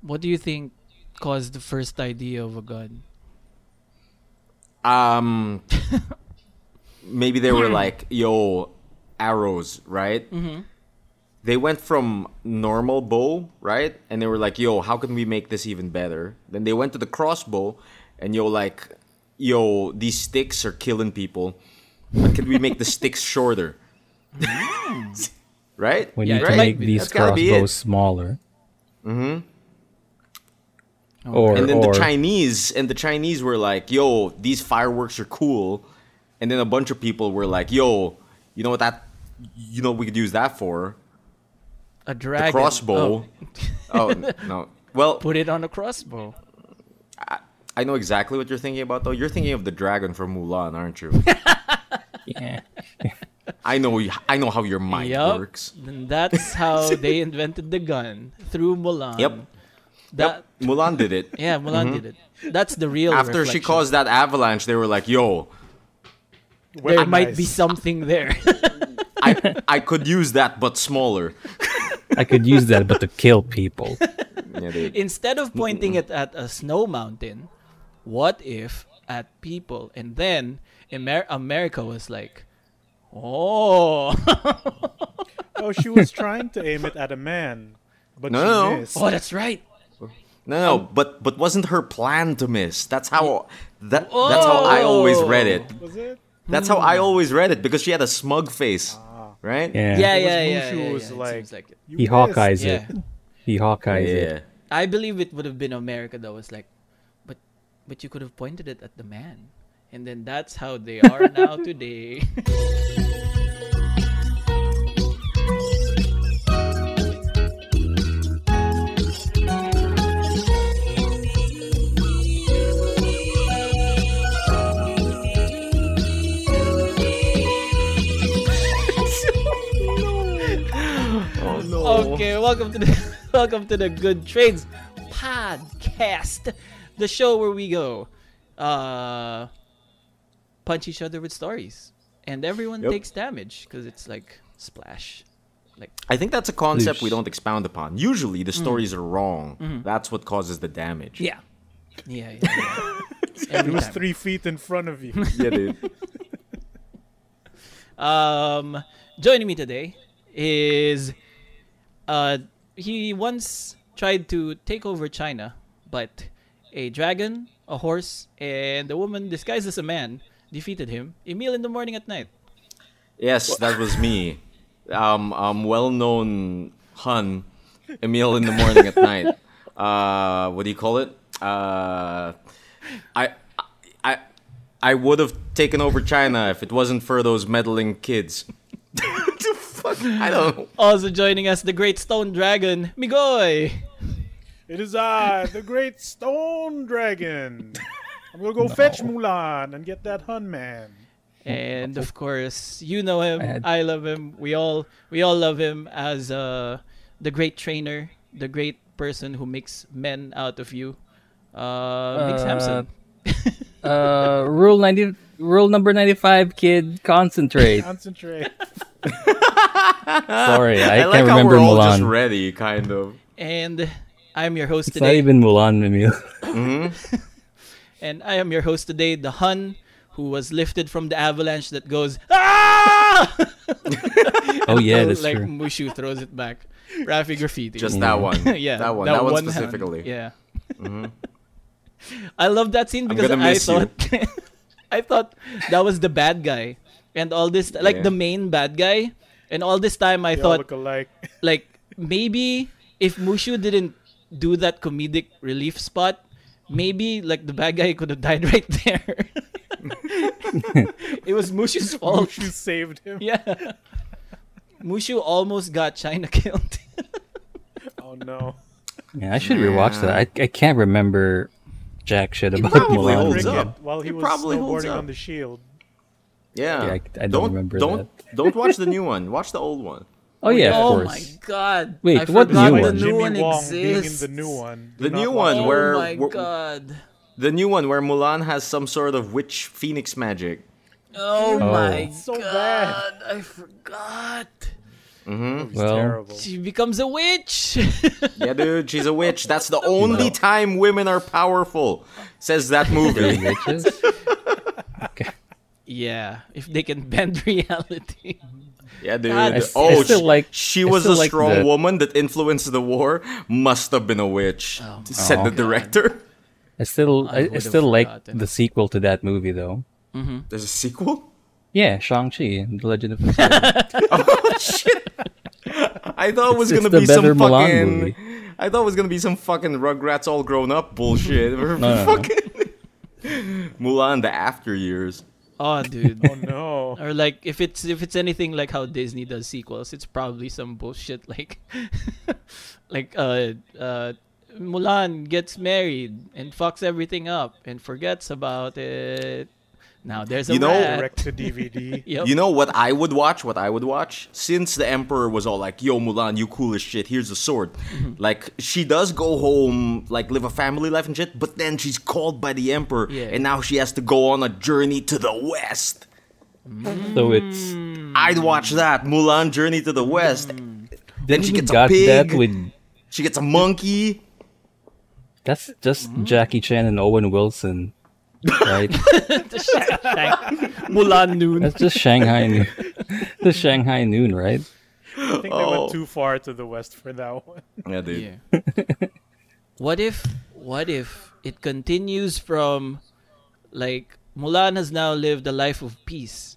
What do you think caused the first idea of a god? Um, maybe they were Hmm. like, yo, arrows, right? Mm-hmm. They went from normal bow, right? And they were like, yo, how can we make this even better? Then they went to the crossbow, and yo, like, yo, these sticks are killing people. But can we make the sticks shorter? right? We Hmm. Yeah, need it to might make be. these That's gotta be crossbows it. smaller. Mm-hmm. Or, and then or the Chinese and the Chinese were like, "Yo, these fireworks are cool," and then a bunch of people were like, "Yo, you know what that? You know what we could use that for A the dragon. crossbow." Oh, Oh, no. Well, put it on a crossbow. I know exactly what you're thinking about, though. You're thinking of the dragon from Mulan, aren't you? yeah. I know. I know how your mind Yup. works. And that's how they invented the gun through Mulan. Yep. That yep. Mulan did it. yeah, Mulan did it. That's the real. After she reflection. caused that avalanche, they were like, "Yo, there Very might be nice. something there. I I could use that, but smaller." I could use that, but to kill people. Yeah, they, Instead of pointing it at a snow mountain, what if at people? And then Amer- America was like, oh, Oh, she was trying to aim it at a man, but No, she no, no. missed. oh, that's right. No, no, but but wasn't her plan to miss? That's how that that's how I always read it. Was it? That's how I always read it because she had a smug face, right? Yeah. Yeah, yeah, It was yeah, yeah, Mushu yeah, was it like- seems like it. You He missed. Hawkeyes Yeah. it. He Hawkeyes yeah. it. I believe it would have been America that was like, but but you could have pointed it at the man. And then that's how they are now today. Oh no. Okay, welcome to the welcome to the Good Trades podcast, the show where we go uh punch each other with stories, and everyone Yep. takes damage because it's like splash. I think that's a concept we don't expound upon. Usually the stories are wrong. That's what causes the damage. Yeah, yeah. yeah, yeah. Every It was time. three feet in front of you. Yeah, dude. Um, joining me today is uh, he once tried to take over China, but a dragon, a horse, and a woman disguised as a man defeated him. Emil in the morning at night. yes, that was me. Um um well known Hun, Emil in the morning at night. Uh what do you call it? Uh I I I would have taken over China if it wasn't for those meddling kids. The fuck? I don't know. Also joining us, the great stone dragon, Migoy. It is I, the great stone dragon. I'm gonna go fetch Mulan and get that Hun man. And of course, you know him. Bad. I love him. We all we all love him as uh, the great trainer, the great person who makes men out of you. Uh, Mick Uh, Sampson. Uh, rule ninety, rule number ninety-five. Kid, concentrate. Concentrate. Sorry, I, I, can't like how remember we're all just Mulan. ready, kind of. And I'm your host it's not today. even Mulan, Emil. And I am your host today, the Hun, who was lifted from the avalanche that goes, ah! oh yeah, that's like true. Mushu throws it back. Rafi Graffiti. Just that one. yeah, that one. That, one, Hun. specifically. Mm-hmm. Yeah. I love that scene because gonna I miss you. thought I thought that was the bad guy, and all this like Yeah. the main bad guy, and all this time I They all thought look alike. like maybe if Mushu didn't do that comedic relief spot, maybe like the bad guy could have died right there. it was Mushu's fault. Mushu saved him. Yeah. Mushu almost got China killed. Oh no. Yeah, I should rewatch that. I, I can't remember jack shit about probably Mulan. holds Bring up. it while he It was probably holds snowboarding up. on the shield. Yeah. Yeah, I- I don't remember Don't don't watch the new one. Watch the old one. Oh yeah, of oh course. my god. Wait, I what forgot new Like the one? new Jimmy one Wong exists. being in the new one. The Do new not one watch Oh it. where- my where- god. The new one where Mulan has some sort of witch phoenix magic. Oh, my so god. bad. I forgot. Movie's Well. terrible. She becomes a witch. Yeah, dude, she's a witch. That's the only time women are powerful, says that movie. Witches? yeah, if they can bend reality. Yeah, dude. I s- I oh, still she, like- she I was still a like strong that- woman that influenced the war. Must have been a witch, said the director. I still, I I, I would've still like forgotten. the sequel to that movie though. There's a sequel? Yeah, Shang Chi, The Legend of the Ten Rings. I thought it was It's- gonna it's be the some better Mulan fucking. movie. I thought it was gonna be some fucking Rugrats all grown up bullshit. no, no. fucking Mulan the after years. Oh, dude. Oh no. or like if it's if it's anything like how Disney does sequels, it's probably some bullshit like like uh uh Mulan gets married and fucks everything up and forgets about it. Now there's a You know- rat. Direct to DVD. Yep. You know what I would watch? What I would watch? Since the Emperor was all like, yo, Mulan, you cool as shit, here's the sword. Mm-hmm. Like, she does go home, like, live a family life and shit, but then she's called by the Emperor, Yeah. and now she has to go on a journey to the West. so it's Hmm. Mm. I'd watch that Mulan Journey to the West. Then she Didn't gets a got pig. that with she gets a monkey. that's just Hmm. Jackie Chan and Owen Wilson, right? Mulan Noon. that's just Shanghai Noon, the Shanghai Noon, right? I think they Oh. went too far to the west for that one. Yeah, dude. Yeah. what if what if it continues from like Mulan has now lived a life of peace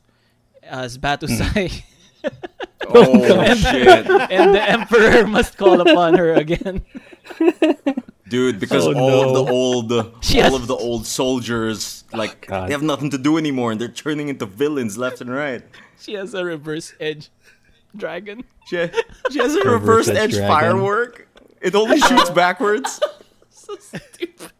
as Hmm. Batusai Oh shit, and the emperor must call upon her again. dude! Because Oh, all no. of the old, She all has- of the old soldiers, like God. they have nothing to do anymore, and they're turning into villains left and right. She has a reverse edge dragon. She, she has a Reverse reverse edge edge dragon. firework. It only shoots backwards. So stupid.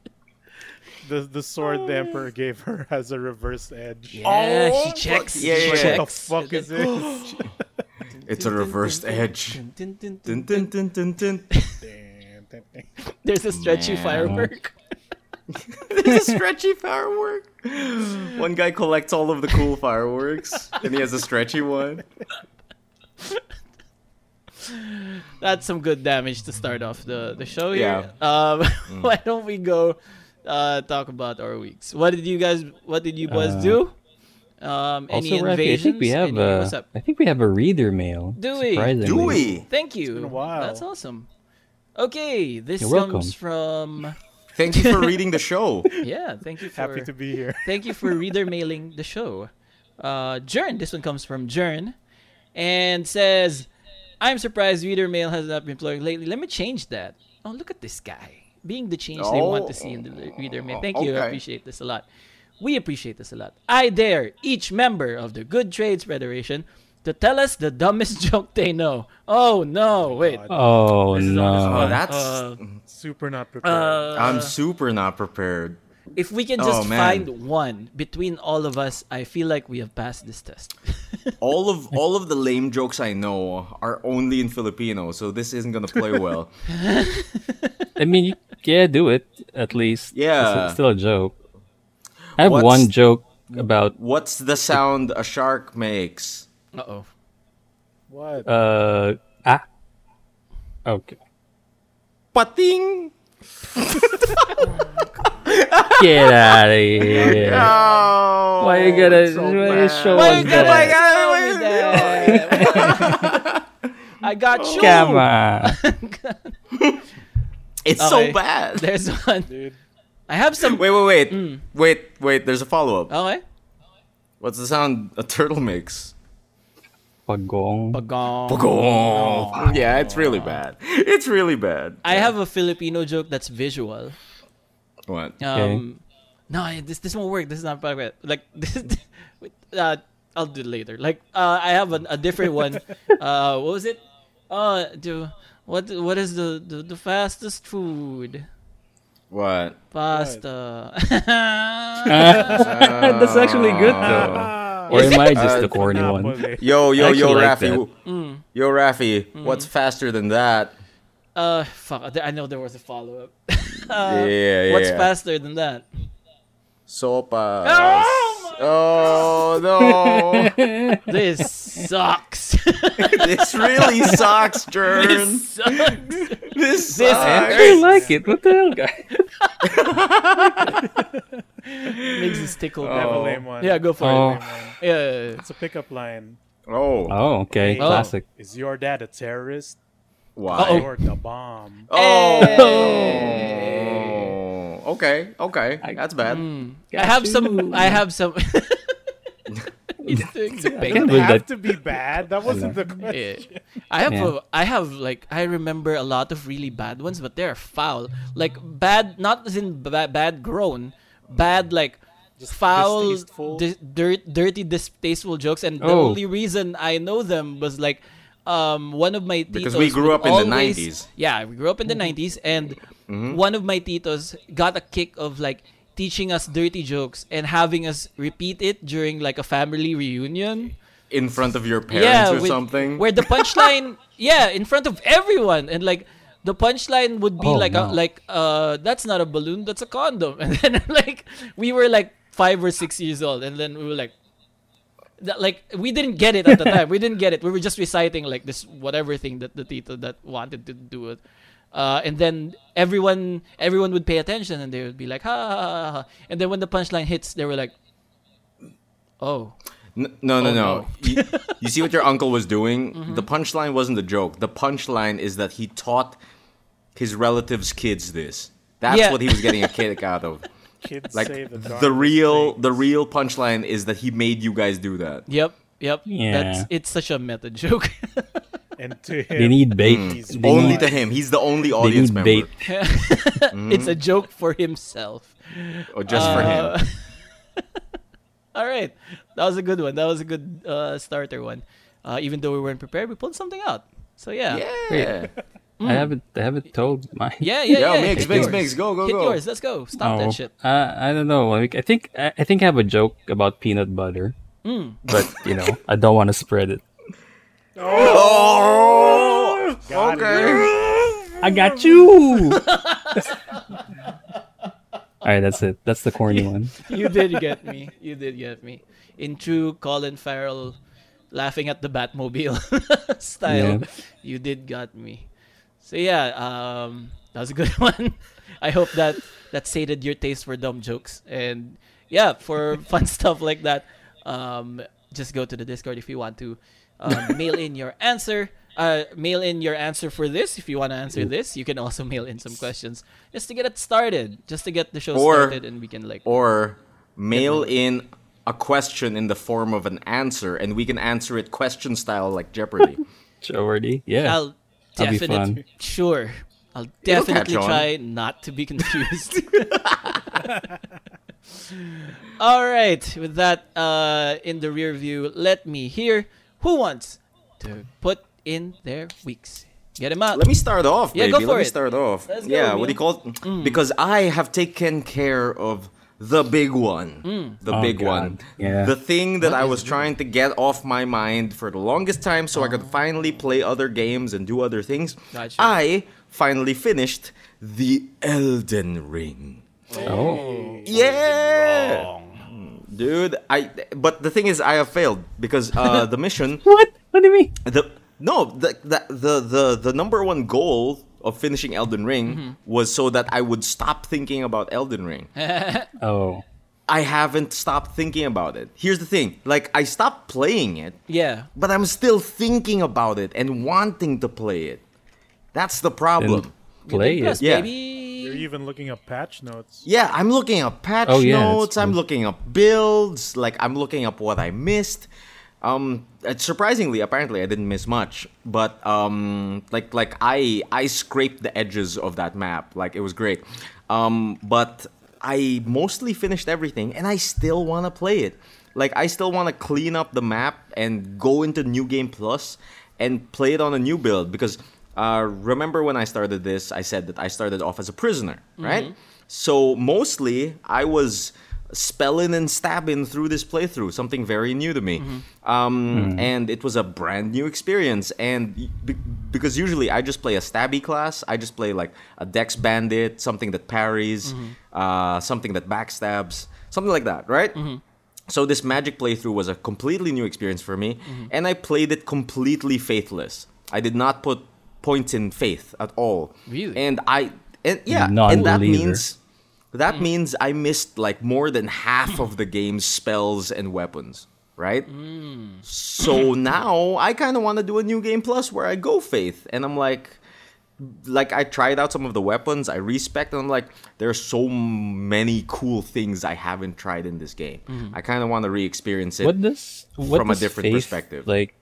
The the sword the emperor gave her has a reverse edge. Yeah, Oh, she fuck. checks. she Yeah, yeah, yeah. What the checks. fuck is this? It's a reversed edge. Dun, dun, Dun, dun. dun, dun, dun, dun. Damn, damn, damn. There's a stretchy Man. firework. It's a stretchy firework. One guy collects all of the cool fireworks, and he has a stretchy one. That's some good damage to start off the, the show here. Yeah. Um, why don't we go uh, talk about our weeks? What did you guys? What did you boys Uh, do? Um, any also, Rafi, I invasions? think we have uh, Any- a, what's up? I think we have a reader mail. Do we? Surprisingly. Dewey, Thank you. been a while. That's awesome. Okay, this You're welcome. comes from thank you for reading the show. yeah. Thank you for Happy to be here. Thank you for reader mailing the show. Uh, Jern, this one comes from Jern and says, I'm surprised reader mail has not been flowing lately. Let me change that. Oh, look at this guy being the change they want to see in the le- reader mail. Thank you. I Oh, okay. appreciate this a lot. We appreciate this a lot. I dare each member of the Good Trades Federation to tell us the dumbest joke they know. Oh, no. Wait. God. Oh This is on this Oh, one. no! that's. Uh, Super not prepared. Uh, I'm super not prepared. if we can just Oh, man. find one between all of us, I feel like we have passed this test. All of all of the lame jokes I know are only in Filipino, so this isn't gonna play well. I mean, you- yeah, do it at least. Yeah. it's still a joke. I have What's- one joke about What's the sound a shark makes? Uh oh. what? uh ah. Okay. Pating. Get out of here. Oh, Why you gotta why you show Why us you gotta that? show me that? I got you. Come on. It's Okay. so bad. There's one. Dude, I have some. Oh, eh? Wait, wait, wait, wait, wait. There's a follow up. Okay. What's the sound a turtle makes? Pagong. Bagong. Go. Yeah, it's really bad. It's really bad. I have a Filipino joke that's visual. What? Um, No, I- this this won't work. This is not part of it. Like this. wait, Uh, I'll do it later. Like uh, I have an, a different one. Uh, what was it? Uh, do what? What is the the, the fastest food? What? Pasta. That's actually good Ah, though. uh, Or am I just the corny one? Napoli. Yo, yo, yo, actually like Rafi. Mm. Yo, Rafi. What's faster than that? Uh, fuck. there- I know there was a follow up. yeah, yeah. What's yeah. faster than that? Sopa. Oh, no. This sucks. this really sucks, Jern. This This, sucks. sucks. I really like it. What the hell, guy? Makes us tickle. I have a lame one. Yeah, go for Oh. it. Yeah. It's a pickup line. Oh, Oh, okay. Oh. Classic. Is your dad a terrorist? why? Oh. You're the bomb. Oh. Okay, okay. That's bad. I have some. Gotcha. I have some. it's it's a I big can't It believe have that. to be bad. That wasn't the Yeah. question. Eh. I have Yeah. a, I have like I remember a lot of really bad ones, but they're foul. Like bad, not as in ba- bad grown, bad like foul, distasteful? di- dirt, dirty, distasteful jokes. And the Oh. only reason I know them was like um one of my titos Because we grew would up in the Mm-hmm. always- 90s. Yeah, we grew up in the nineties, and one of my titos got a kick of like teaching us dirty jokes and having us repeat it during like a family reunion In front of your parents or with- something. Where the punchline, yeah, in front of everyone, and like the punchline would be Oh, like, a, no. like, uh, that's not a balloon, that's a condom, and then like we were like five or six years old, and then we were like. That, like we didn't get it at the time. We didn't get it. We were just reciting like this whatever thing that the tito that wanted to do it, uh, and then everyone everyone would pay attention and they would be like ha ha ha, ha, ha. and then when the punchline hits, they were like, oh N- No, no, Oh, no. no. Mm-hmm. you, you see what your uncle was doing? The punchline wasn't a joke. The punchline is that he taught his relatives' kids this. That's Yeah. what he was getting a kick out of. Kids Like say the, the darndest real, thing. the real punchline is that he made you guys do that. Yep, yep. Yeah. That's it's such a meta joke. And to him, They need bait. Mm. They Hmm. Only need- to him. He's the only They audience need member. bait. Mm-hmm. It's a joke for himself. Or Oh, just for Uh, him. All right, that was a good one. That was a good uh, starter one. Uh, even though we weren't prepared, we pulled something out. So yeah, Yeah. I haven't, I haven't told mine. yeah, Hmm. yeah. Yo, yeah. mix, Hit mix, yours. mix. Go, go, Hit go. yours. Let's go. Stop Oh, that shit. Uh, I don't know. Like, I think I, I think I have a joke about peanut butter, Hmm. but you know, I don't want to spread it. Oh, Got it. okay. I got you. All right, that's it. That's the corny one. You did get me. You did get me. In true Colin Farrell laughing at the Batmobile style, Yeah. you did got me. So yeah, um, that was a good one. I hope that that sated your taste for dumb jokes and yeah, for fun stuff like that. Um, just go to the Discord if you want to um, mail in your answer. Uh, mail in your answer for this if you want to answer this. You can also mail in some questions just to get it started, just to get the show Or- started, and we can like Or mail in a question in the form of an answer, and we can answer it question style like Jeopardy. Jordy. Yeah. I'll That'd be definitely fun. sure. I'll It'll catch definitely on. try not to be confused. All right, with that uh, in the rear view, let me hear who wants to put in their weeks. Get him out. Let me start off, Yeah, baby. go for Let me it. start off. Let's go, Mm. yeah, what Neil. do you call it? Because I have taken care of the big one. The Mm. Oh, big God. one. Yeah. The thing that I was trying to get off my mind for the longest time so I could finally play other games and do other things. Oh. Gotcha. I finally finished the Elden Ring. oh. Yeah. Dude, I but the thing is I have failed because uh the mission What? What do you mean? the no the, the the the the number one goal of finishing Elden Ring was so that I would stop thinking about Elden Ring. Oh. I haven't stopped thinking about it. Here's the thing: like I stopped playing it, yeah. but I'm still thinking about it and wanting to play it. That's the problem. Then play it. Plus, Yeah. You're baby. even looking up patch notes. yeah, I'm looking up patch Oh, yeah, that's notes. I'm good. looking up builds. Like I'm looking up what I missed. Um, uh, surprisingly, apparently I didn't miss much. But um, like like I I scraped the edges of that map. Like it was great. Um, but I mostly finished everything, and I still want to play it. Like I still want to clean up the map and go into New Game Plus and play it on a new build because uh, remember when I started this, I said that I started off as a prisoner, right? So mostly I was spelling and stabbing through this playthrough, something very new to me. Um, And it was a brand new experience. And y- be- because usually I just play a stabby class, I just play like a dex bandit, something that parries, uh, something that backstabs, something like that, right? So this magic playthrough was a completely new experience for me, and I played it completely faithless. I did not put points in faith at all. Really? And I and yeah, None and that will either. means that means I missed like more than half of the game's spells and weapons, right? So now I kind of want to do a new game plus where I go faith, and I'm like, like I tried out some of the weapons I respect, and I'm like, there's so many cool things I haven't tried in this game. I kind of want to re-experience it. What does what from a does different faith, perspective. like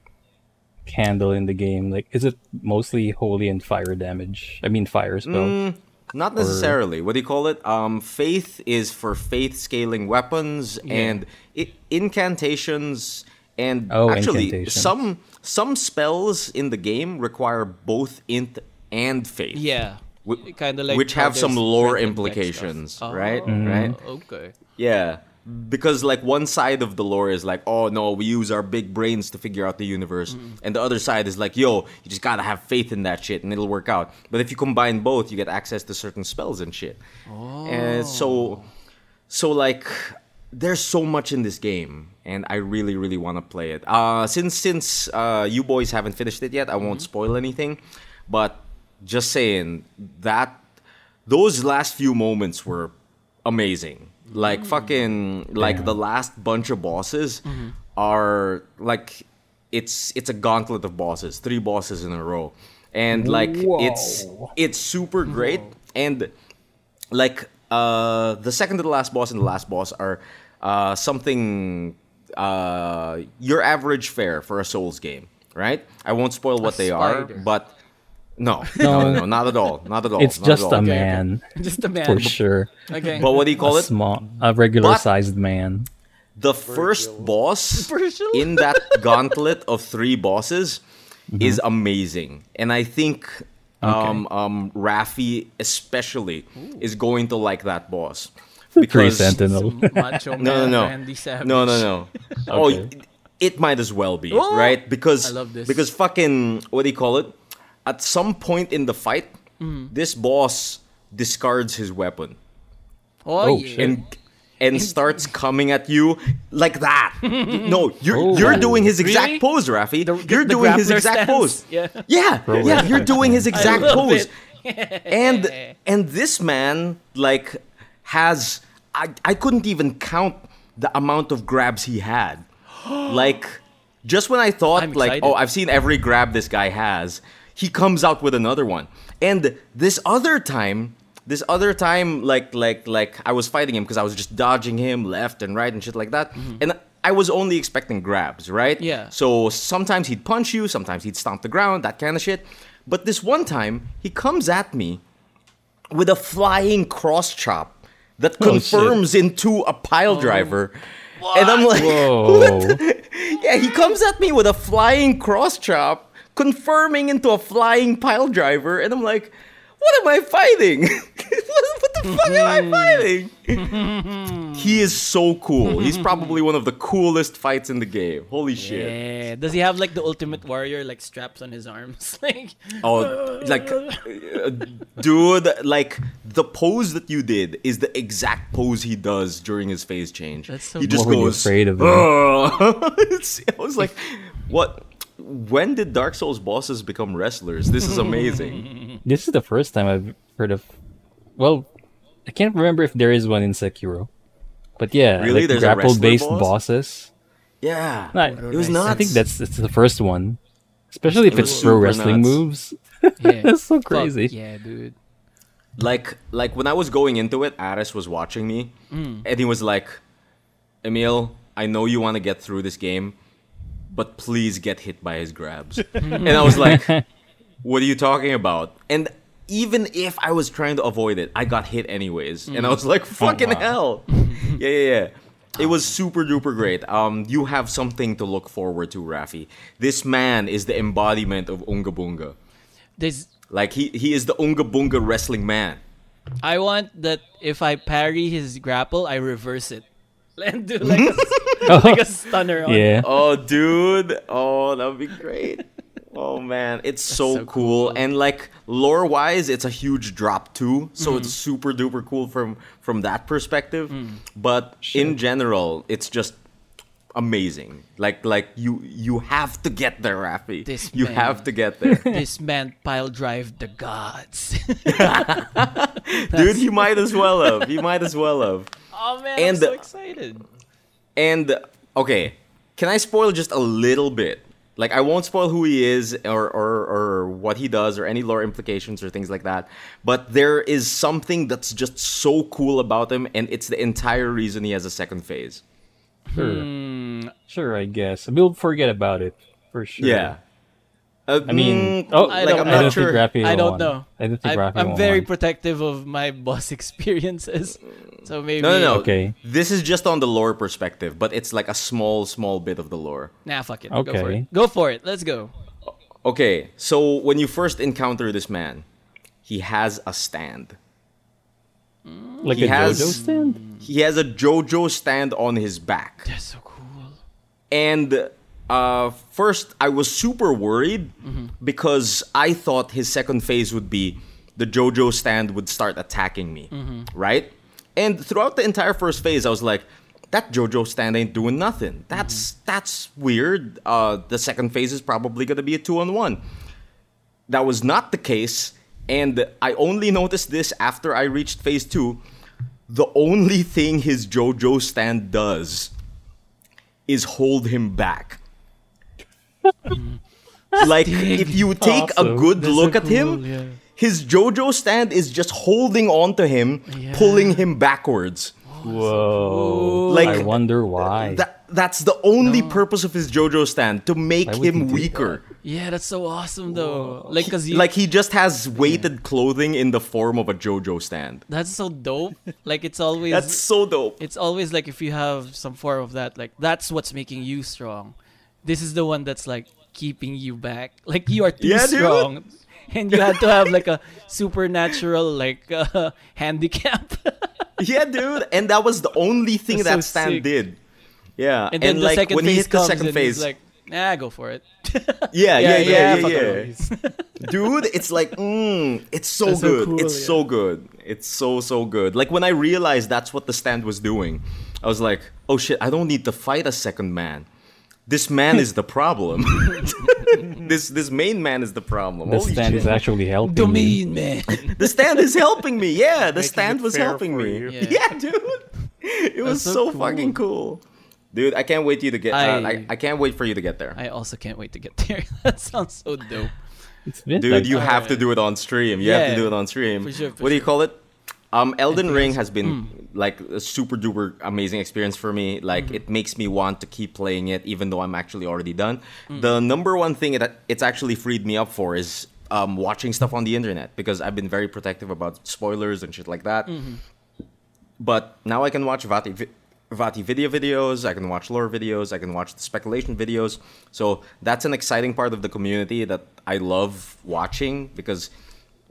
handle in the game? Like, is it mostly holy and fire damage? I mean, fire spell. Not necessarily. What do you call it? Um, faith is for faith scaling weapons and I- incantations, and Oh, actually incantations. some some spells in the game require both int and faith. Yeah. Wh- Kind of like which how have some there's lore random text stuff. implications, Oh, right? Mm-hmm. Right? Okay. Yeah. Because like one side of the lore is like, oh no, we use our big brains to figure out the universe, and the other side is like, yo, you just gotta have faith in that shit, and it'll work out. But if you combine both, you get access to certain spells and shit. Oh. And so, so like, there's so much in this game, and I really, really want to play it. Uh, since since uh, you boys haven't finished it yet, I won't spoil anything. But just saying that those last few moments were amazing. Like fucking like the last bunch of bosses are like it's it's a gauntlet of bosses, three bosses in a row. And like it's it's super great and like uh the second to the last boss and the last boss are uh something uh your average fare for a Souls game, right? I won't spoil what they spider. are, but no, no, no, no, not at all, not at all. It's not at just all. a Oh, Okay, okay. man Just a man. for sure. Okay. But what do you call a it? small, a regular sized man. The first boss Virgil? in that gauntlet of three bosses Mm-hmm. is amazing, and I think um, um, Rafi especially is going to like that boss Three because sentinel. Macho man, no, no, no, Randy Savage. no, no, no. Oh, Okay. it, it might as well be Oh! right because I love this. because fucking what do you call it? At some point in the fight, Mm. this boss discards his weapon Oh, Oh, yeah. shit. and and starts coming at you like that. no, you're you're Oh. doing his exact Really? pose, Rafi. The- you're the doing his grappler exact stance? pose. Yeah. yeah, yeah. wrestling. You're doing his exact love pose. it. and and this man like has I I couldn't even count the amount of grabs he had. like just when I thought I'm like excited. oh I've seen every grab this guy has, he comes out with another one. And this other time, this other time, like like like I was fighting him because I was just dodging him left and right and shit like that. Mm-hmm. And I was only expecting grabs, right? Yeah. So sometimes he'd punch you, sometimes he'd stomp the ground, that kind of shit. But this one time, he comes at me with a flying cross chop that Oh, shit. Oh. confirms into a pile driver. And I'm like, Whoa. yeah, he comes at me with a flying cross chop, confirming into a flying pile driver, and I'm like, what am I fighting? what what the fuck am I fighting? he is so cool. He's probably one of the coolest fights in the game. Holy shit. Yeah. Does he have like the Ultimate Warrior like straps on his arms? like, Oh, like, uh, dude, like the pose that you did is the exact pose he does during his phase change. That's so he just What were you goes afraid of? "Ugh." It's- I was like, what? When did Dark Souls bosses become wrestlers? This is amazing. This is the first time I've heard of. Well, I can't remember if there is one in Sekiro, but yeah, Really? like There's a grapple-based wrestler boss? bosses. yeah, No, it was I nuts. think that's it's the first one, especially if It was it's pro super wrestling nuts. moves. yeah. That's so Fuck, crazy. yeah, dude. like like when I was going into it, Aris was watching me, and he was like, "Emil, I know you want to get through this game, but please get hit by his grabs." and I was like, "What are you talking about?" And even if I was trying to avoid it, I got hit anyways, and I was like, "Fucking hell!" yeah, yeah, yeah. It was super duper great. Um, you have something to look forward to, Rafi. This man is the embodiment of Unga Bunga. There's. Like he, he is the Unga Bunga wrestling man. I want that if I parry his grapple, I reverse it and do like a, s- like a stunner. On Yeah, oh dude oh that would be great oh man it's so, so cool. and like lore wise it's a huge drop too so it's super duper cool from from that perspective but in general it's just amazing. Like like you you have to get there, Rafi. This you man. have to get there. this man pile drive the gods. Dude, you might as well have. You might as well have. oh man, I'm And so the- excited. And okay, can I spoil just a little bit? Like I won't spoil who he is or, or or what he does or any lore implications or things like that. But there is something that's just so cool about him, and it's the entire reason he has a second phase. Sure. Hmm. Sure, I guess. We'll forget about it for sure. Yeah. Uh, I mean, mm, oh, I like don't- I'm I not don't sure. think Rappy will I don't want- know. I don't think Rappy am will very want. protective of my boss experiences, so maybe no, no, no. Okay. This is just on the lore perspective, but it's like a small, small bit of the lore. Nah, fuck it. Go for Okay. it. Go for it. Let's go. Okay, so when you first encounter this man, he has a stand. like He a has- JoJo stand. He has a JoJo stand on his back. That's so cool. And uh, first, I was super worried because I thought his second phase would be the JoJo stand would start attacking me, right? And throughout the entire first phase, I was like, that JoJo stand ain't doing nothing. That's that's weird. Uh, the second phase is probably gonna be a two on one. That was not the case, and I only noticed this after I reached phase two. The only thing his JoJo stand does is hold him back. like if you take a Awesome. good That's so look at him, cool, yeah. his JoJo stand is just holding on to him, pulling him backwards. Whoa! Like- I wonder why. That that's the only purpose of his JoJo stand to make Why would he him do weaker. Yeah, that's so awesome though. Like, cause you, Like he just has weighted clothing in the form of a JoJo stand. that's so dope. Like it's always That's so dope. it's always like if you have some form of that, like that's what's making you strong. This is the one that's like keeping you back. Like you are too Yeah, dude. strong, and you have to have like a supernatural like uh, handicap. yeah, dude. And that was the only thing That's so that stand sick. did. Yeah. and then the like second when phase he hit the comes second and he's phase. like, nah, go for it. yeah, yeah, yeah, yeah, fuck yeah. it. dude it's like mm, it's so That's so good cool, it's yeah. so good it's so so good like when i realized that's what the stand was doing i was like oh shit i don't need to fight a second man this man is the problem this this main man is the problem the Holy stand shit. is actually helping. The me. mean man. the stand is helping me yeah the Making stand it was fair helping for me you. Yeah. yeah. dude it was so so, fucking cool dude i can't wait you to get uh, I- I, I can't wait for you to get there I also can't wait to get there. that sounds so dope. It's been Dude, like- uh, you have to Alright. do it on stream. You have Yeah, to do it on stream. for sure, for what do you sure. call it? Um, Elden Ring has been like a super duper amazing experience for me. Like it makes me want to keep playing it, even though I'm actually already done. The number one thing that it's actually freed me up for is um, watching stuff on the internet because I've been very protective about spoilers and shit like that. But now I can watch Vati, vi- Vati video videos, I can watch lore videos, I can watch the speculation videos. So that's an exciting part of the community that I love watching because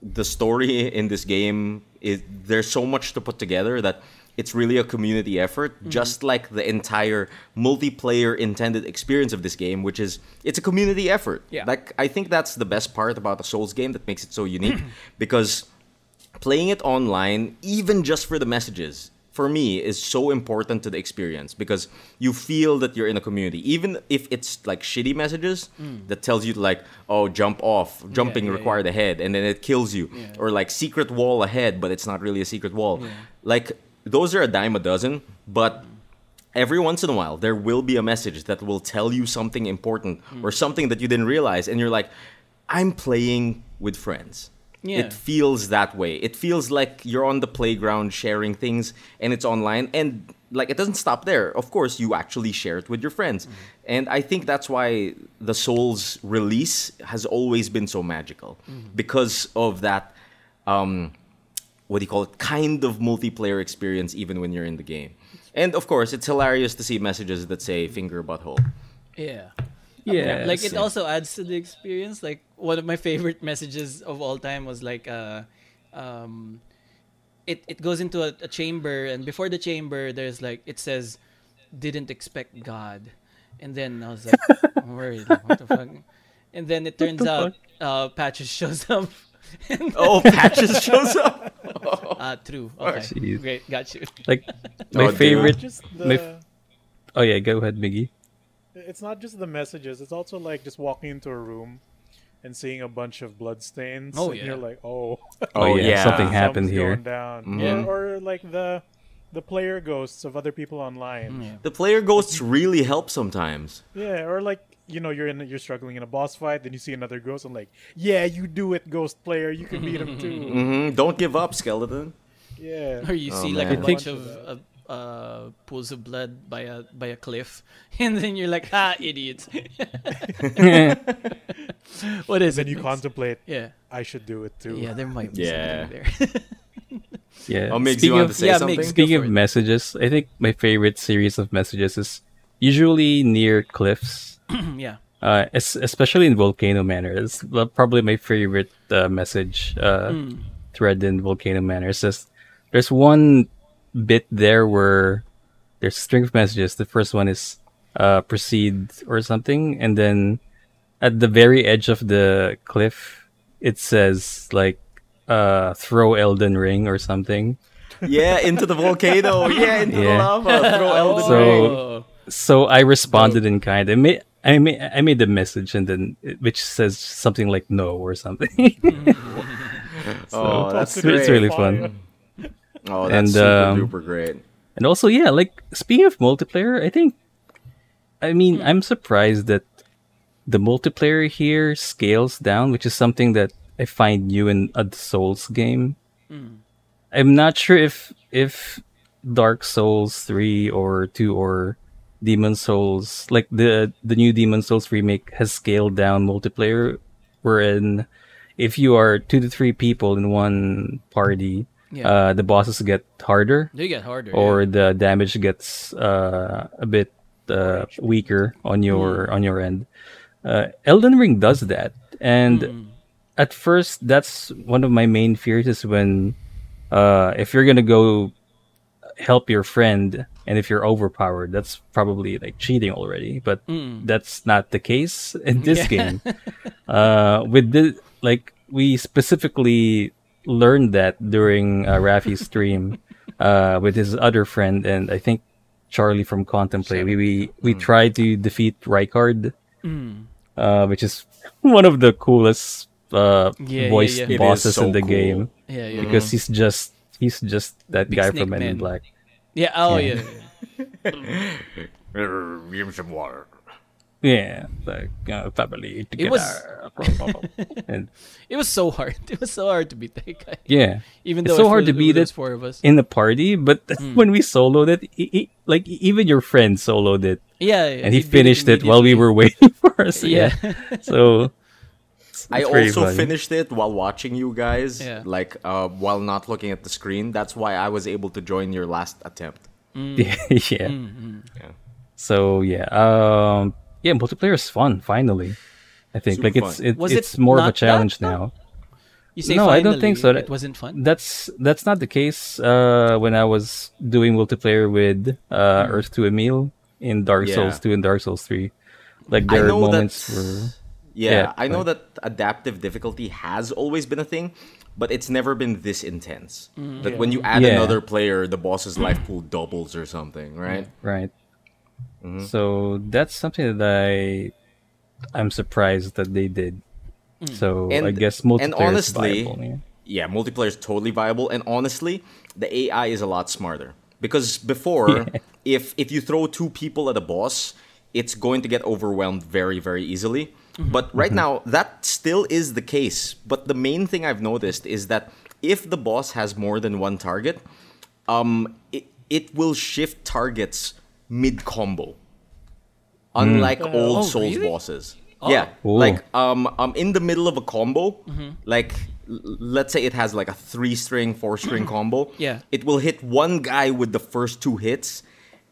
the story in this game is there's so much to put together that it's really a community effort just like the entire multiplayer intended experience of this game which is it's a community effort Yeah. like i think that's the best part about the souls game that makes it so unique because playing it online, even just for the messages, for me is so important to the experience because you feel that you're in a community, even if it's like shitty messages that tells you like, oh, jump off, jumping Mm. yeah, yeah. required ahead, and then it kills you, or like secret wall ahead, but it's not really a secret wall. Like those are a dime a dozen, but every once in a while there will be a message that will tell you something important or something that you didn't realize and you're like i'm playing with friends Yeah. it feels that way it feels like you're on the playground sharing things and it's online and like it doesn't stop there of course you actually share it with your friends and i think that's why the souls release has always been so magical because of that um, what do you call it kind of multiplayer experience even when you're in the game and of course it's hilarious to see messages that say finger butthole Yeah. yeah, like it Yes. also adds to the experience like one of my favorite messages of all time was like uh um it it goes into a, a chamber and before the chamber there's like it says didn't expect god and then i was like I'm worried like, what the fuck and then it turns out uh patches shows up and oh patches shows up uh true okay Jeez. great got you like my Oh, dude. favorite. Just the my f- Oh yeah, go ahead, Biggie. It's not just the messages. It's also like just walking into a room and seeing a bunch of bloodstains. Oh, and yeah. You're like, oh, Oh, yeah, something something's happened here. Mm-hmm. Going down. Mhm. Or, or like the the player ghosts of other people online. Mm, Yeah. The player ghosts really help sometimes. Yeah, or like you know you're in you're struggling in a boss fight, then you see another ghost. and like, yeah, you do it, ghost player. You can beat him too. hmm Mm-hmm. Don't give up, skeleton. Yeah. Or you Oh, see like man. a I bunch think- of uh, uh, pools of blood by a by a cliff, and then you're like, ah, idiots. what is Then it? you Mix? contemplate, Yeah, I should do it too. yeah, there might be something Yeah. there. Yeah. Oh, Migs, you Speaking want of- to say yeah, something? Migs. Speaking Go for of it. messages, I think my favorite series of messages is usually near cliffs, yeah, uh, es- especially in Volcano Manor. It's the- probably my favorite uh, message uh, thread in Volcano Manor. It's just there's one bit there where there's a string of messages. The first one is uh, proceed or something, and then at the very edge of the cliff, it says like uh, throw Elden Ring or something. Yeah, into the volcano. Yeah, into the Yeah. lava. Throw Elden So- Ring. oh, so I responded in kind. I made I made I made the message and then which says something like no or something. Oh, that's it's, great. it's really fun. Oh, that's And, super um, duper great. And also, yeah, like speaking of multiplayer, I think I mean I'm surprised that the multiplayer here scales down, which is something that I find new in a Souls game. I'm not sure if if Dark Souls three or two or Demon Souls like the the new Demon Souls remake has scaled down multiplayer wherein if you are two to three people in one party, Yeah. uh, the bosses get harder they get harder. or the damage gets uh, a bit uh, weaker on your on your end. Uh, Elden Ring does that, and at first, that's one of my main fears is when uh, if you're gonna go help your friend and if you're overpowered, that's probably like cheating already. But Hmm. that's not the case in this game. uh, with this, like we specifically learned that during uh, Rafi's stream uh, with his other friend, and I think Charlie from Contemplate. We we, we Hmm. tried to defeat Rykard, uh, which is one of the coolest uh, Yeah, yeah, voiced yeah. It is bosses so in the cool. game yeah, yeah, yeah. because he's just he's just that Big guy snake from Men man. in Black. yeah. Oh yeah. Yeah. yeah. Give me some water. Yeah, like uh, family together. was- and It was so hard. It was so hard to beat that guy. yeah, Even It's though so if hard it to was- beat it was it. four of us. in the party, but Hmm. when we soloed it, he, he- like even your friend soloed it, yeah, yeah, and he beat finished it while we immediately. were waiting for us. Yeah. Yeah, so it's- I it's very also fun. finished it while watching you guys, Yeah. like uh, while not looking at the screen. That's why I was able to join your last attempt. yeah. Hmm. Yeah. So yeah, um, yeah, multiplayer is fun. Finally, I think Super like it's fun. it, Was it's it more of a not that challenge fun? now. You say No, I don't think finally, so. It wasn't fun. That's that's not the case. Uh, when I was doing multiplayer with uh, Earth Two Emil in Dark Hmm. Yeah. Souls Two and Dark Souls Three, like I there are know moments that. where Yeah, Yeah, I know like- that adaptive difficulty has always been a thing, but it's never been this intense. That when you add Yeah. another player, the boss's life pool doubles or something, right? right. Mm-hmm. So that's something that I I'm surprised that they did. So I Hmm. And- guess and multiplayer is honestly, viable, yeah. yeah, multiplayer is totally viable. And honestly, the AI is a lot smarter because before, if if you throw two people at a boss, it's going to get overwhelmed very very easily. But right now, that still is the case. But the main thing I've noticed is that if the boss has more than one target, um, it it will shift targets mid combo, unlike old Oh, Souls really? Oh. bosses. Yeah, Ooh. like um, um, in the middle of a combo, like l- let's say it has like a three string, four string combo. Yeah. it will hit one guy with the first two hits,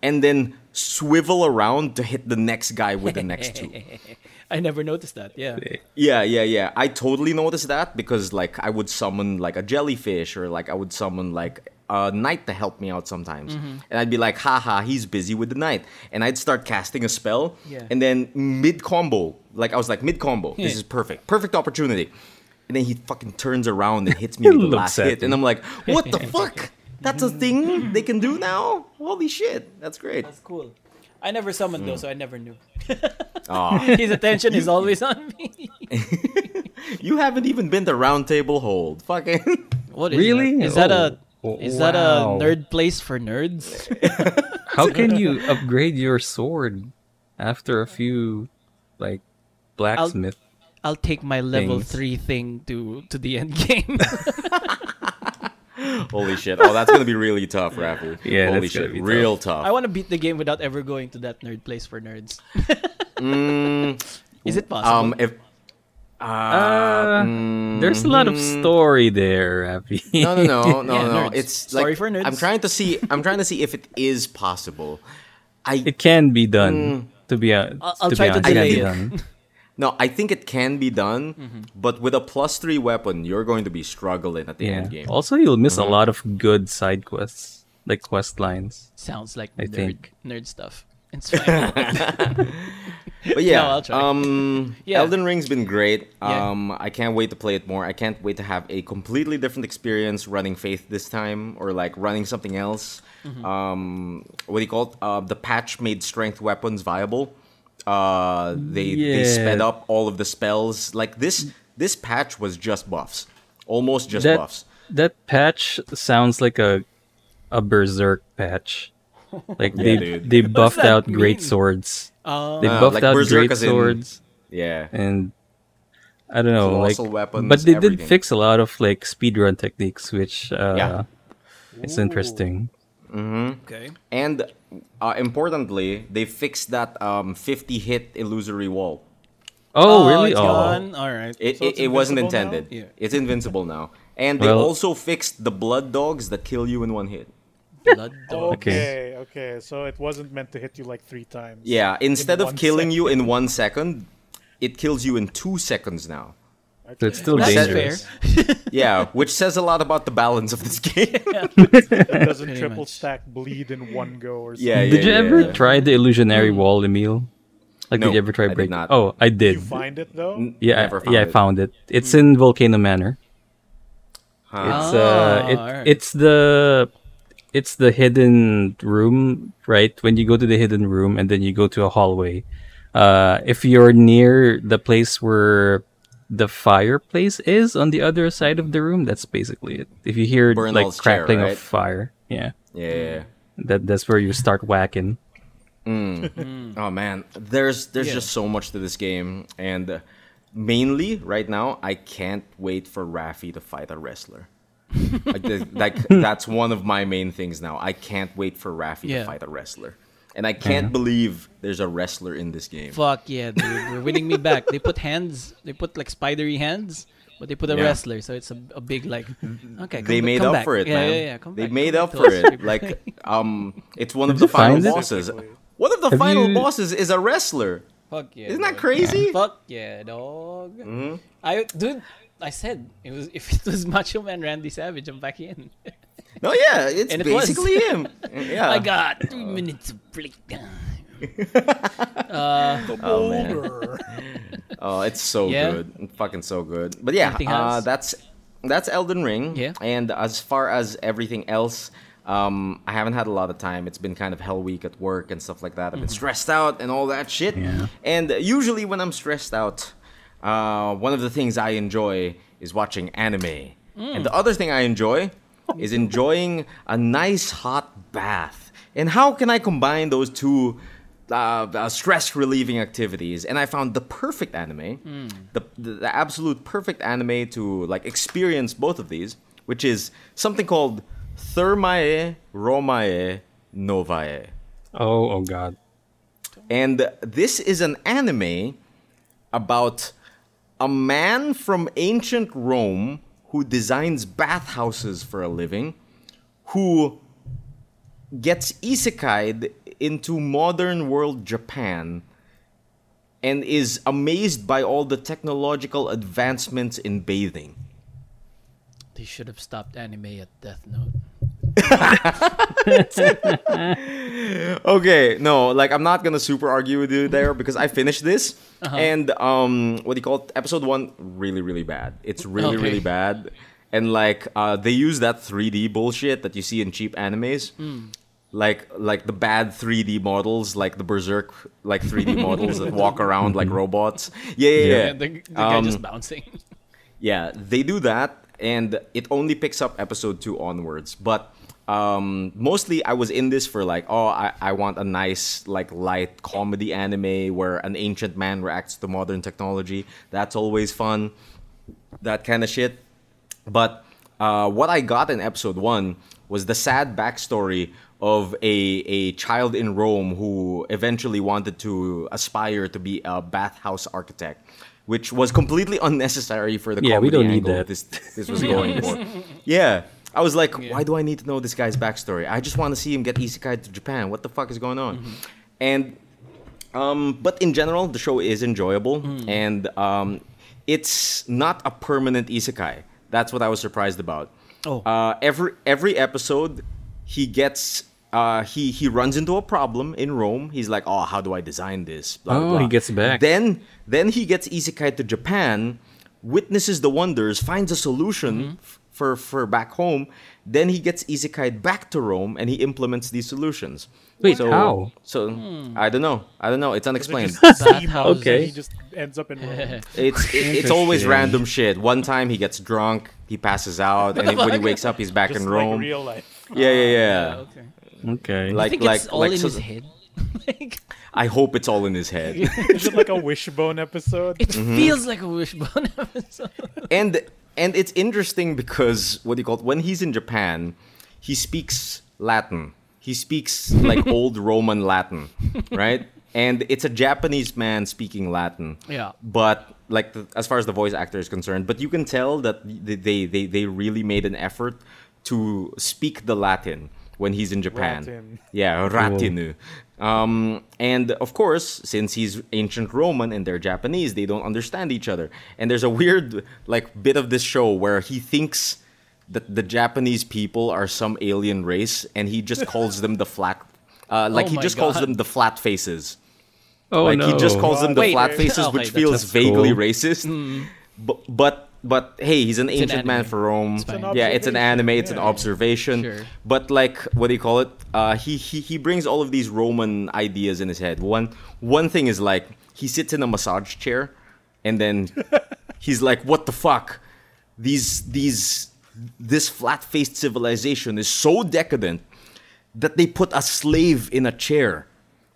and then swivel around to hit the next guy with the next two. I never noticed that. Yeah. Yeah, yeah, yeah. I totally noticed that because like I would summon like a jellyfish or like I would summon like a knight to help me out sometimes. And I'd be like, haha, he's busy with the knight. And I'd start casting a spell. Yeah. And then mid combo, like I was like, mid combo, this Yeah. is perfect. Perfect opportunity. And then he fucking turns around and hits me with the Looks last at hit. And I'm like, what the fuck? That's a thing they can do now? Holy shit. That's great. That's cool. I never summoned those, so Hmm. I never knew. Aw. His attention is always on me. you haven't even been to Round Table Hold. Fucking. What is Really? That? Is that a Oh, is that a wow. nerd place for nerds? How can you upgrade your sword after a few, like, blacksmith? I'll take my level Things. three thing to to the end game. Holy shit. Oh, that's going to be really tough, Rafi. Yeah, Holy that's gonna shit. be Real tough. I want to beat the game without ever going to that nerd place for nerds. Mm. is it possible? Um, if. Uh, Uh, There's a lot of story there, Abby. Hmm. No, no, no, no, Yeah, no. nerds. It's like, Sorry for nerds. I'm trying to see. I'm trying to see if it is possible. I it can be done. Mm. To be a, I'll- I'll to try to be honest, it can delay be it. done. no. I think it can be done, but with a plus three weapon, you're going to be struggling at the Yeah. end game. Also, you'll miss a lot of good side quests, like quest lines. Sounds like I nerd think. nerd stuff. It's fine. But yeah, I'll try. um, Yeah. Elden Ring's been great. Yeah. Um, I can't wait to play it more. I can't wait to have a completely different experience running Faith this time, or like running something else. Mm-hmm. Um, what do you call it? Uh, the patch made strength weapons viable. Uh, they they sped Yeah. up all of the spells. Like this this patch was just buffs, almost just That buffs. that patch sounds like a a berserk patch. Like they dude. they buffed that out great mean? swords. Uh, They Uh, buffed like out berserk great as in- swords Yeah, and I don't know, like, Colossal weapons, but they everything. did fix a lot of like speedrun techniques, which uh, Yeah. it's interesting. okay. and uh, importantly, they fixed that um, 50 hit illusory wall. Oh, really? it's Oh, gone. All right. It, So it, it's it wasn't invincible now? intended. Yeah. It's invincible now. And they Well- also fixed the blood dogs that kill you in one hit. Blood dog. Okay, Okay. okay. So it wasn't meant to hit you like three times. Yeah, instead of one killing you in one second, it kills you in two seconds now. Oh, so it's still That's dangerous. fair. Yeah, which says a lot about the balance of this game. yeah, It doesn't Pretty triple much. stack bleed in one go or something. yeah. Did you yeah, ever yeah. try the illusionary wall, Emil? Like, No, did you ever I try did break? not. Oh, I Did did. you find it though? yeah, I- Never found yeah, it. I found it. It's in Volcano Manor. Huh. It's uh, Ah, it, alright. it's the it's the hidden room, right? When you go to the hidden room and then you go to a hallway. Uh, if you're near the place where the fireplace is on the other side of the room, that's basically it. If you hear like Bernal's chair, crackling right? of fire, yeah, Yeah, yeah. that that's where you start whacking. Oh man, there's there's Yeah. just so much to this game, and uh, mainly right now, I can't wait for Rafi to fight a wrestler. like, th- like that's one of my main things now. I can't wait for Rafi Yeah. to fight a wrestler, and I can't believe there's a wrestler in this game. Fuck yeah, dude. You're winning me back. They put hands. They put like spidery hands, but they put a Yeah. wrestler, so it's a, a big like. Okay. Come, they ba- made come up back. for it, yeah, man. Yeah, yeah. Come they back, made come up back for to us. it. Like, um, it's one of the you final find it? bosses. One of the Have final you- bosses is a wrestler. Fuck yeah. Isn't that dude. crazy? Mm-hmm. Fuck yeah, dog. I dude, I said it was if it was Macho Man Randy Savage, I'm back in. No, yeah, it's And it was. basically him. Yeah, I got three minutes of break. Oh, man. oh, it's so Yeah. good. It's fucking so good. But yeah, Anything uh, else? that's that's Elden Ring. Yeah. And as far as everything else, um, I haven't had a lot of time. It's been kind of hell week at work and stuff like that. I've Mm-hmm. been stressed out and all that shit. Yeah. And usually when I'm stressed out, uh, one of the things I enjoy is watching anime. Mm. And the other thing I enjoy is enjoying a nice hot bath. And how can I combine those two uh, uh, stress relieving activities? And I found the perfect anime, the, the, the absolute perfect anime to like experience both of these, which is something called Thermae Romae Novae. Oh, oh God. And this is an anime about a man from ancient Rome who designs bathhouses for a living, who gets isekai'd into modern world Japan and is amazed by all the technological advancements in bathing. They should have stopped anime at Death Note. okay, no, like I'm not gonna super argue with you there because I finished this and um, what do you call it? Episode one, really, really bad. It's really, Okay. really bad, and like uh, they use that 3D bullshit that you see in cheap animes. like like the bad 3D models, like the berserk like 3D models that walk around like robots. Yeah, Yeah, yeah, yeah. Um, the, the guy just bouncing. Yeah, they do that, and it only picks up episode two onwards. But um, mostly, I was in this for like, oh, I, I want a nice, like, light comedy anime where an ancient man reacts to modern technology. That's always fun. That kind of shit. But uh, what I got in episode one was the sad backstory of a a child in Rome who eventually wanted to aspire to be a bathhouse architect, which was completely unnecessary for the Yeah, we comedy don't need angle that. This this was going for. Yeah. I was like, why do I need to know this guy's backstory? I just want to see him get isekai to Japan. What the fuck is going on? And um, but in general, the show is enjoyable, and um, it's not a permanent isekai. That's what I was surprised about. Oh. Uh, every every episode, he gets uh, he he runs into a problem in Rome. He's like, oh, how do I design this? Blah, blah, Oh, he blah. gets back. Then then he gets isekai to Japan, witnesses the wonders, finds a solution. f- For, for back home, then he gets isekai back to Rome and he implements these solutions. Wait, how? So Hmm. I don't know. I don't know. It's unexplained. Okay. okay. He just ends up in. Rome. It's it, it's always Interesting. random shit. One time he gets drunk, he passes out, and when he wakes up, he's back in Just like Rome. real life. yeah, yeah, yeah. okay. Okay. I Like think like it's all like. in so- his head. like I hope it's all in his head. Is it like a wishbone episode? it Mm-hmm. feels like a wishbone episode. and and it's interesting because what do you call it? When he's in Japan, he speaks Latin. He speaks like old Roman Latin, right? And it's a Japanese man speaking Latin. Yeah. But like the, as far as the voice actor is concerned, but you can tell that they they they, they really made an effort to speak the Latin when he's in Japan. Latin. Yeah, Ratinu. Um, and of course, since he's ancient Roman and they're Japanese, they don't understand each other. And there's a weird like bit of this show where he thinks that the Japanese people are some alien race, and he just calls them the flat. Uh, like Oh he my just calls God. them the flat faces. oh like no. he just calls them the Wait, Oh, flat wait. faces, Okay, which that's- feels that's vaguely cool. racist. But, but but hey, he's an Mm-hmm. an ancient man anime. for Rome. fine. It's an yeah, it's an observation, anime. It's an yeah. observation. Sure. But like, what do you call it? Uh, he, he he brings all of these Roman ideas in his head. One one thing is like he sits in a massage chair, and then he's like, "What the fuck? These these this flat faced civilization is so decadent that they put a slave in a chair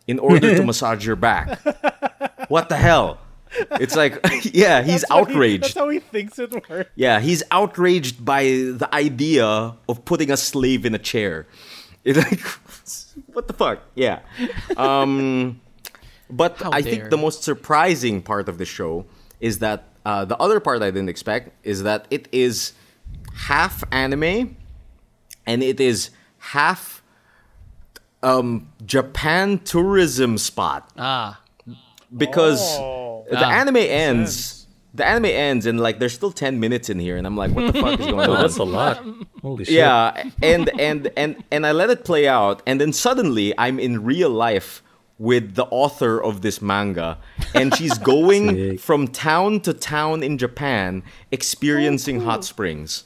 in order to massage your back. What the hell? It's like, yeah, he's That's what he- outraged. that's how he thinks it works. Yeah, he's outraged by the idea of putting a slave in a chair. It's like, what the fuck? Yeah. Um, but How I dare. think the most surprising part of the show is that uh, the other part I didn't expect is that it is half anime and it is half um, Japan tourism spot ah. because Oh. the Ah, anime ends. The anime ends and like there's still ten minutes in here, and I'm like, what the fuck is going Oh, on? that's a lot. Holy shit. yeah, and and and and I let it play out, and then suddenly I'm in real life with the author of this manga, and she's going Sick. from town to town in Japan, experiencing hot springs.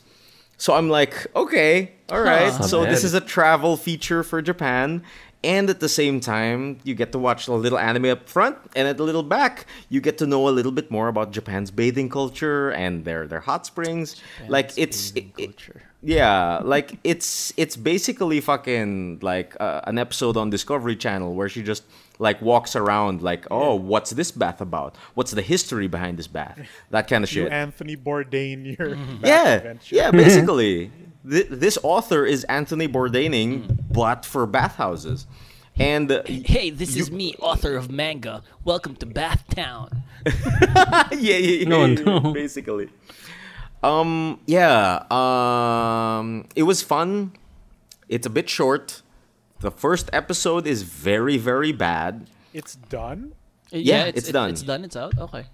So I'm like, okay, all right. Huh. so this Man. is a travel feature for Japan. And at the same time, you get to watch a little anime up front, and at the little back, you get to know a little bit more about Japan's bathing culture and their their hot springs. like it's bathing it- it- culture. yeah, like it's it's basically fucking like uh, an episode on Discovery Channel where she just like walks around like, oh, what's this bath about? What's the history behind this bath? That kind of You shit. Anthony Bourdain, your bath Yeah, adventure. yeah, basically. Th- this author is Anthony Bourdaining, but for bathhouses. And uh, y- Hey, this is me, author of manga. Welcome to Bath Town. yeah, yeah, yeah, No, yeah, no. basically. Um, yeah, um, it was fun. It's a bit short. The first episode is very, very bad. It's done. Yeah, it's it- done. It's done. It's out. Okay.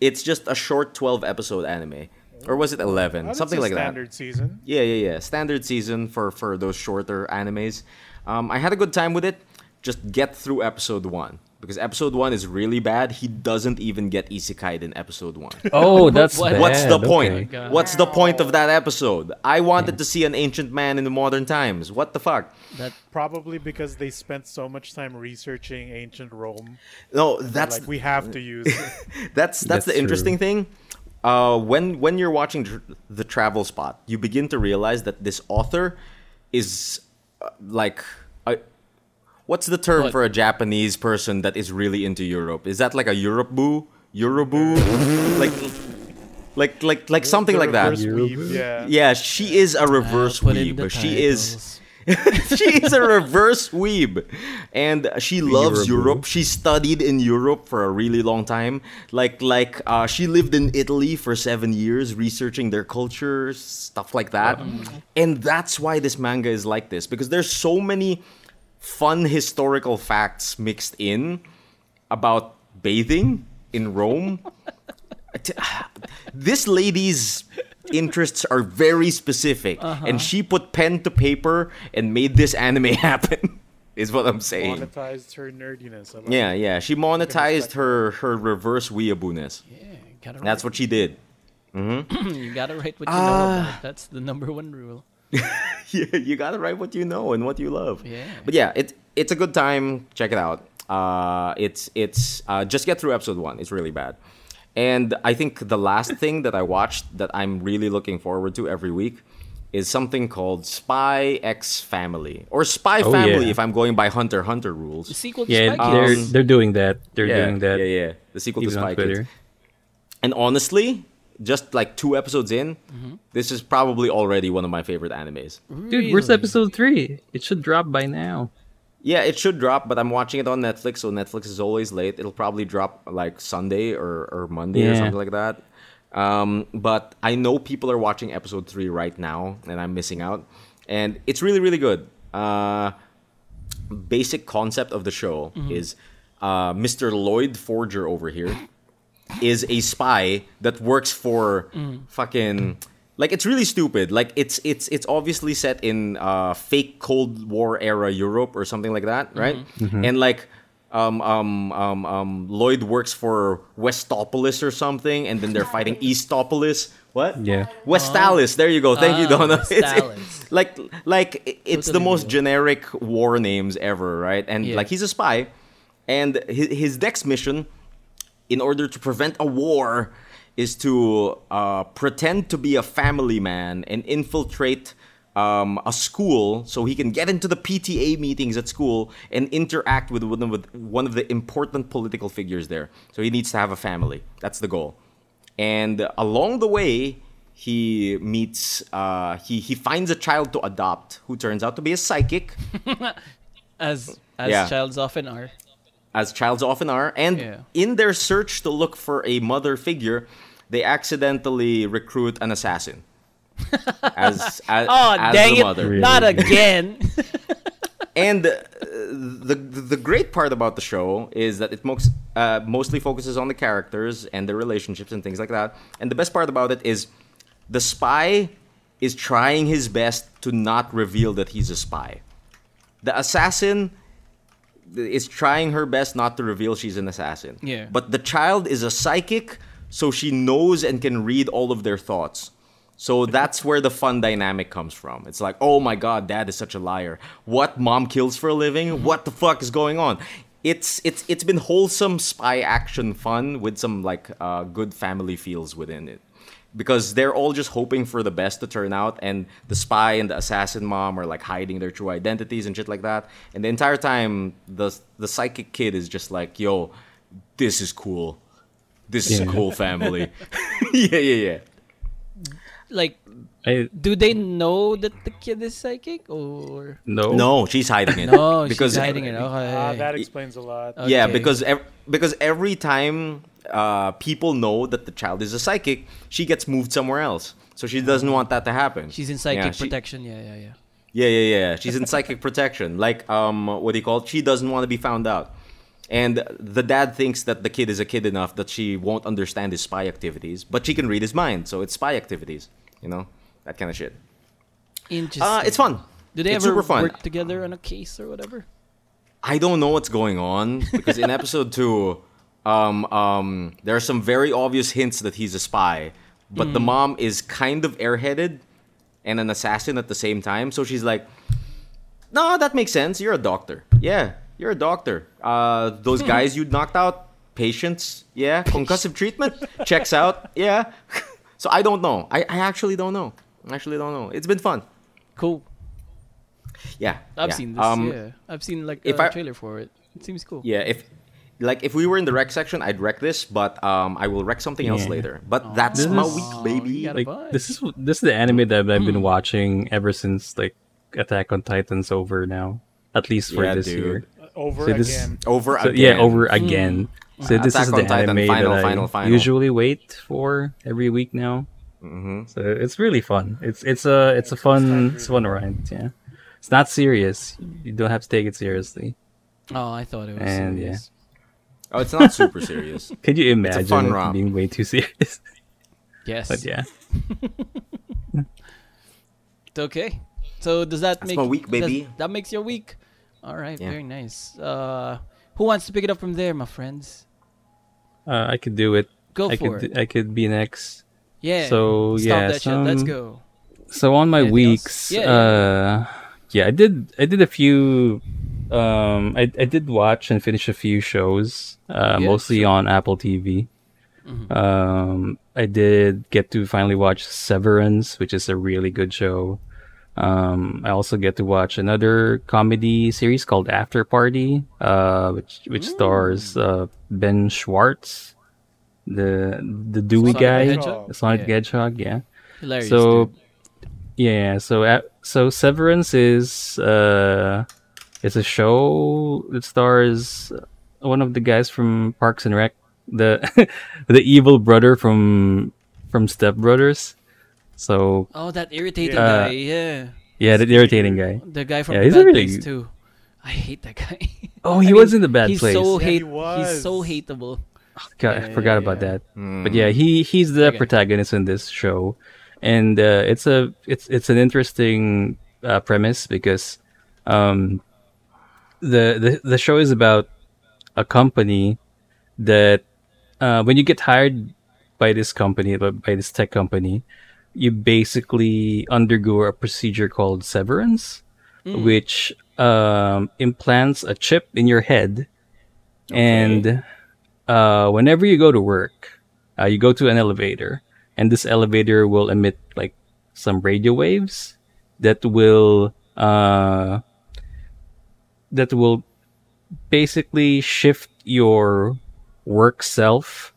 It's just a short 12 episode anime. Or was it 11? That's Something a like that. standard season. Yeah, yeah, yeah. Standard season for for those shorter animes. Um, I had a good time with it. Just get through episode one. because episode one is really bad. He doesn't even get isekai in episode one. Oh, that's What- bad. What's the okay. point? God. What's the point of that episode? I wanted to see an ancient man in the modern times. What the fuck? That Probably because they spent so much time researching ancient Rome. No, that's like we have to use. it. that's that's That's the interesting thing. Uh, when when you're watching tr- the travel spot, you begin to realize that this author is uh, like a, what's the term What? for a Japanese person that is really into Europe? Is that like a Europe boo? Euroboo? like like like like something The like that. reverse weave, Yeah. Yeah, she is a reverse put in the weeb. She is titles. she is a reverse weeb and she loves Weeaboo. europe she studied in europe for a really long time like like uh, she lived in italy for seven years researching their cultures stuff like that and that's why this manga is like this because there's so many fun historical facts mixed in about bathing in rome T- this lady's interests are very specific and she put pen to paper and made this anime happen is what i'm saying Monetized her nerdiness. I like yeah yeah she monetized her her reverse weeaboo-ness Yeah, you gotta that's write, Ah. what she did you gotta write what you know about. it. That's the number one rule. yeah, you gotta write what you know and what you love. Yeah. But yeah, it it's a good time. Check it out. Uh, it's it's uh, just get through episode one. It's really bad. And I think the last thing that I watched that I'm really looking forward to every week is something called Spy X Family or Spy Oh, Family yeah. if I'm going by Hunter Hunter The rules. sequel to Yeah, Spy they're Kids. they're doing that. They're yeah, doing that. yeah, yeah. The sequel Even to Spy on Kids. Twitter. And honestly, just like two episodes in, Mm-hmm. this is probably already one of my favorite animes. Dude, where's Really? episode three? It should drop by now. Yeah, it should drop, but I'm watching it on Netflix, so Netflix is always late. It'll probably drop like Sunday or, or Monday or Yeah. something like that. Um, but I know people are watching episode three right now, and I'm missing out. And it's really, really good. Uh, basic concept of the show is uh, Mr. Lloyd Forger over here is a spy that works for fucking like it's really stupid. Like it's it's it's obviously set in uh, fake Cold War era Europe or something like that, right? And like. Um, um, um, um, Lloyd works for Westopolis or something, and then they're fighting Eastopolis. What? Yeah. Westalis. There you go. Thank you, Ah, Donna. It's- Westalis. like like i- it's the Totally most real. generic war names ever right and Yeah. like he's a spy and his, his dex mission in order to prevent a war is to uh, pretend to be a family man and infiltrate um, a school so he can get into the PTA meetings at school and interact with one, of, with one of the important political figures there. So he needs to have a family. That's the goal. And along the way, he meets, uh, he, he finds a child to adopt who turns out to be a psychic, as as Yeah. childs often are. as childs often are. And Yeah. in their search to look for a mother figure, they accidentally recruit an assassin. as as, Oh as dang the it! mother. Not Really? again. And uh, the, the the great part about the show is that it most, uh, mostly focuses on the characters and their relationships and things like that. And the best part about it is the spy is trying his best to not reveal that he's a spy. The assassin is trying her best not to reveal she's an assassin. Yeah. But the child is a psychic, so she knows and can read all of their thoughts. So that's where the fun dynamic comes from. It's like, oh my god, dad is such a liar. What mom kills for a living? What the fuck is going on? It's it's it's been wholesome spy action fun with some like uh, good family feels within it. Because they're all just hoping for the best to turn out, and the spy and the assassin mom are like hiding their true identities and shit like that. And the entire time, the the psychic kid is just like, "Yo, this is cool. This is a cool family." yeah, yeah, yeah. like, I do they know that the kid is psychic or? no. No, she's hiding it. Oh. No, she's hiding it. Oh, Okay. Ah, that explains a lot. Yeah, Okay. because ev- because every time uh, people know that the child is a psychic, she gets moved somewhere else. So she doesn't want that to happen. Oh. She's in Yeah, psychic she- Uh, protection. Yeah, yeah, yeah. Yeah, yeah, yeah. She's in psychic protection. Like, um, what do you call it? She doesn't want to be found out. And the dad thinks that the kid is a kid enough that she won't understand his spy activities, but she can read his mind, so it's spy activities, you know? That kind of shit. Interesting. Uh, it's fun. Do they it's ever super fun. work together on a case or whatever? I don't know what's going on because in episode two, um, um, there are some very obvious hints that he's a spy, but Mm. the mom is kind of airheaded and an assassin at the same time. So she's like, "No, that makes sense. You're a doctor. Yeah, you're a doctor. Uh, those guys you knocked out, patients. Yeah, concussive treatment checks out. Yeah." so I don't know. I, I actually don't know. I actually don't know. It's been fun. Cool. Yeah, I've yeah. seen this. Um, yeah, I've seen like if a I- trailer for it. It seems cool. Yeah, if like if we were in the wreck section, I'd wreck this, but um, I will wreck something else Yeah. later. But that's This my is- Oh, week, you baby. gotta- like Goodbye. this is this is the anime that I've been watching ever since like Attack on Titan's over now, at least for Yeah, this dude. year. Over So this- again. over So, again. yeah, over again. So this Hmm. Attack is on the Titan, anime final, that final, I final. usually wait for every week now. Mhm. So it's really fun. It's it's a it's a fun it's a fun ride. Yeah, it's not serious. You don't have to take it seriously. Oh, I thought it was. And, yeah. serious. Oh, it's not super serious. Could you imagine fun it romp. being way too serious? Yes. but yeah, It's okay. So does that That's make my week, does- baby. that makes your week. All right. Yeah. Very nice. Uh, who wants to pick it up from there, my friends? uh, I could do it. Go I for could it. I could be next. Yeah. so, stop yeah, that shit. Let's some- go. so on my Anything weeks else? Yeah, uh yeah i did i did a few um i, I did watch and finish a few shows Yeah, uh Mm-hmm. mostly on apple tv um i did get to finally watch severance which is a really good show um i also get to watch another comedy series called after party uh which which Mm. stars uh ben schwartz the the dewey Sonic the guy Hedgehog? sonic Yeah. the hedgehog yeah Hilarious. so dude. yeah so a so severance is uh it's a show that stars one of the guys from parks and rec the the evil brother from from step brothers so Oh, that irritating Yeah. Uh, guy. Yeah. yeah the irritating guy The guy from yeah, the he's a Bad really- Place too. I hate that guy. oh he I was mean, in the bad he's place So Yeah, he hate, He's was. so hateable. God, Yeah, I forgot yeah, about yeah. Hmm. that. But yeah, he he's the Okay. protagonist in this show, and uh, it's a it's it's an interesting uh, premise because um, the, the the show is about a company that uh, when you get hired by this company by, by this tech company, you basically undergo a procedure called severance, Hmm. which um, implants a chip in your head, and uh, whenever you go to work, uh, you go to an elevator, and this elevator will emit like some radio waves that will uh, that will basically shift your work self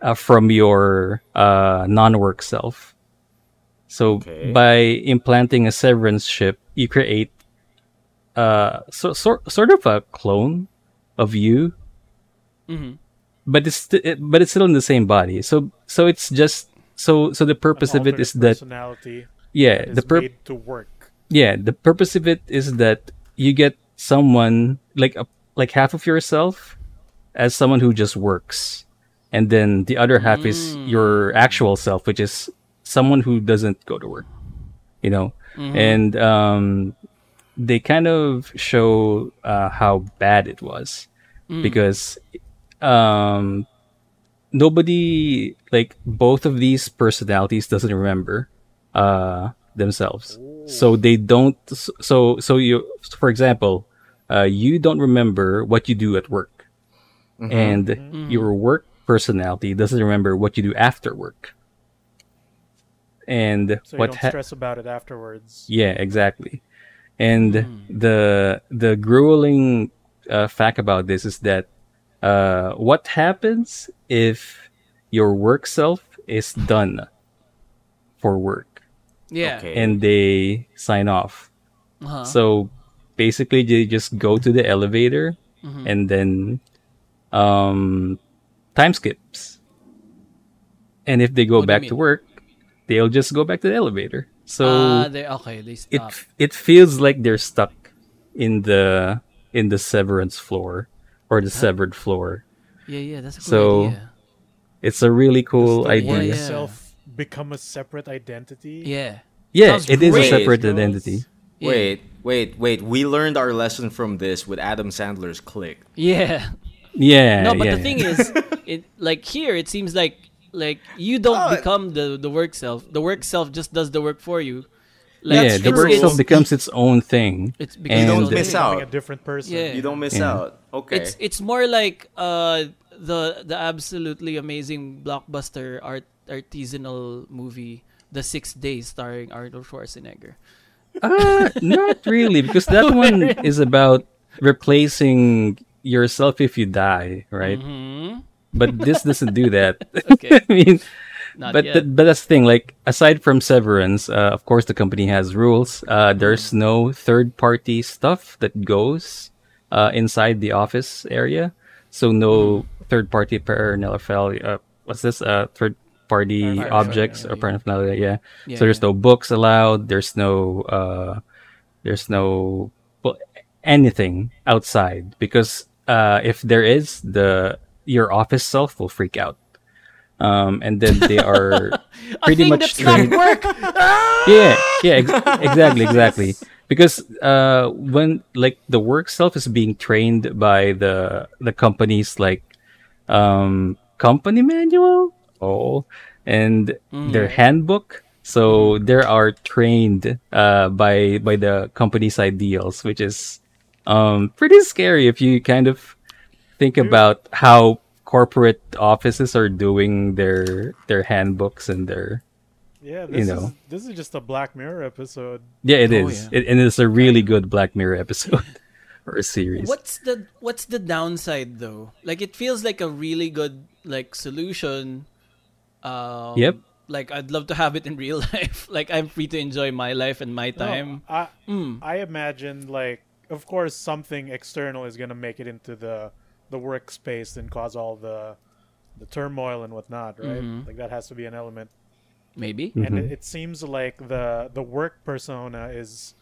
uh, from your uh, non-work self. So Okay. by implanting a severance chip, you create uh, so, so, sort of a clone of you Mm-hmm. but it's st- it, but it's still in the same body. So so it's just so so the purpose of it Alternate is that personality yeah is the pur- made to work. yeah the purpose of it is that you get someone like a, like half of yourself as someone who just works, and then the other half is your actual self, which is someone who doesn't go to work, you know, Mm-hmm. and um, they kind of show uh, how bad it was Mm. because um nobody like both of these personalities doesn't remember uh themselves so they don't so so you for example uh you don't remember what you do at work and Mm-hmm. your work personality doesn't remember what you do after work and So you what don't ha- stress about it afterwards. yeah, exactly. And Hmm. the the grueling uh, fact about this is that uh, what happens if your work self is done for work Yeah. Okay. and they sign off. Uh-huh. So basically, they just go to the elevator Mm-hmm. and then um, time skips. And if they go What do you back to mean? work, they'll just go back to the elevator. So Ah, they okay. They it stop. it feels like they're stuck in the in the severance floor or the severed floor. yeah, yeah. That's a good so- idea. It's a really cool Does the work yeah. idea. self become a separate identity? Yeah. Yeah, Sounds it is great. a separate Yes. identity. yeah. Wait, Wait, wait. We learned our lesson from this with Adam Sandler's Click. Yeah. Yeah. No, but the yeah, yeah. thing is, it like here it seems like like you don't become the the work self. The work self just does the work for you. Like, yeah, the it's- work it's- self becomes its own thing. It's because it's You and don't miss okay. out. a different person. Yeah. You don't miss Yeah. out. Okay. It's it's more like uh the the absolutely amazing blockbuster art artisanal movie The Six Days starring Arnold Schwarzenegger. Uh, not really, because that one is about replacing yourself if you die, right? But this doesn't do that. Mm-hmm. Okay. I mean, Not but yet. th- but that's the thing. Like aside from Severance, uh, of course the company has rules. Uh, there's Mm-hmm. no third party stuff that goes uh, inside the office area, so no Mm-hmm. third party paraphernalia. Uh, what's this? Uh, third party Paraphernalia. objects or paraphernalia? Yeah. Yeah, so there's yeah. no books allowed. There's no uh, there's no bu- anything outside because uh, if there is, the your office self will freak out. Um, and then they are pretty thing that's much not trained. work. Yeah, yeah, ex- exactly, exactly. Because uh, when like the work self is being trained by the the company's like um, company manual, oh, and their handbook. So they are trained uh, by by the company's ideals, which is um, pretty scary if you kind of think about how corporate offices are doing their their handbooks and their Yeah, You this is know. this is just a Black Mirror episode. yeah, it Oh, is, It, and it's a really good Black Mirror episode or a series. What's the what's the downside though? Like it feels like a really good like solution. Um, Yep. Like I'd love to have it in real life. Like I'm free to enjoy my life and my Oh. No, time. I mm. I imagine like of course something external is gonna make it into the the workspace and cause all the the turmoil and whatnot, right? Mm-hmm. Like that has to be an element. Maybe. And it, it seems like the the work persona is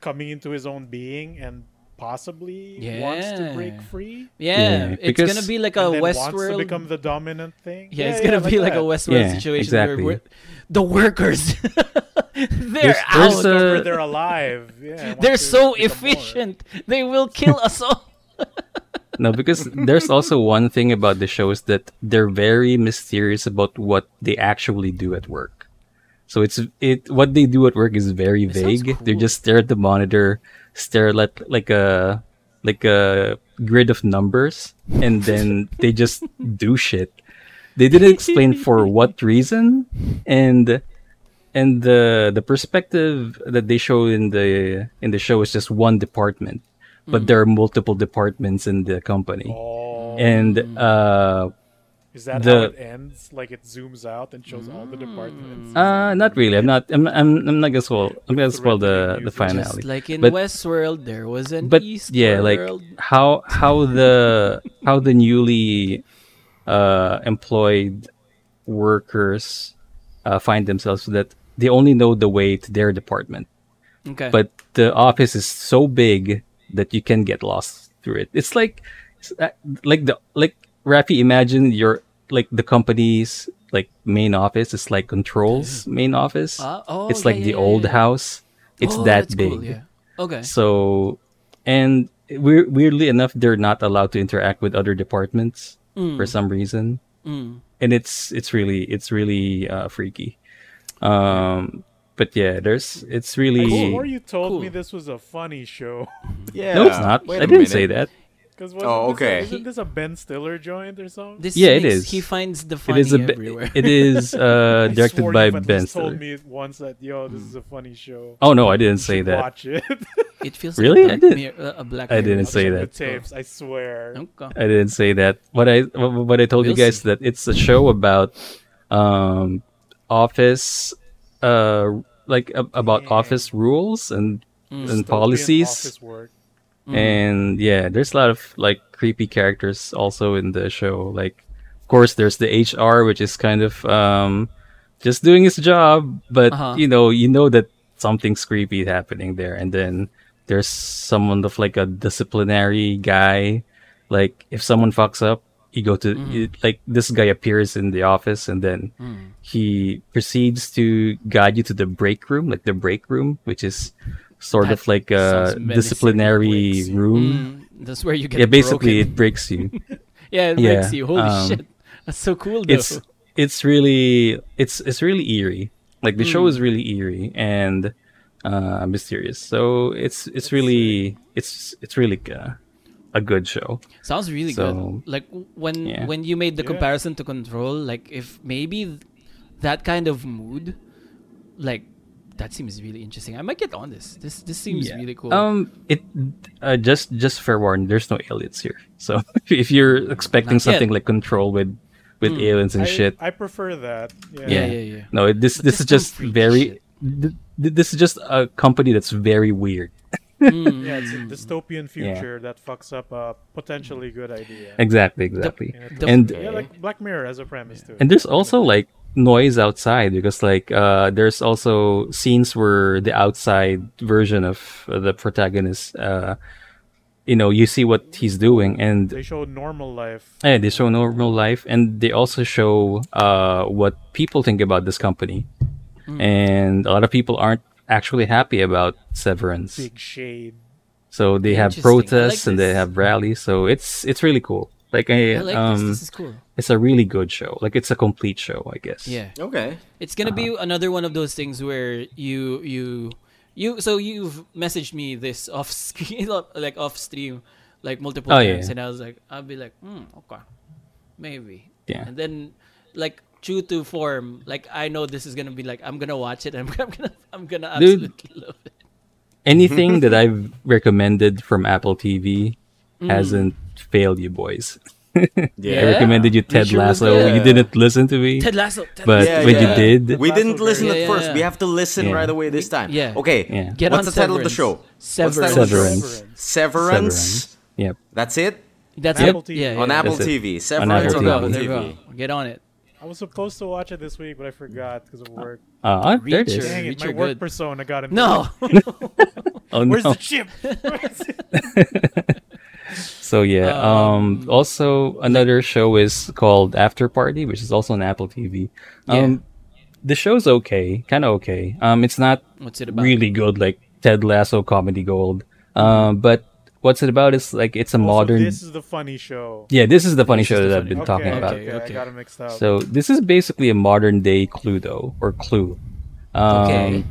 coming into his own being and possibly wants to break Yeah. free. Yeah, Yeah, it's because- gonna be like and a then wants to Westworld. become the dominant thing. yeah, it's gonna be like that. a Westworld Yeah, situation exactly. where we're- the workers they're There's- out. there's Where Uh, they're alive. Yeah, want they're to so become more. efficient. They will kill us all. No, because there's also one thing about the show is that they're very mysterious about what they actually do at work. So it's it what they do at work is very sounds vague. They cool. just stare at the monitor, stare at like, like a like a grid of numbers, and then they just do shit. They didn't explain for what reason, and and the the perspective that they show in the in the show is just one department, Mm-hmm. but there are multiple departments in the company, Oh, and uh, is that the- how it ends? Like it zooms out and shows all the Mm. departments. uh not really. I'm not. I'm I'm, I'm not gonna spoil. I'm gonna spoil the the finale. Just like in but Westworld, there was an but East yeah, like how how the how the newly uh employed workers uh, find themselves so that they only know the way to their department. okay. but the office is so big that you can get lost through it. It's like, it's, uh, like the like Rafi, imagine your like the company's like main office is like Control's main office. Ah, oh, it's yeah, like yeah, the yeah, old yeah. house. It's Oh, that that's big. Cool, yeah. Okay. So, and weir- weirdly enough, they're not allowed to interact with other departments Mm. for some reason, and it's it's really it's really uh, freaky. Um, but yeah, there's it's really I swore you told Cool. me this was a funny show. yeah. no, it's not. Wait a I didn't say minute. that. Because Oh, okay. isn't this a Ben Stiller joint or something? This Yeah, it makes- is. He finds the funny It is a bi- everywhere. it is uh, I directed swore by you've at Ben least told Stiller. me once that yo, this is a funny show. Oh no, I didn't say that. Watch it. It feels Really? I Like didn't- black mirror, uh, a black. I Mirror didn't episode. say The that. tapes, I swear. Okay. I didn't say that. What I what what I told you We'll guys see. that it's a show about um, office, uh, like a, about office rules and and Dystopian policies office work. Mm-hmm. and yeah, there's a lot of like creepy characters also in the show. Like, of course, there's the HR, which is kind of um, just doing his job, but Uh-huh. you know, you know that something's creepy happening there. And then there's someone of like a disciplinary guy. Like, if someone fucks up, you go to you- Mm-hmm. like this guy appears in the office, and then Mm. he proceeds to guide you to the break room, like the break room, which is sort That of like a sounds menacing. disciplinary Breaks you. room. Mm, that's where you get Yeah, basically broken. it breaks you. yeah, it yeah, breaks you. Holy um, shit, that's so cool though. it's it's really it's it's really eerie. Like the Mm. show is really eerie and uh, mysterious. So it's it's really it's it's really uh, a good show. Sounds really So, good. Like w- when yeah. when you made the Yeah. comparison to Control, like if maybe th- that kind of mood, like that seems really interesting. I might get on this. This this seems Yeah. really cool. Um, it uh, just just fair warning. There's no aliens here. So if you're expecting Not yet. Hmm. something like Control with with aliens and I, shit, I prefer that. Yeah. Yeah, yeah, yeah. No, it- this But this this is just don't freak very. shit. Th- th- this is just a company that's very weird. Yeah, it's a Hmm. dystopian future that fucks up a potentially good idea. Exactly, exactly. the- and Yeah, like Black Mirror as a premise too. and there's also like noise outside because like uh there's also scenes where the outside version of uh, the protagonist uh you know you see what he's doing and they show normal life. Yeah, they show normal life, and they also show uh, what people think about this company, Hmm. and a lot of people aren't actually happy about Severance. Big shade. So they have Interesting. I like protests and they this. have rallies. So it's it's really cool. Like I, I like this. um, This is cool. it's a really good show. Like it's a complete show, I guess. Yeah. Okay. It's gonna be Uh-huh. another one of those things where you you you so you've messaged me this off screen like off stream like multiple Oh, times yeah. and I was like I'll be like hmm okay maybe Yeah. and then like true to form like I know this is gonna be like I'm gonna watch it and I'm, gonna I'm gonna Dude. absolutely love it Anything that I've recommended from Apple TV Hmm. hasn't failed you, boys. Yeah. I recommended you Ted sure was Lasso. good. You didn't listen to me, Ted Lasso Ted but Lasso. Yeah, when yeah. you did, We That's didn't okay. listen Yeah, at yeah, first. yeah. We have to listen Yeah. right away this time. Yeah. Okay. Yeah. Get What's the on title of the show? Severance. What's the title of the show? Severance. Severance. Severance. yep, That's it? that's Apple it TV. yeah, yeah, On yeah. Apple That's it. TV. On Severance on Apple Apple TV. there you TV. go. get on it I was supposed to watch it this week, but I forgot because of work. uh, there it Reacher. is. Dang it, Reach my your work good. persona got in. no Oh Where's no! the chip? So yeah. Oh. Um, also, another show is called After Party, which is also on Apple TV. Um, the show's okay, kind of okay. Um, it's not what's it about really good like Ted Lasso comedy gold. Um, but what's it about is like it's a Also, modern. this is the funny show. yeah, this is the funny This show is the that I've funny- been Okay, talking okay, about. Okay, I okay. got it mixed up. So this is basically a modern day Cluedo or Clue. Um, Okay.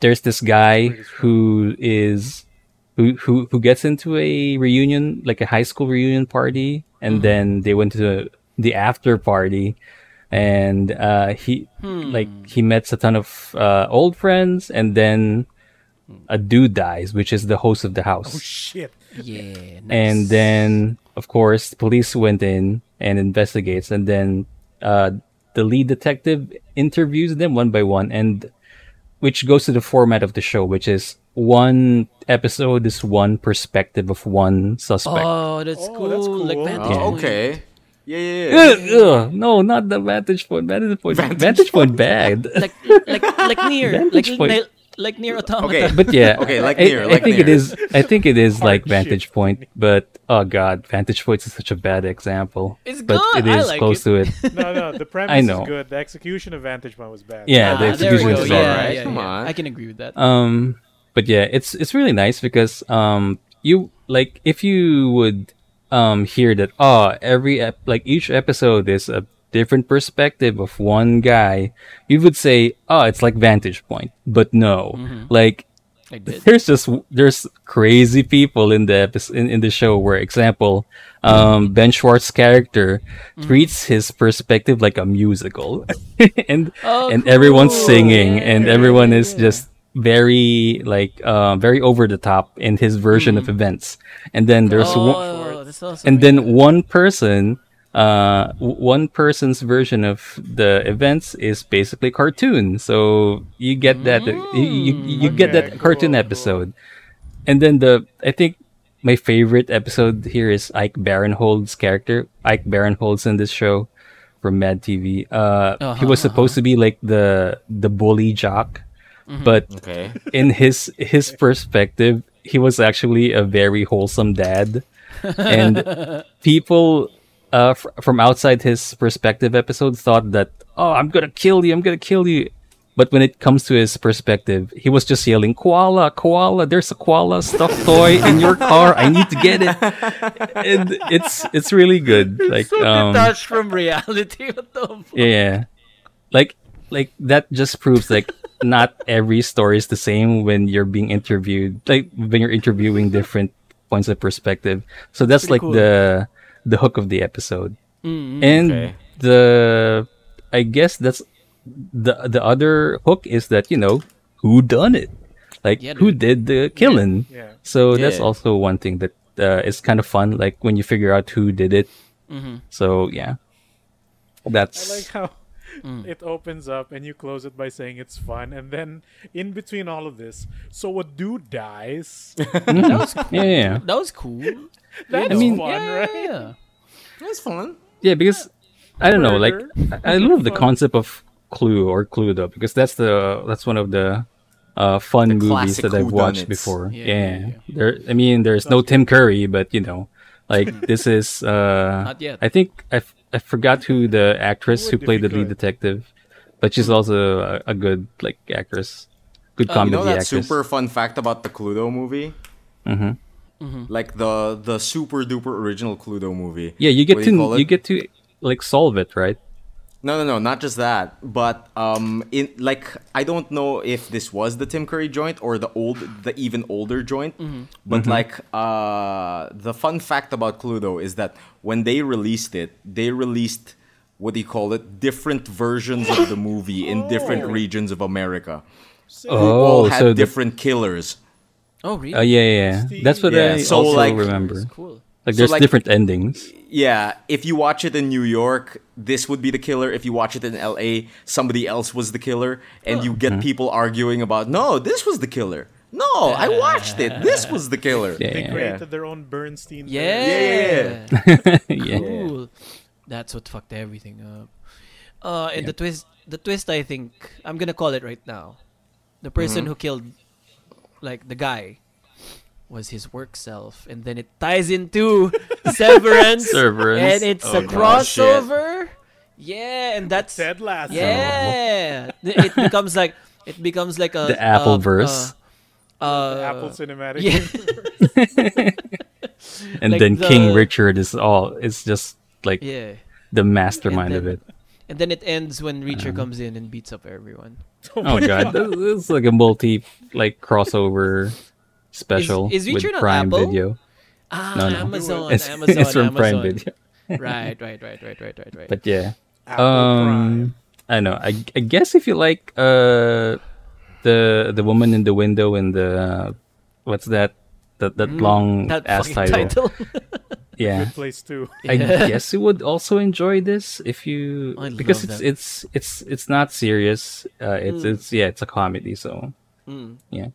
There's this guy who is who who who gets into a reunion, like a high school reunion party, and then they went to the after party, and uh, he like he met a ton of uh, old friends, and then a dude dies, which is the host of the house. oh shit! yeah nice. And then, of course, police went in and investigates, and then uh, the lead detective interviews them one by one, and which goes to the format of the show, which is one episode is one perspective of one suspect. Oh, that's, cool. Oh, that's Like cool. vantage Oh, point. okay. Yeah, yeah, yeah. Ugh, ugh, no, not the vantage point. Vantage point. Vantage, point. Bad. Like like like near like Vantage point. nail, like near automata. Okay. but yeah, Okay, like I, near, I like think it near. is. I think it is like shit. vantage point, but oh god, vantage point is such a bad example. It's but good, It I is like close it. to it. No, no, the premise know. is good. The execution of Vantage Point was bad. Yeah, the Ah, there we execution go. is all Yeah, right. yeah, Come yeah. on. I can agree with that. um but yeah it's it's really nice because um you like if you would um hear that oh every ep- like each episode is a different perspective of one guy you would say oh it's like vantage point but no like I did. there's just there's crazy people in the episode in, in the show where example um ben schwartz's character Mm. treats his perspective like a musical and Oh, and everyone's cool. singing Yeah, and everyone is just very like uh, very over the top in his version of events and then there's one Mm. Oh, that's awesome. and then one person uh w- one person's version of the events is basically cartoon so you get that you, you, you get Okay, that cartoon cool, cool. episode and then the i think my favorite episode here is ike barinholtz's character ike barinholtz in this show from mad tv uh he was supposed to be like the the bully jock but Okay. in his his perspective, he was actually a very wholesome dad, and people uh, fr- from outside his perspective episode thought that oh, I'm gonna kill you, I'm gonna kill you, But when it comes to his perspective, he was just yelling, "Koala, koala! There's a koala stuffed toy in your car. I need to get it." And it's it's really good. Like so um, detached from reality. What the fuck? yeah, like like that just proves like not every story is the same when you're being interviewed. Like when you're interviewing different points of perspective. So that's like Pretty cool. the the hook of the episode Mm, mm. and Okay. the i guess that's the the other hook is that you know who done it like Yeah, who did the killing Yeah. so that's Yeah. also one thing that uh, is kind of fun like when you figure out who did it so yeah I like that's how Mm. it opens up and you close it by saying it's fun, and then in between all of this, so a dude dies. That was cool. yeah, yeah yeah That was cool. That's I mean, fun, yeah, right? yeah. That's fun. yeah because i don't know like Murder. i I love the concept of clue or clue though because that's the that's one of the uh, fun The movies classic that I've watched whodunits. before. Yeah, Yeah, yeah, yeah. there. I mean, there's no Tim Curry, but you know, like this is. Uh, Not yet. I think I, f- I forgot who the actress who Would if played we the lead could. detective, but she's also a, a good like actress, Mm-hmm. Oh, good You comedy know that actress. super fun fact about the Cluedo movie? Mm-hmm. Like the the super duper original Cluedo movie. yeah, you get What do to call you, it? get to like solve it, right? No, no, no, not just that, but um, in like I don't know if this was the Tim Curry joint or the old, the even older joint, but Mm-hmm. like uh, the fun fact about Cluedo is that when they released it, they released what do you call it? Different versions of the movie in different regions of America. Who all Oh, had so the, different killers. Oh, really? uh, yeah, yeah, yeah, that's what Yeah, I so, also like- remember. Cool. So, Like there's like- different endings. Yeah, if you watch it in New York, this would be the killer. If you watch it in LA, somebody else was the killer. And you get people arguing about, no, this was the killer. No, I watched it. This was the killer. Yeah, They yeah. created their own Bernstein. Yeah. yeah, yeah. Cool. That's what fucked everything up. Uh, and the twist, the twist. I think I'm gonna call it right now. The person Mm-hmm. who killed, like the guy, was his work self, and then it ties into Severance, Severance. and it's Oh, a no. crossover. Yeah, and that's Ted Lasso. yeah. Th- It becomes like it becomes like a The Appleverse. Uh, uh, Apple Cinematic. yeah. and Like then King the- Richard is all it's just like yeah. the mastermind of then- it. And then it ends when Reacher Uh-huh. comes in and beats up everyone. Oh god, this is like a multi like crossover special is with Reacher on Prime Apple? Video. Ah, No, no. Amazon, It's, Amazon, it's from Amazon. Prime Video, Right, right, right, right, right, right, right. but yeah. Apple Prime. um, I know. I, I guess if you like uh the the woman in the window and the uh, what's that that that long Mm, that ass fucking title, title. yeah. Place two. I guess you would also enjoy this if you I because love it's that. Hmm. it's it's it's not serious. Uh, it's it's yeah, it's a comedy. So yeah,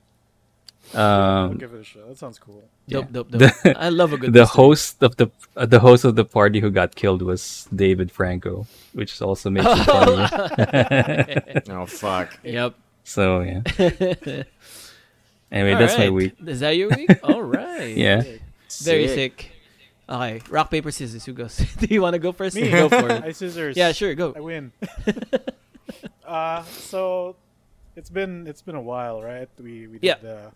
um, I'll give it a shot. That sounds cool. dope, dope, dope. I love a good the twist story. host of the uh, the host of the party who got killed was David Franco, which also makes it funny. Oh, fuck. Yep. So yeah. Anyway, All that's my right. week. Is that your week? All right. Yeah, Very sick. Okay. Rock paper scissors. Who goes? Do you want to go first? Me. Go for I it. scissors. Yeah, sure. Go. I win. uh, so it's been it's been a while, right? We we Yeah. did uh,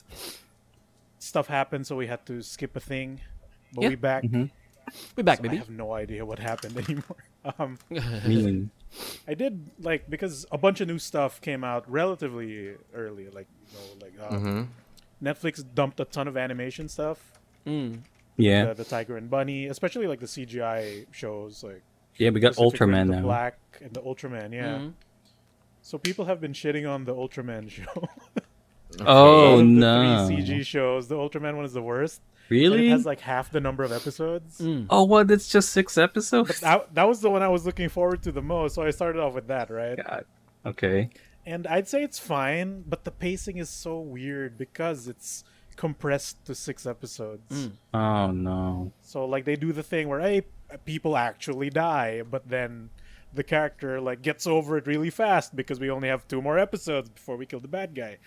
stuff happened, so we had to skip a thing, but Yeah. we back. We back, I baby. have no idea what happened anymore. Um, I mean, I did like because a bunch of new stuff came out relatively early, like you know, like uh, Netflix dumped a ton of animation stuff, yeah, the, the Tiger and Bunny, especially like the CGI shows, like yeah. We got Pacific Rim, Ultraman the now. Black and the Ultraman, yeah. So people have been shitting on the Ultraman show. Out Oh of the no! Three CG shows. The Ultraman one is the worst. and Really? it has like half the number of episodes. oh, what? It's just six episodes. That, that was the one I was looking forward to the most, so I started off with that, right? God. Okay. And I'd say it's fine, but the pacing is so weird because it's compressed to six episodes. Oh no. So like they do the thing where hey, people actually die, but then the character like gets over it really fast because we only have two more episodes before we kill the bad guy.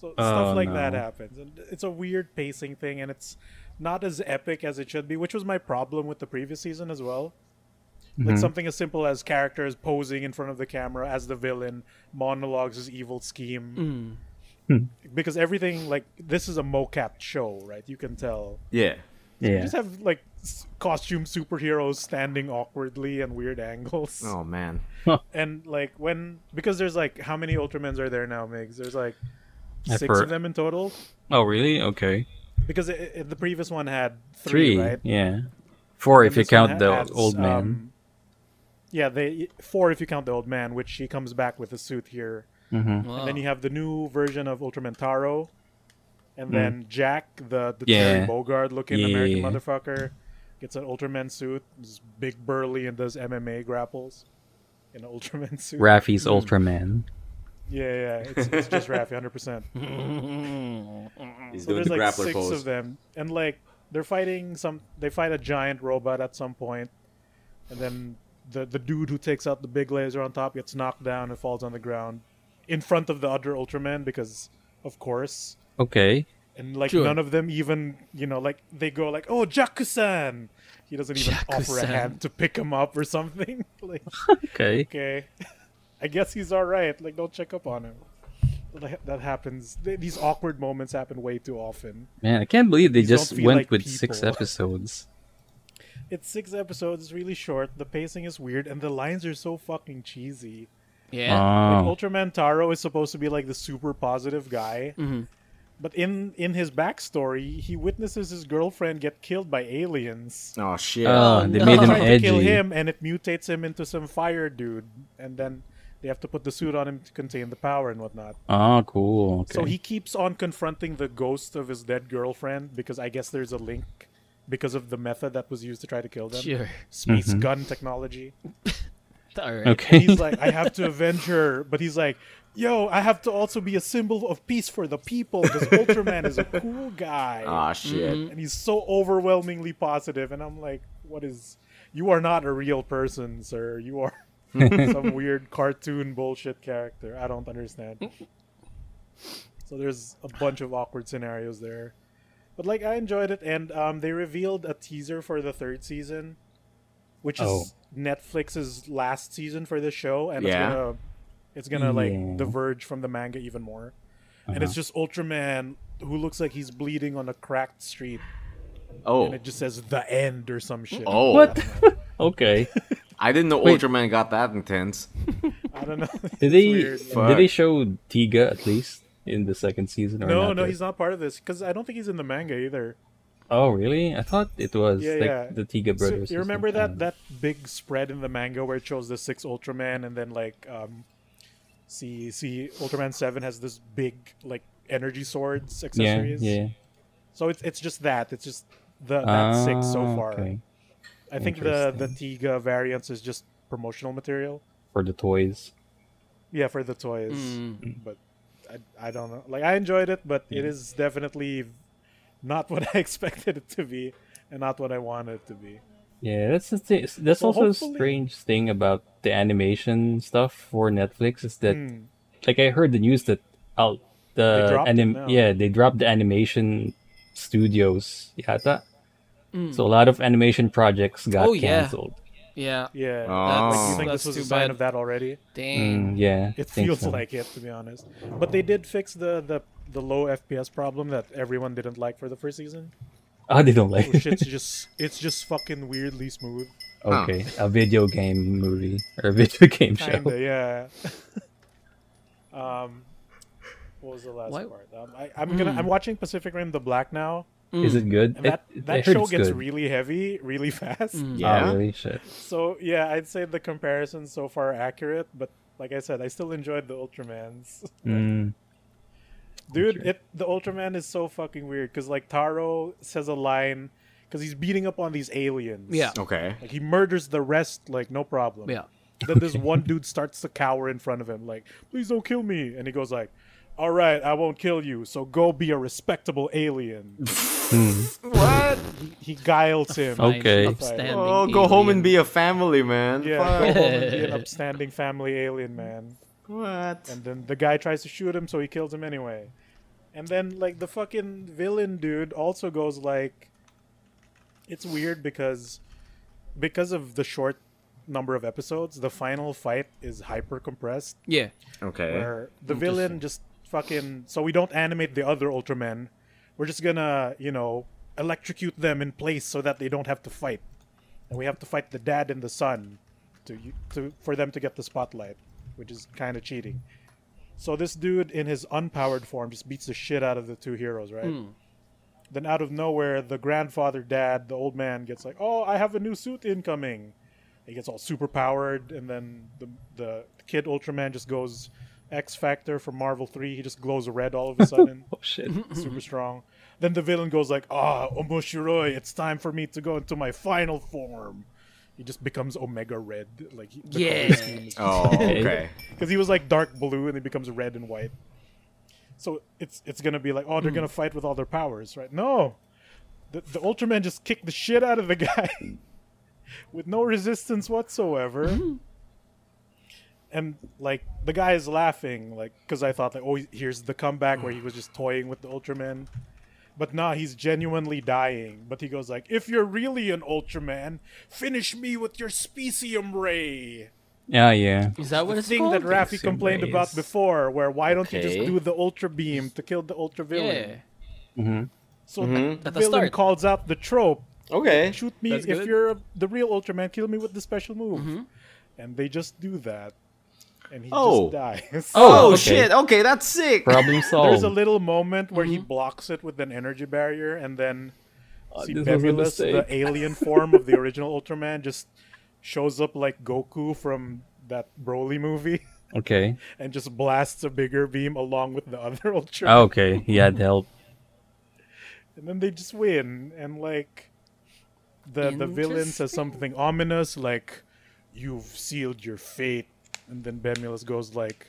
So Oh, stuff like that no. happens. And it's a weird pacing thing and it's not as epic as it should be, which was my problem with the previous season as well. Mm-hmm. Like something as simple as characters posing in front of the camera as the villain, monologues as evil scheme. Hmm. Because everything like this is a mocap show, right? You can tell. Yeah. You Yeah. just have like s- costume superheroes standing awkwardly and weird angles. Oh man. And like when because there's like how many Ultramans are there now, Migs? There's like I've six heard- of them in total. Oh, really? Okay. Because i i the previous one had three, Three. right? Yeah. Four if And you this one count ha- the adds, old man. um, yeah, they four if you count the old man, which he comes back with a suit here. Wow. And then you have the new version of Ultraman Taro, and then Jack, the, Mm-hmm. the Yeah. Terry Bogard looking Yeah, American yeah, yeah. motherfucker, gets an Ultraman suit, is big burly and does MMA grapples in an Ultraman suit. Rafi's Ultraman. Yeah, yeah, it's, it's just Raffy, hundred percent. He's So doing there's the like grappler six pose. of them, and like they're fighting some. They fight a giant robot at some point, and then the the dude who takes out the big laser on top gets knocked down and falls on the ground in front of the other Ultraman because, of course, Okay. and like Sure. none of them even you know like they go like oh Jakusan. He doesn't even offer a Jakusan. hand to pick him up or something. like Okay. okay, I guess he's all right. Like don't check up on him. Like, That happens. Th- These awkward moments happen way too often. Man, I can't believe they These don't just feel went like with six people. episodes. It's six episodes. It's really short. The pacing is weird, and the lines are so fucking cheesy. Yeah. Oh. Like, Ultraman Taro is supposed to be like the super positive guy, but in in his backstory, he witnesses his girlfriend get killed by aliens. Oh shit. Oh, they no. made him Trying to kill edgy. him, and it mutates him into some fire dude, and then they have to put the suit on him to contain the power and whatnot. Oh, cool. Okay. So he keeps on confronting the ghost of his dead girlfriend because I guess there's a link because of the method that was used to try to kill them. Sure. Space Mm-hmm. gun technology. All right. Uh, okay. he's like, I have to avenge her, but he's like, yo, I have to also be a symbol of peace for the people because Ultraman is a cool guy. Ah shit. Mm-hmm. and he's so overwhelmingly positive, and I'm like, what is. You are not a real person, sir. You are some weird cartoon bullshit character. I don't understand. So there's a bunch of awkward scenarios there. But like I enjoyed it and um, they revealed a teaser for the third season, which Oh. is Netflix's last season for the show and Yeah. it's gonna it's gonna Yeah. Uh-huh. like diverge from the manga even more. And it's just Ultraman who looks like he's bleeding on a cracked street and Oh. it just says the end or some shit. Oh. What? okay. I didn't know Wait. Oh, Ultraman got that intense. I don't know. It's Did they weird. did they show Tiga at least in the second season or No, not no, yet? he's not part of this because I don't think he's in the manga either. Oh, really? I thought it was Yeah, like yeah. the Tiga So, brothers. you or remember that something. that big spread in the manga where it shows the six Ultraman and then like um, see see Ultraman Seven has this big like energy swords Yeah, accessories. yeah. So it's it's just that it's just the that six so Ah, far. okay. I think the the Tiga variants is just promotional material. For the toys. Yeah, for the toys, Hmm. but I, I don't know. Like I enjoyed it, but Hmm. it is definitely not what I expected it to be, and not what I wanted it to be. Yeah, that's the thing. That's So also a hopefully- strange thing about the animation stuff for Netflix is that, like, I heard the news that out the Hmm. dropped it anim now. yeah they dropped the animation studios yata. So a lot of animation projects got Hmm. Oh, yeah. canceled. Yeah. Yeah. Oh. Like, you think That's this was too a sign bad. of that already? Dang. Mm, yeah, I It think feels so. like it, to be honest. But they did fix the, the the low FPS problem that everyone didn't like for the first season. oh they don't like Where it. shit's just it's just fucking weirdly smooth. Okay, a video game movie or a video game show. Kinda, yeah. um, what was the last Why- Hmm. part? Um, I, I'm gonna I'm watching Pacific Rim: The Black now, Is it good? and that I- I that heard show it's gets good. really heavy, really fast. Hmm. Yeah. Oh, really? Shit. So yeah, I'd say the comparisons so far are accurate, but like I said, I still enjoyed the Ultramans. Mm, Dude, it the Ultraman is so fucking weird because like Taro says a line because he's beating up on these aliens. Yeah. Okay. like he murders the rest like no problem. Yeah. Then this one dude starts to cower in front of him, like, "Please don't kill me," and he goes like, "All right, I won't kill you. So go be a respectable alien." What? he guiles him. Okay. Upstanding Oh, go home and alien. be a family, man. Yeah, go Fuck. home and be an upstanding family alien man. What? And then the guy tries to shoot him, so he kills him anyway. And then like the fucking villain dude also goes like it's weird because because of the short number of episodes, the final fight is hyper compressed, Yeah. Okay. where the villain just fucking. So we don't animate the other Ultramen. We're just gonna, you know, electrocute them in place so that they don't have to fight, and we have to fight the dad and the son, to to for them to get the spotlight, which is kind of cheating. So this dude in his unpowered form just beats the shit out of the two heroes, right? Then out of nowhere, the grandfather dad, the old man, gets like, "Oh, I have a new suit incoming." He gets all super powered, and then the the kid Ultraman just goes X Factor from Marvel Three. He just glows red all of a sudden, Oh shit. Mm-hmm. super strong. Then the villain goes like, "Ah, Omoshiroi, it's time for me to go into my final form." He just becomes Omega Red, like he- the color Yeah. scheme is Oh, okay. because he was like dark blue and he becomes red and white. So it's it's gonna be like, oh, they're gonna fight with all their powers, right? No, the the Ultraman just kicked the shit out of the guy with no resistance whatsoever. And like the guy is laughing, like because I thought like, oh, here's the comeback where he was just toying with the Ultraman, but nah, he's genuinely dying. But he goes like, if you're really an Ultraman, finish me with your specium ray Yeah, yeah. Is that what the it's thing called? that Rafi Sim complained about Race. before, where why don't you Okay. just do the ultra beam to kill the ultra villain? yeah. Mm-hmm. So the At the villain start. calls out the trope: Okay. shoot me That's if good. you're a, the real Ultraman, kill me with the special move. Mm-hmm. And they just do that, and he Oh. just dies. Oh okay. shit. Okay, that's sick. Problem There's solved. a little moment where he Mm-hmm. blocks it with an energy barrier, and then see Uh, this was a Bebulus, the mistake. alien form of the original Ultraman, just shows up like Goku from that Broly movie. okay. and just blasts a bigger beam along with the other ultra Ah, okay. He had help. and then they just win and like the the villain says Interesting. something ominous like you've sealed your fate and then Bemulus goes like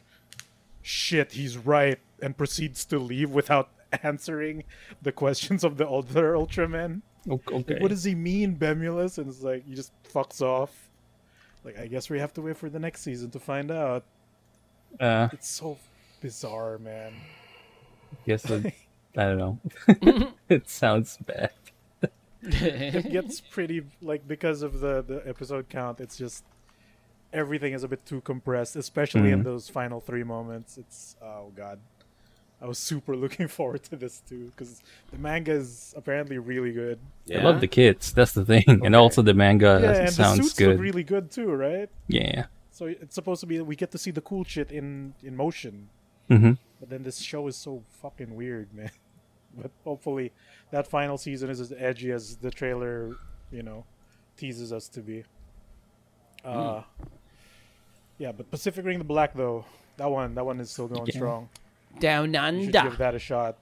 shit he's right and proceeds to leave without answering the questions of the other ultraman O- Okay. what does he mean Bemulus and it's like he just fucks off like i guess we have to wait for the next season to find out uh, it's so bizarre man guess I I don't know. it sounds bad. it gets pretty like because of the the episode count it's just everything is a bit too compressed especially Mm-hmm. in those final three moments it's oh god i was super looking forward to this too because the manga is apparently really good I love the kids. That's the thing. And also the manga yeah and the sounds suits good. look really good too right yeah. so it's supposed to be we get to see the cool shit in in motion Mhm. but then this show is so fucking weird man but hopefully that final season is as edgy as the trailer you know teases us to be uh Mm. yeah but pacific ring the black though that one that one is still going Yeah. strong Down you should give under. that a shot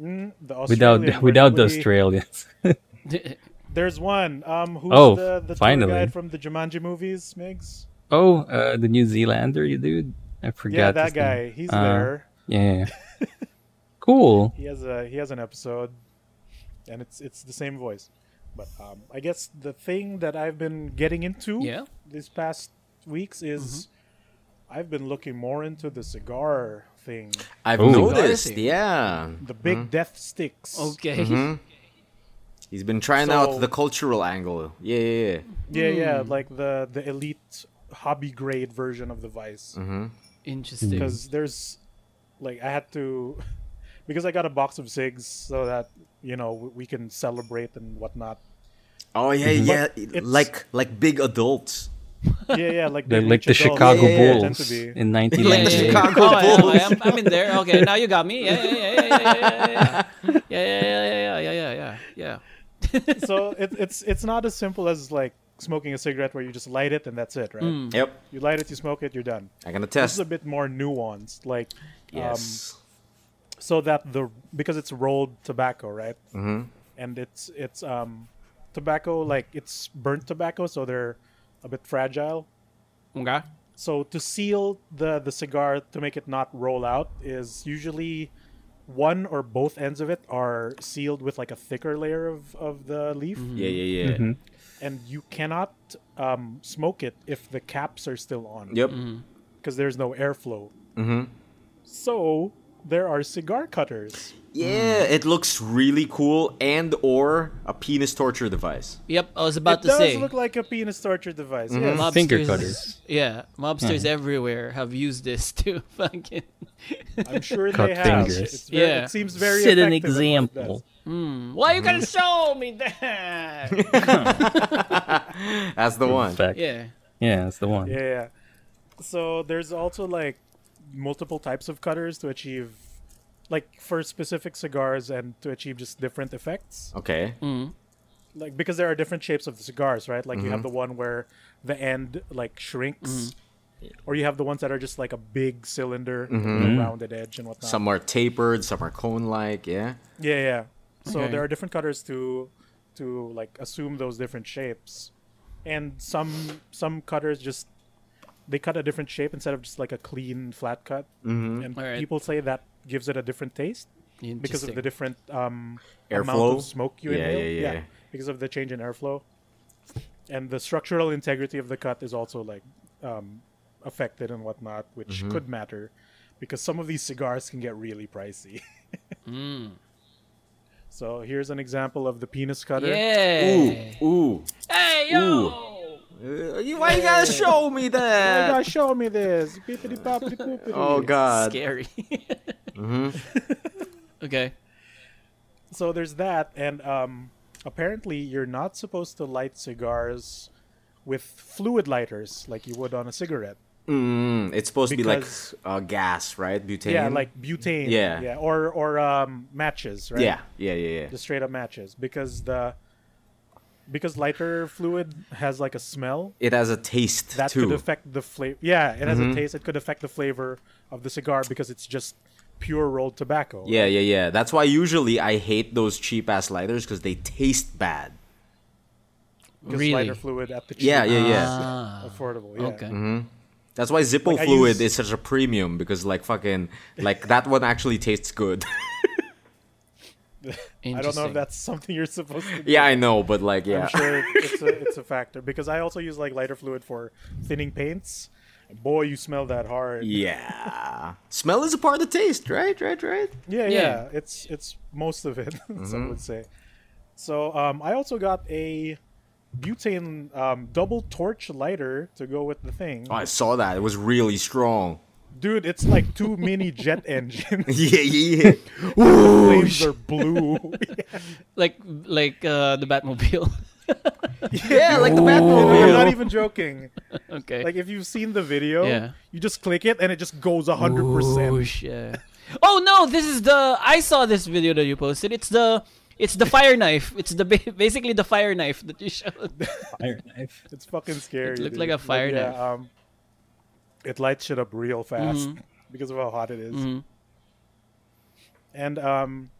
Mm, the Without Australian without the version would be- Australians. there's one um who's Oh, the, the tour finally. guide from the jumanji movies migs oh, uh, the New Zealander, you dude. I forgot. yeah that his name. guy he's Uh, there Yeah. cool. he has a he has an episode and it's it's the same voice but um, i guess the thing that i've been getting into Yeah. Mm-hmm. these past weeks is i've been looking more into the cigar thing I've Ooh. noticed. Noticing. Yeah. the big death sticks Mm-hmm. okay. Mm-hmm. He's been trying So- out the cultural angle. Yeah, yeah, yeah. yeah yeah Mm. like the the elite hobby grade version of the vice Mm-hmm. Interesting. because there's like i had to because i got a box of cigs so that you know we- we can celebrate and whatnot Oh yeah, Mhm. yeah. it's- Like like big adults. yeah yeah like They're they like the reach adults, Chicago they tend to Bulls be. in Yeah, yeah, yeah. 1998. Chicago Oh, I am, I Bulls. am, I'm in there. Okay, now you got me. Yeah, yeah, yeah, yeah, yeah, yeah, yeah, yeah, yeah, yeah, yeah, yeah, yeah, yeah, yeah, so it, it's it's not as simple as like smoking a cigarette where you just light it and that's it, right? Yep. You light it, you smoke it, you're done. I can This is attest. a bit more nuanced, like um, Yes. so that the because it's rolled tobacco, right? Mm-hmm. And it's it's um tobacco like it's burnt tobacco, so they're a bit fragile. yeah. Okay. So to seal the the cigar to make it not roll out is usually one or both ends of it are sealed with like a thicker layer of of the leaf. yeah, yeah, yeah. Mm-hmm. and you cannot um, smoke it if the Mm-hmm. caps are still on Yep. Mm-hmm. because there's no airflow. So there are cigar cutters. Yeah, it looks really cool and or a penis torture device. Yep, I was about it to does say. look like a penis torture device. Mhm. Yes. mobsters, Finger cutters. Yeah, mobsters Mm-hmm. everywhere have used this to fucking. I'm sure Cut they have. fingers. It's very, Yeah. It seems very Set an effective at what it example. does. Why you Mm-hmm. gotta show me that? That's the one. Fact. Yeah. yeah. that's the one. Yeah, yeah. So there's also like multiple types of cutters to achieve like for specific cigars and to achieve just different effects. Okay. like because there are different shapes of the cigars, right? Like you have the one where the end like shrinks, or you have the ones that are just like a big cylinder with a rounded edge and whatnot. Some are tapered, some are cone-like. Yeah. yeah, yeah. So Okay. there are different cutters to to like assume those different shapes, and some some cutters just they cut a different shape instead of just like a clean flat cut, and Alright. people say that gives it a different taste because of Interesting. the different um, amount Airflow? of smoke you Yeah, inhale. yeah, yeah. because of the change in airflow, and the structural integrity of the cut is also like um, affected and whatnot, which Mm-hmm. could matter because some of these cigars can get really pricey. Mm. So here's an example of the penis cutter. Yeah. Ooh, ooh. Hey yo. Uh, you- why you gotta show me Oh my that? God, show me this. Beepity boppity boopity. Oh god. Scary. mm-hmm. okay. so there's that and um apparently you're not supposed to light cigars with fluid lighters like you would on a cigarette Mm, it's supposed to be like Because- uh, gas, right? Butane. yeah like butane Yeah. yeah or or um matches right Yeah, yeah, yeah, yeah. the straight up matches because the because lighter fluid has like a smell It has a taste that too. Mm-hmm. could affect the flavor yeah it has a taste it could affect the flavor of the cigar because it's just pure rolled tobacco yeah, yeah, yeah. That's why usually I hate those cheap ass lighters because they taste bad. because Really? lighter fluid Mm-hmm. at the Yeah, yeah, yeah. cheapest affordable yeah Ah, Okay. That's why Zippo Like, I fluid use- is such a premium because like fucking like that one actually tastes good. i don't Mm-hmm. Interesting. know if that's something you're supposed to do. yeah, I know, but like yeah. I'm sure it's a, it's a factor because I also use like lighter fluid for thinning paints. Boy, you smell that hard. Yeah, Yeah. Smell is a part of taste, right? Right, right? yeah, Yeah. it's it's most of it. Some would say. So um, I also got a butane um, double torch lighter to go with the thing. Oh, I saw that. It was really strong. Dude, it's like two mini jet engines. yeah, yeah, yeah. Flames are blue. Like like uh, the Batmobile. yeah, like the Batmobile. I'm not even joking. okay. Like if you've seen the video, Yeah. you just click it and it just goes hundred percent. Whoosh, yeah. Oh no, this is the I saw this video that you posted. It's the it's the fire knife. It's the ba- basically the fire knife that you showed. Fire knife. It's fucking scary. looked dude. like a But fire yeah, knife. Um, it lights shit up real fast Mm-hmm. because of how hot it is. And um,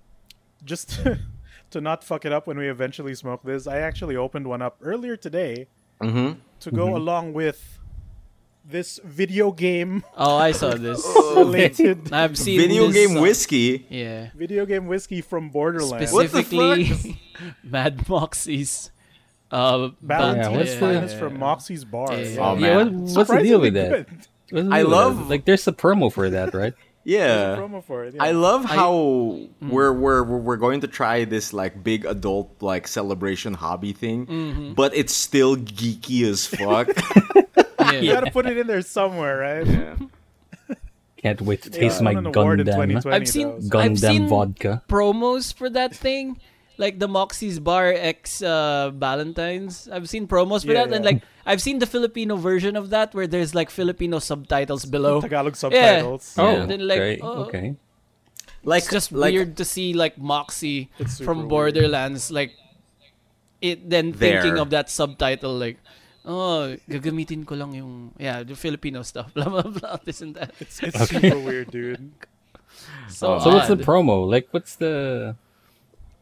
just to not fuck it up when we eventually smoke this, I actually opened one up earlier today Mm-hmm. to go Mm-hmm. along with this video game Oh, I saw this. related I've seen Video this uh, game on- whiskey. Yeah. video game whiskey from Borderlands. What the Specifically, Mad Moxie's. Uh, bat- Balance Yeah, what's is the- finest from Moxie's bar. Yeah. Oh, yeah, what, man. what's the deal Surprisingly with that? good. What's the I deal with love- that? like there's a promo for that, right? Yeah. Promo for it. I yeah. love how we're we're we're going to try this like big adult like celebration hobby thing, but it's still geeky as fuck. you yeah. gotta put it in there somewhere, right? Can't wait to They taste won my an award in Gundam. 2020, I've seen- though, so- I've seen- Gundam vodka. promos for that thing, like the Moxie's Bar X uh, Valentine's. I've seen promos for Yeah, that, and yeah. like I've seen the Filipino version of that where there's like Filipino subtitles below. Tagalog subtitles. Oh, Yeah, then, like, great. oh. okay. like It's just like weird to see like Moxie It's super from weird. Borderlands, like it. Then thinking There. of that subtitle, like. Oh, gagamitin ko lang yung yeah, the Filipino stuff, blah blah blah, this and that. It's, it's super weird, dude. So, Oh. So what's the odd. promo? Like, what's the?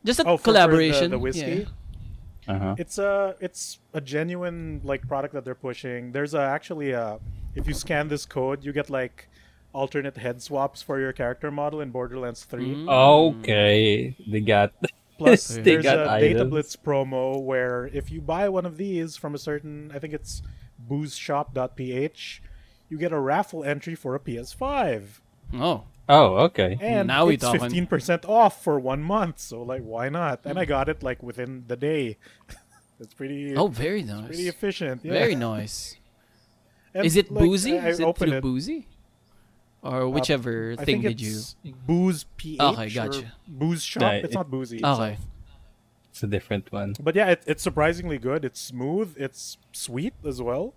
Just a Oh, for- for the- collaboration. the, whiskey. Yeah. Uh-huh. It's a it's a genuine like product that they're pushing. There's a, actually a if you scan this code, you get like alternate head swaps for your character model in Borderlands 3. Okay, they got. Plus, Mm-hmm. They there's got a Data items. Blitz promo where if you buy one of these from a certain, I think it's boozeshop.ph, you get a raffle entry for a PS5. Oh, Oh, okay. and Now we it's talking. fifteen percent off for one month. So like, why not? And I got it like within the day. That's pretty. Hmm. Oh, very pretty nice. efficient. Yeah. Very nice. And, Is it like, boozy? I, I Is it opened through boozy? Or whichever I thing think did you? it's Booze PH. Okay, or gotcha. Booze shop. No, it's it- not boozy. it's Oh, Okay. It's a different one. but yeah, it, it's surprisingly good. It's smooth. It's sweet as well.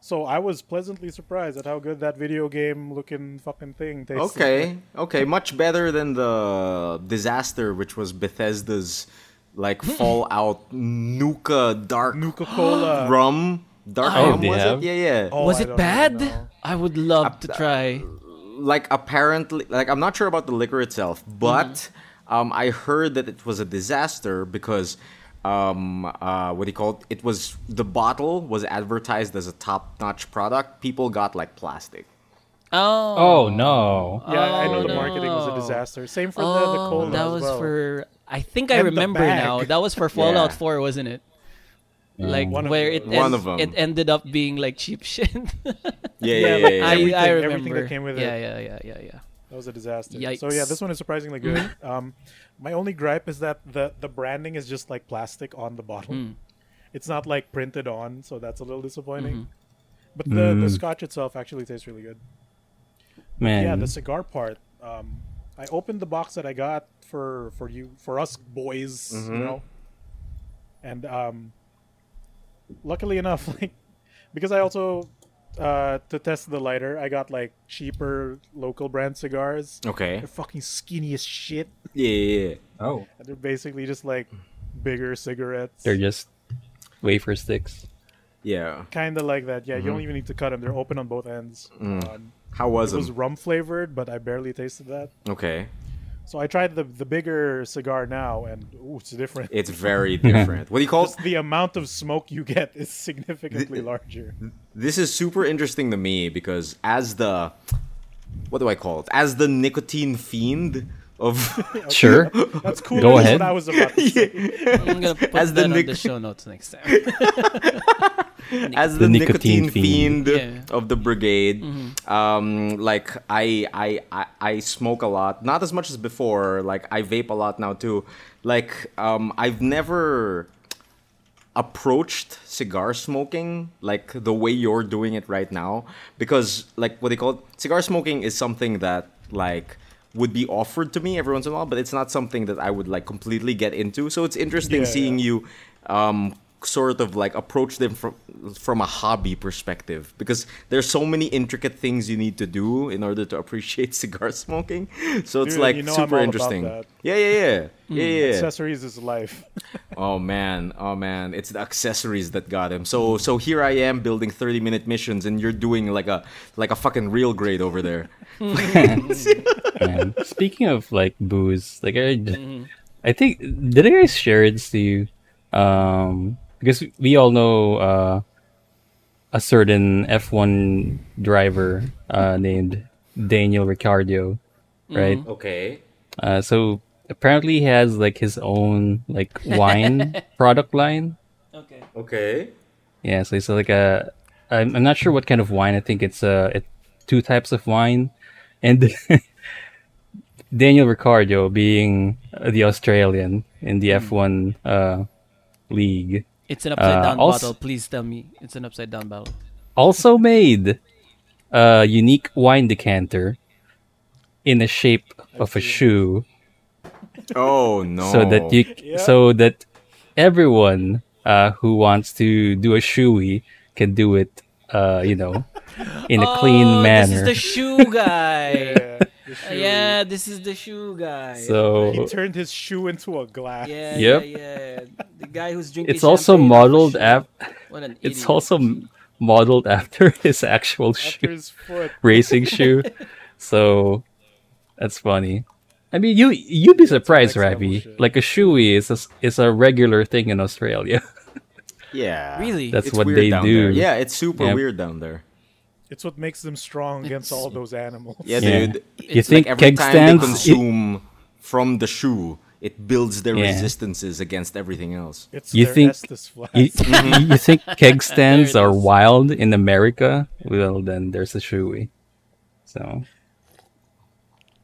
So I was pleasantly surprised at how good that video game looking fucking thing tasted. Okay, okay, much better than the disaster, which was Bethesda's like Fallout Nuka Dark Nuka Cola. Rum. Dark Oh, Rum they was have? it? Yeah, yeah. Oh, Was I it don't bad? even know. I would love to try. Like apparently, like I'm not sure about the liquor itself, but um, I heard that it was a disaster because um, uh, what do you call it? It was the bottle was advertised as a top-notch product. People got like plastic. uh, Oh. Oh no. Yeah, I know the Oh, marketing was no. a disaster. Same for the, the Oh, cola. that as was well. for. I think I And the remember now. bag. That was for Fallout 4, Yeah. wasn't it? Mm. Like One of where the- it ends- One of 'em. it ended up being like cheap shit. Yeah, Yeah, yeah, like yeah. yeah. I, everything- I remember. everything that came with yeah, it. yeah, yeah, yeah, yeah. That was a disaster. So Yikes. Mm-hmm. yeah, this one is surprisingly good. um, my only gripe is that the the branding is just like plastic on the bottle. Hmm. It's not like printed on, so that's a little disappointing. Mm-hmm. But the, the scotch itself actually tastes really good. Man. Yeah, the cigar part. Um, I opened the box that I got for for you for us boys, you know. And um, luckily enough, like because I also uh, to test the lighter, I got like cheaper local brand cigars. Okay. They're fucking skinny as shit. Yeah, yeah, yeah. oh. And they're basically just like bigger cigarettes. They're just wafer sticks. Yeah. kind of like that. Yeah, you don't even need to cut them. They're open on both ends. Um, How was it it? was rum flavored, but I barely tasted that. Okay. So I tried the the bigger cigar now, and ooh, it's different. It's very different. what do you call it? Just the amount of smoke you get is significantly larger. This is super interesting to me because as the what do I call it? As the nicotine fiend of Sure. That's cool. Go That's ahead. what I was about to say. I'm gonna put As the that on the Nick- show notes next time. as the, nicotine nicotine, fiend, fiend. Yeah. of the brigade. Um, like I, I I I smoke a lot, not as much as before. Like I vape a lot now too. Like um, I've never approached cigar smoking like the way you're doing it right now because like what they call it, cigar smoking is something that like would be offered to me every once in a while but it's not something that i would like completely get into so it's interesting Yeah, seeing you um sort of like approach them from from a hobby perspective because there's so many intricate things you need to do in order to appreciate cigar smoking so it's Dude, like you know I'm all super about interesting that. yeah yeah yeah yeah, yeah. Accessories is life. Oh man, oh man, it's the accessories that got him. So so here I am building 30 minute missions and you're doing like a like a fucking real grade over there. Man. Speaking of like booze, like I, I think did I guys share this to you? Um, because we all know uh, a certain F1 driver uh, named Daniel Ricciardo, right? Okay. Uh, so apparently he has like his own like wine product line. Okay. Okay. Yeah, so it's like a. I'm, I'm not sure what kind of wine. I think it's uh it, two types of wine, and Daniel Ricciardo being uh, the Australian in Hmm. the F1 uh, league It's an upside down Uh, also- bottle. Please tell me it's an upside down bottle. also made a unique wine decanter in the shape of a shoe, Oh no. so that you Yeah. so that everyone uh, who wants to do a shoey can do it. Uh, you know, in a oh, clean This is manner. the shoe guy. Yeah, the Uh, Oh, shoe. yeah, this is the shoe guy. He So turned his shoe into a glass. yeah, Yep. yeah, yeah. The guy who's drinking. it's also champagne off a modeled shoe. af- What an idiot. it's also m- modeled after his actual After shoe, his foot. racing shoe. So that's funny. I mean, you you'd be surprised, next level Ravi. shit. Like a shoey is a, s- is a regular thing in Australia. yeah. really. That's It's what weird they down do. there. Yeah, it's super Yeah. weird down there. It's what makes them strong against all those animals. Yeah, Yeah. dude. You It's like think every keg time stands- they consume from the shoe, it builds their Yeah. resistances against everything else. It's You their think- Estes flask. You, you- you think keg stands There it are is. wild in America? Well, then there's a shoey. So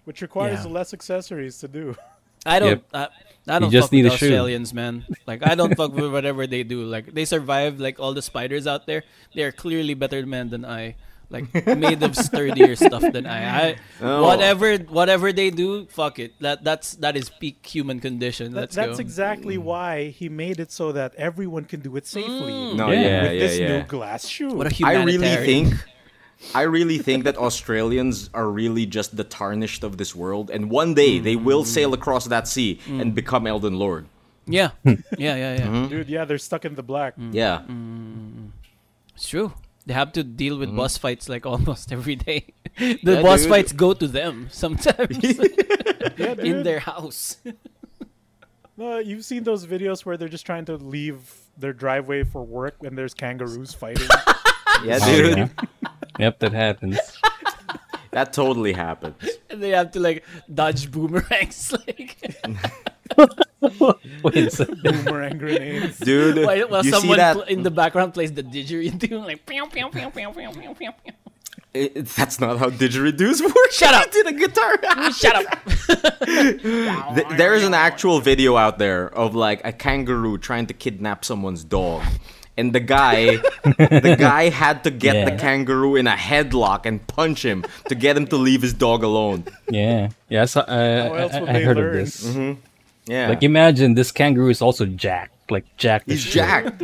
which requires Yeah. less accessories to do. I don't. Yep. I, I don't just fuck need with a shoe. Australians, man. Like I don't fuck with whatever they do. Like they survive like all the spiders out there. They are clearly better men than I. Like made of sturdier stuff than I. I Oh. Whatever whatever they do, fuck it. That that's that is peak human condition. Let's That- that's go. exactly why he made it so that everyone can do it safely. No, yeah, Yeah. yeah, with this yeah. new glass shoe. Mm. what a I humanitarian. really think I really think that Australians are really just the tarnished of this world and one day they Mm. will sail across that sea and become Elden Lord. Yeah, yeah, yeah, yeah. Hmm? Dude, yeah, they're stuck in the black. Mm. Yeah. It's true. They have to deal with boss fights like almost every day. the Mm-hmm. Yeah, boss dude. fights go to them sometimes Yeah, in dude. their house. No, you've seen those videos where they're just trying to leave their driveway for work when there's kangaroos fighting. Yeah, Oh, dude. yeah. yep, that happens. That totally happens. And they have to like dodge boomerangs. Like Wait a second. Boomerang grenades. Dude, while, while you see someone that pl- in the background plays the didgeridoo. Like pew, pew, pew, pew, pew, pew, pew, pew. It- it- that's not how didgeridoos work. Shut up. to the guitar. shut up. Th- there is an actual video out there of like a kangaroo trying to kidnap someone's dog. And the guy the guy had to get the Yeah. kangaroo in a headlock and punch him to get him to leave his dog alone. Yeah, yeah. I saw- I- How else I- would I they heard of learn? this. Yeah. Like, imagine this kangaroo is also jacked, like jacked. as He's shit. jacked.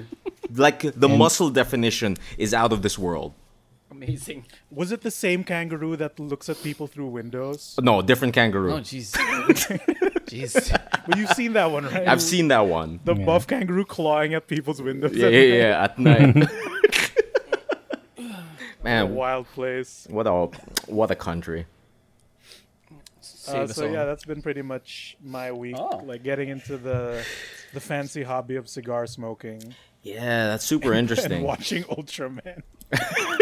like the muscle definition is out of this world. Amazing. Was it the same kangaroo that looks at people through windows? No, different kangaroo. Oh jeez. Uh, jeez. Well, you've seen that one, right? I've seen that one. the buff kangaroo clawing at people's windows. Yeah, at yeah, yeah, at night. A Man, wild place. what a what a country. Save Uh, us so all. yeah, that's been pretty much my week. Oh. Like getting into the the fancy hobby of cigar smoking Yeah, that's super and interesting. watching Ultraman.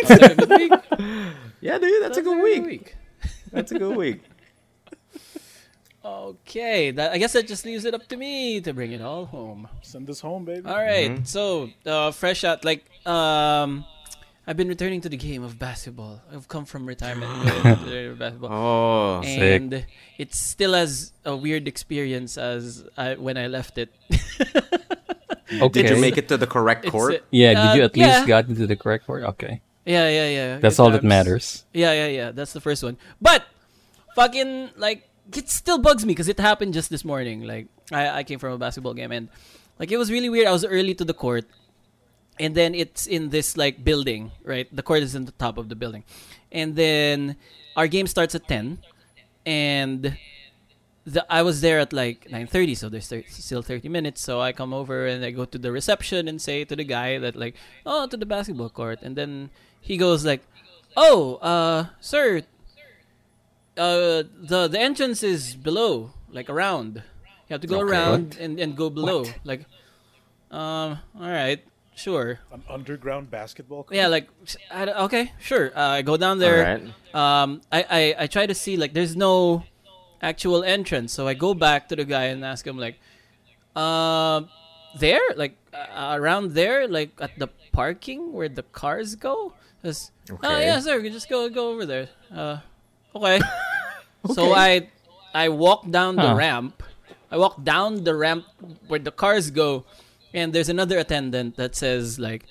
Good week. Yeah, dude, that's a good week. week. That's a good week. Okay, that, I guess that just leaves it up to me to bring it all home. Send this home, baby. All right, Mm-hmm. so uh, fresh out, like um, I've been returning to the game of basketball. I've come from retirement. uh, basketball. Oh, Sick. and it's still as a weird experience as I, when I left it. Okay. did you make it to the correct It's court? a- Yeah. Uh, did you at yeah. least got into the correct word? Okay. Yeah, yeah, yeah. That's good all that times. matters. Yeah, yeah, yeah. That's the first one. But fucking like it still bugs me because it happened just this morning. Like I, I came from a basketball game and like it was really weird. I was early to the court, and then it's in this like building, right? The court is in the top of the building, and then our game starts at ten, and the, I was there at like 9:30, so there's thir- still 30 minutes. So I come over and I go to the reception and say to the guy that like, oh, to the basketball court, and then he goes like, oh, uh, sir, uh, the the entrance is below, like around. You have to go Okay. around and, and go below. Like, um, all right, sure. An underground basketball. Court? Yeah, like I, don't- okay, sure. Uh, I go down there. Alright. Um, I, I I try to see like there's no actual entrance, so I go back to the guy and ask him like, uh, there, like uh, around there, like at the parking where the cars go. Just, Oh Okay. yeah, sir, you just go go over there. Uh, okay. So I I walk down the Huh. ramp. I walk down the ramp where the cars go, and there's another attendant that says like,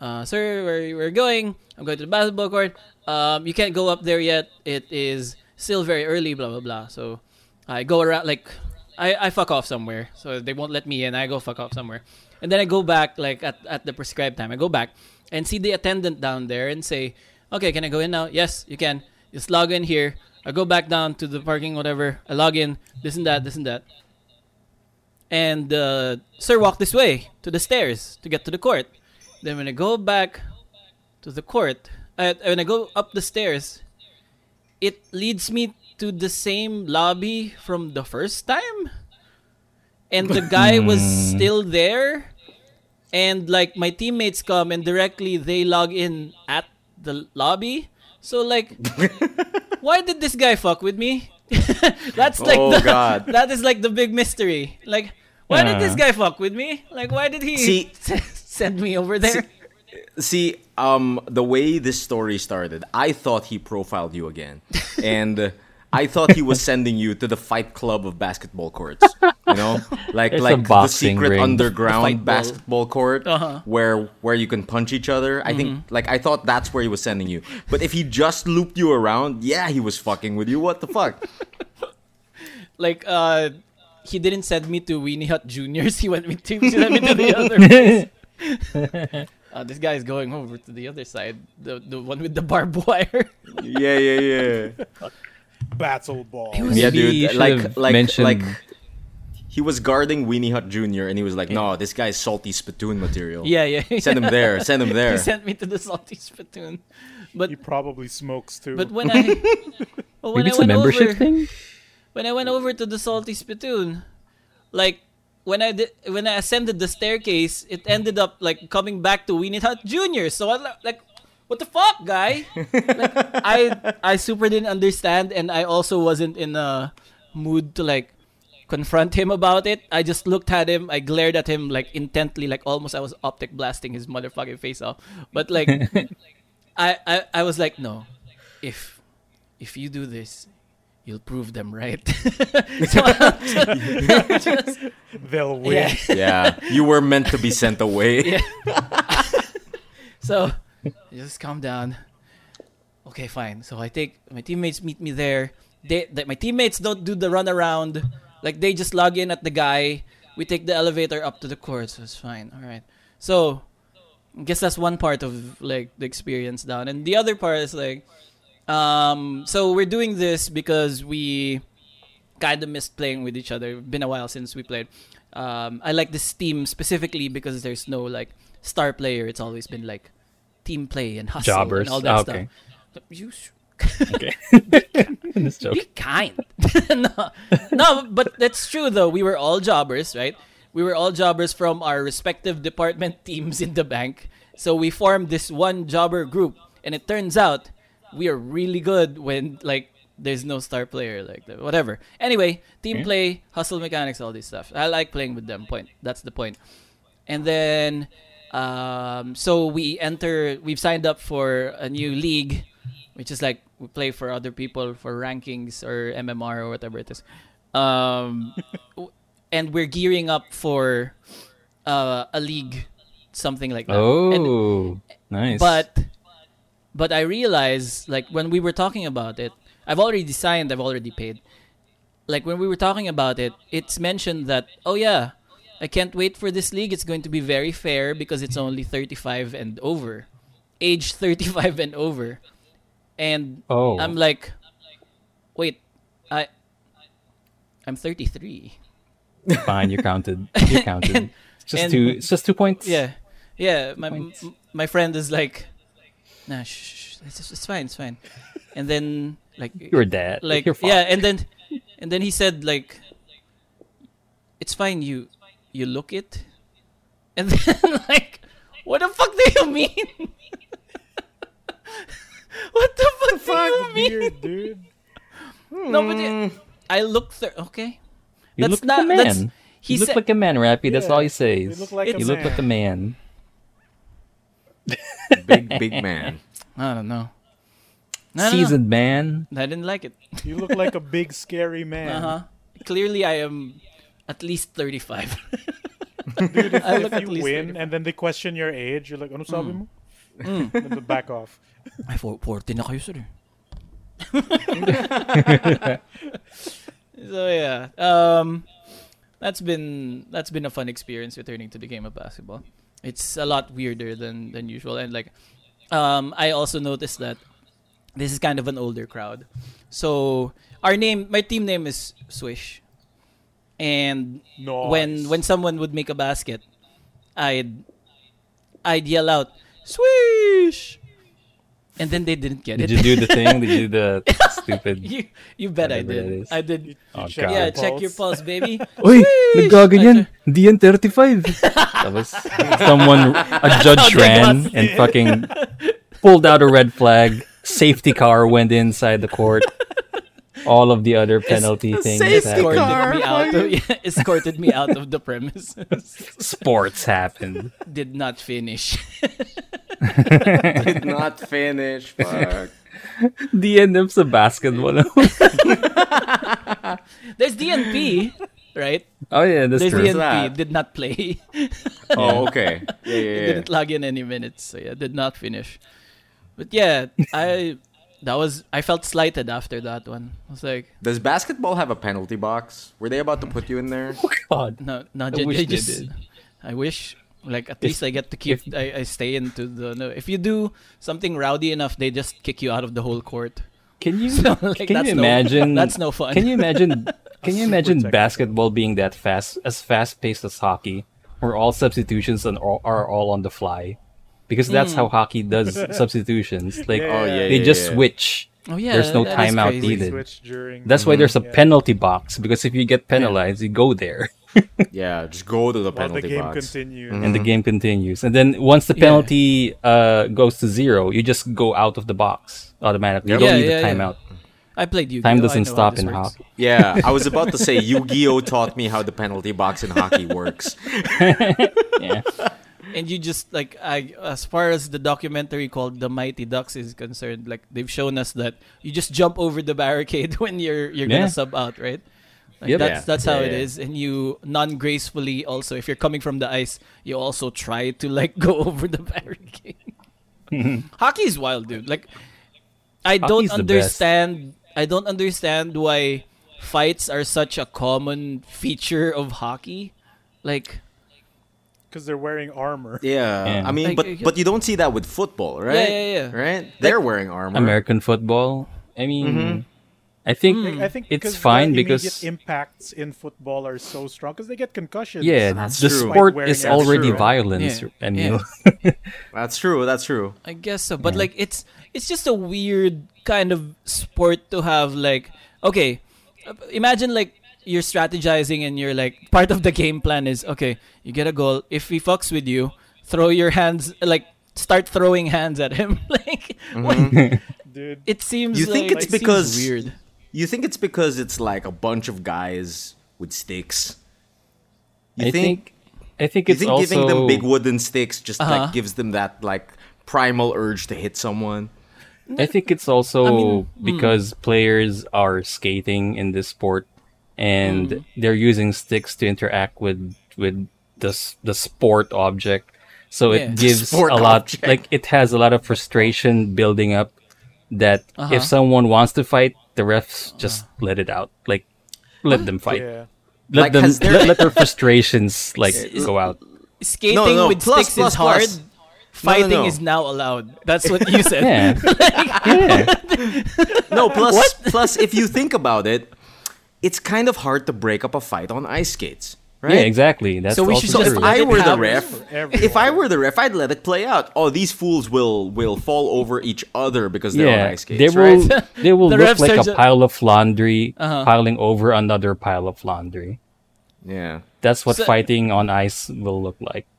uh, "Sir, where we're going? I'm going to the basketball court. Um, you can't go up there yet. It is still very early. Blah blah blah." So I go around like I, I fuck off somewhere, so they won't let me in. I go fuck off somewhere, and then I go back like at, at the prescribed time. I go back and see the attendant down there and say, "Okay, can I go in now?" Yes, you can. Just log in here. I go back down to the parking, whatever. I log in. This and that. This and that. And uh, sir, walk this way to the stairs to get to the court. Then when I go back to the court, uh, when I go up the stairs, it leads me to the same lobby from the first time and the guy was still there and like my teammates come and directly they log in at the lobby so like why did this guy fuck with me that's like Oh, the, God. that is like the big mystery like why did this Yeah. guy fuck with me like why did he See- send me over there See, um, the way this story started, I thought he profiled you again, and I thought he was sending you to the fight club of basketball courts. You know, like It's a like the boxing secret Fight ring. ball. underground basketball court Uh-huh. Mm-hmm. where where you can punch each other. I think like I thought that's where he was sending you. But if he just looped you around, yeah, he was fucking with you. What the fuck? Like uh, he didn't send me to Weenie Hut Juniors. He went me to he sent me to the other place. Uh, this guy is going over to the other side, the the one with the barbed wire. yeah, yeah, yeah. Battle ball. It was- Yeah, Maybe you dude. should Like, have like, mentioned- like. He was guarding Weenie Hut Jr. and he was like, "No, this guy's salty spittoon material. yeah, yeah. send him there. Send him there." he sent me to the salty spittoon. But He probably smokes too. but when I but when I Maybe it's a went membership over, thing. when I went over to the salty spittoon, like when I did when I ascended the staircase, it ended up like coming back to Weenie Hut Junior. So I li- like, what the fuck, guy? like, I I super didn't understand, and I also wasn't in a mood to like confront him about it. I just looked at him, I glared at him like intently, like almost I was optic blasting his motherfucking face off. But like, I, I I was like, no, if if you do this. You'll prove them right. so I'm just, They'll win. yeah. yeah, you were meant to be sent away. Yeah. So just calm down. Okay, fine. So I take my teammates meet me there. They, that my teammates don't do the runaround. Like they just log in at the guy. We take the elevator up to the court, so it's fine. All right. So I guess that's one part of like the experience down, and the other part is like, um, so we're doing this because we kind of missed playing with each other. Been a while since we played. Um, I like this team specifically because there's no like star player. It's always been like team play and hustle and Jobbers. all that Ah, stuff. okay. You sh- Okay. This joke. be kind. no, no, but that's true though. We were all jobbers, right? We were all jobbers from our respective department teams in the bank. So we formed this one jobber group, and it turns out we are really good when like there's no star player, like the- whatever. Anyway, team play, hustle mechanics, all this stuff. I like playing with them. Point. That's the point. And then, um, so we enter. We've signed up for a new league, which is like we play for other people for rankings or MMR or whatever it is. Um, w- and we're gearing up for uh, a league, something like that. And- Oh, nice. but but I realized like when we were talking about it, I've already signed, I've already paid. Like when we were talking about it, it's mentioned that oh yeah, I can't wait for this league. It's going to be very fair because it's only 35 and over. Age 35 and over. And oh, I'm like wait, I I'm 33. fine. You counted. You counted. And- it's just and- two. It's just two points. Yeah, yeah. My m- Points. m- my friend is like, nah, shh, shh, it's, just- it's fine, it's fine. And then like You're dead. like You're yeah, fucked. and then and then he said like, it's fine. You you look it, and then like, what the fuck do you mean? what the fuck do you Fuck mean? weird, dude. No, but you- Mm. I look there. Okay, You that's look like a not- that's- man. he you look said- like a man, Rappy. That's Yeah, all he says. you look like a You look like a man. Big, big man. I don't know. I don't know. Seasoned man. I didn't like it. You look like a big scary man. Uh-huh. Clearly, I am at least 35. Dude, if, I look if at you least Mm. 35. win and then they question your age, you're like, ano sabi mo? Then they back off. Ay, for- 40 na kayo, sir. eh. so yeah, um, that's been that's been a fun experience returning to the game of basketball. It's a lot weirder than than usual, and like, um, I also noticed that this is kind of an older crowd. So our name, my team name is Swish, and No. when when someone would make a basket, I'd I'd yell out swish, and then they didn't get Did it. you do the thing? Did you do the stupid? you you bet I Whatever that did. is. I did. Oh, check God. yeah, your check your pulse, baby. Uy, Swish! naggaganyan. I tr- DN35. Tapos someone, a judge how they ran got and fucking pulled out a red flag. Safety car went inside the court. All of the other penalty things safety car. happened. Escorted me out of, yeah, escorted me out of the premises. Sports happened. Did not finish. Did not finish. Fuck. DNF's a basketball. There's DNP, right? oh yeah, that's There's true. the- DNP. that? Did not play. Oh, okay. Yeah, yeah, yeah. Didn't log in any minutes. So yeah, did not finish. But yeah, I that was I felt slighted after that one. I was like, Does basketball have a penalty box? Were they about to put you in there? God. no, no, I wish I they just, did. I wish. Like at least I get to keep. I, I stay into the. No, if you do something rowdy enough, they just kick you out of the whole court. Can you So, like, can that's you no- imagine that's no fun. Can you imagine can you super imagine technical. basketball being that fast as fast paced as hockey where all substitutions and all, are all on the fly? Because that's Hmm. how hockey does substitutions. Like Yeah, Oh, yeah, they yeah, just yeah. switch. Oh yeah, There's no that is timeout crazy. Mm-hmm. either. Needed. Switch during. That's why there's a Yeah. penalty box because if you get penalized, you go there Yeah, just go to the While the penalty game box. continues. and the Mm-hmm. game continues. And then once the penalty uh, goes to zero, you just go out of the box automatically. Yep. You don't Yeah, need yeah, the yeah. timeout. I played you. Time doesn't stop in hockey. Yeah, I was about to say Yu-Gi-Oh taught me how the penalty box in hockey works. Yeah. and you just like I, as far as the documentary called "The Mighty Ducks" is concerned, like they've shown us that you just jump over the barricade when you're you're Yeah. gonna sub out, right? Like Yep. that's Yeah. that's how Yeah, it yeah. is, and you non gracefully also, if you're coming from the ice, you also try to like go over the barricade. Hockey is wild, dude. Like I Hockey's don't the best. understand. I don't understand why fights are such a common feature of hockey. Like Because they're wearing armor. Yeah, Yeah. I mean, Like, but uh, but you don't see that with football, right? yeah, yeah. Right? They're wearing armor. American football. I mean, Mm-hmm. I think Mm. I Mm. think it's because the fine immediate because impacts in football are so strong because they get concussions. yeah, That's the true. sport Like is wearing it. already That's true. violence. Yeah. I mean, Yeah. That's true. That's true. I guess so, but like it's it's just a weird kind of sport to have like okay, uh, imagine like you're strategizing and you're like part of the game plan is okay, you get a goal. If he fucks with you, throw your hands like start throwing hands at him. like dude. it seems Mm-hmm. You think like- it's it seems because- weird. You think it's because it's like a bunch of guys with sticks? You I think I think you it's think also giving them big wooden sticks just Uh-huh. like gives them that like primal urge to hit someone? I think it's also mean, hmm. because players are skating in this sport and Hmm. they're using sticks to interact with with the s- the sport object. So Yeah. it gives Sport a lot object. like it has a lot of frustration building up that Uh-huh. if someone wants to fight, the refs just let it out. Like let them fight. Yeah. Let Like, them has there- let, let their frustrations like go out. Skating no, with plus, sticks plus, is hard. plus. Fighting no. is now allowed. That's what you said. Yeah. yeah. No, plus plus if you think about it, it's kind of hard to break up a fight on ice skates, right? Yeah, exactly. That's So we also should So just if true. let I it were the happen. ref, Everyone. if I were the ref, I'd let it play out. Oh, these fools will will fall over each other because they're on yeah, ice skates, they will right? they will The look refs like are Uh-huh. ju- a pile of laundry piling over another pile of laundry. yeah. That's what So- fighting on ice will look like.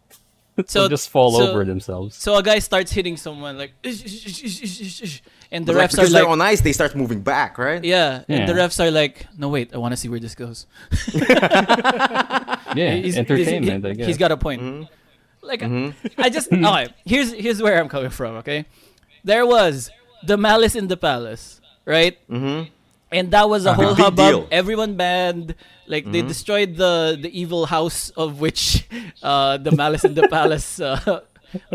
So They'll just fall so- over themselves. So a guy starts hitting someone like, "Ish, ish, ish, ish, ish, ish, ish," and the Like, refs are because like, they're on ice, they start moving back, right? Yeah, and the Yeah. refs are like, no, wait, I want to see where this goes. Yeah, He's- E- entertainment. he's- I guess. He's got a point. Like, I just okay. Here's here's where I'm coming from. Okay, there was the Malice in the Palace, right? Mm-hmm. And that was a whole Big hubbub. deal. Everyone banned. Like they destroyed the the evil house of which uh, the Malice in the Palace, uh,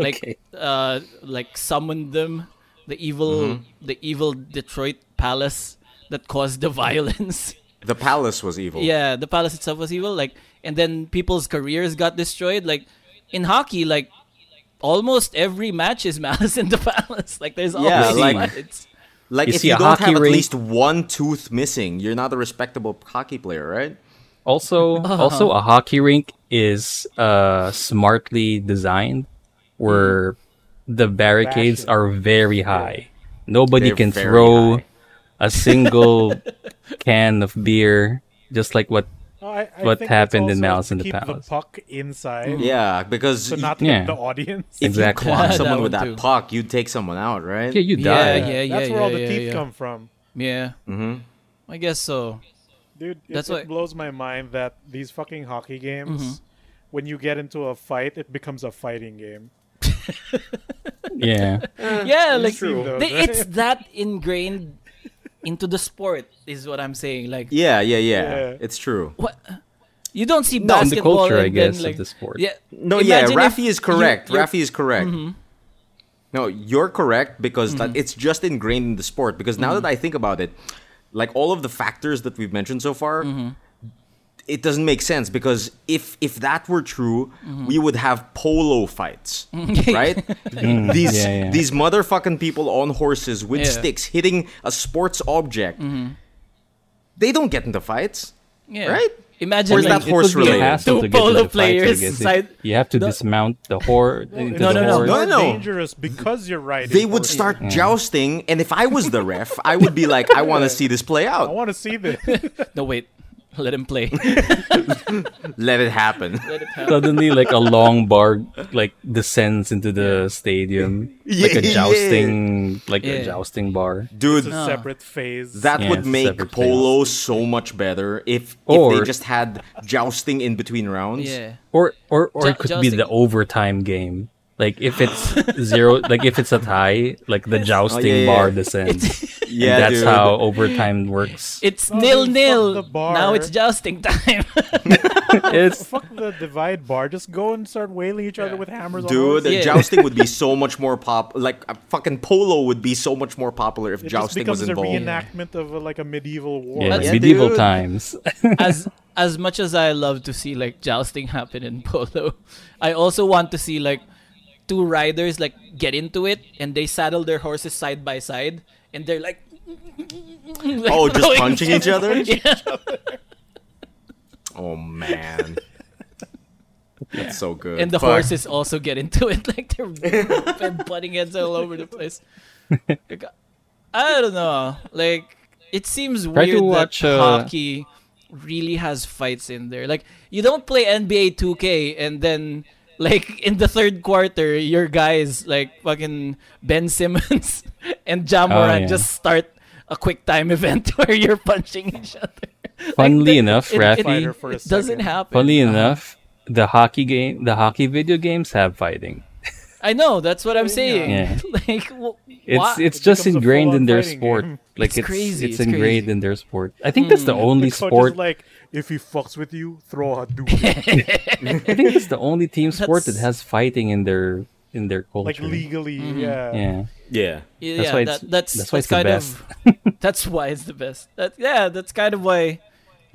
like Okay. uh, like summoned them. The evil the evil Detroit Palace that caused the violence. The palace was evil. Yeah, the palace itself was evil. Like, and then people's careers got destroyed. Like, in hockey, like almost every match is malice in the palace. Like, there's always Yeah, like- one. it's Like You if see you a don't hockey have at rink- least one tooth missing, you're not a respectable hockey player, right? Also, Uh-huh. also a hockey rink is uh, smartly designed, where Mm-hmm. the barricades Fashion. are very high. Nobody They're can very throw high. a single can of beer, just like what No, I, I What think it's happened in also Malice in to the keep Palace. The puck inside, Mm. Yeah, because so you- Hmm. not Yeah. hit the audience. if Exactly. you clock That someone with one that too. puck, you'd take someone out, right? yeah, Mm-hmm. you yeah, die. yeah, yeah, yeah. That's where all the yeah, teeth yeah. come from, Yeah. I guess so. dude. It, That's Mm-hmm. it why- blows my mind that these fucking hockey games, when you get into a fight, it becomes a fighting game. yeah. yeah, like true. they- it's that ingrained into the sport is what I'm saying. Like Yeah, yeah, yeah, Yeah. It's true. what you don't see No, in the basketball culture, I and then, guess, of like- the sport. Yeah, No, imagine yeah, if Rafi is you- correct. you're- Mm-hmm. Rafi is correct. No, you're correct because that, it's just ingrained in the sport. Because now that Mm-hmm. I think about it, like all of the factors that we've mentioned so far, Mm-hmm. it doesn't make sense because if if that were true, Mm-hmm. we would have polo fights, right? these Mm, yeah, yeah. these motherfucking people on horses with Yeah. Mm-hmm. sticks hitting a sports object. They don't get into fights, yeah. right? Imagine Where's like, that horse would be a related? hassle Two to get to polo the fights, I players guess. inside- You have to No. dismount the horse. into no, the no, no. horse. No, more no. dangerous because you're riding. they would horses. start jousting and if i was the ref i would be like i want to see this play I out want to see this. No, wait. Let him play. let it happen Let it happen. Suddenly, like a long bar, like descends into the stadium, like Yeah, a yeah. jousting, like a Yeah. jousting bar. It's dude a separate phase. that Yeah, would it's make separate polo so much better if, if they Or- just had jousting in between rounds yeah. or or or Ju- it could be jousting. the overtime game. Like if it's zero, like if it's a tie, like Oh, the yeah, jousting yeah. bar descends. yeah and that's dude. how overtime works. It's Oh, nil fuck nil. the bar. Now it's jousting time. It's Fuck the divide bar. Just go and start wailing each other with hammers. on dude horses. Yeah. jousting would be so much more pop like uh, fucking polo would be so much more popular if It just jousting becomes was a involved reenactment of uh, like a medieval war. yeah, yeah, medieval dude. times. as as much as I love to see like jousting happen in polo, I also want to see like two riders like get into it and they saddle their horses side by side and they're like, like oh just throwing- punching each other Yeah. oh man that's so good and the Fuck. horses also get into it like they're butting heads all over the place Like, i don't know like it seems to weird watch, that uh, hockey really has fights in there like you don't play nba 2k and then like in the third quarter your guys like fucking ben simmons and john Oh, moran yeah. just start a quick time event where you're punching each other Funnily the- enough, it, it, Rafi- it, For a doesn't second. happen Funny enough, the hockey game, the hockey video games have fighting. I know. That's what I'm saying. Yeah. like, wh- It's why- it's It just becomes a ingrained in full-on their fighting sport. game. Hmm. Like It's it's it's, crazy, it's ingrained crazy. in their sport. I think that's the only Coach sport. is like, if he fucks with you, throw a dude. I think it's the only team sport that That's- has fighting in their in their culture. like legally, yeah. Yeah. Mm-hmm. yeah yeah, That's why that- it's- that's that's why that's it's the kind of that's why it's the best. That yeah, that's kind of why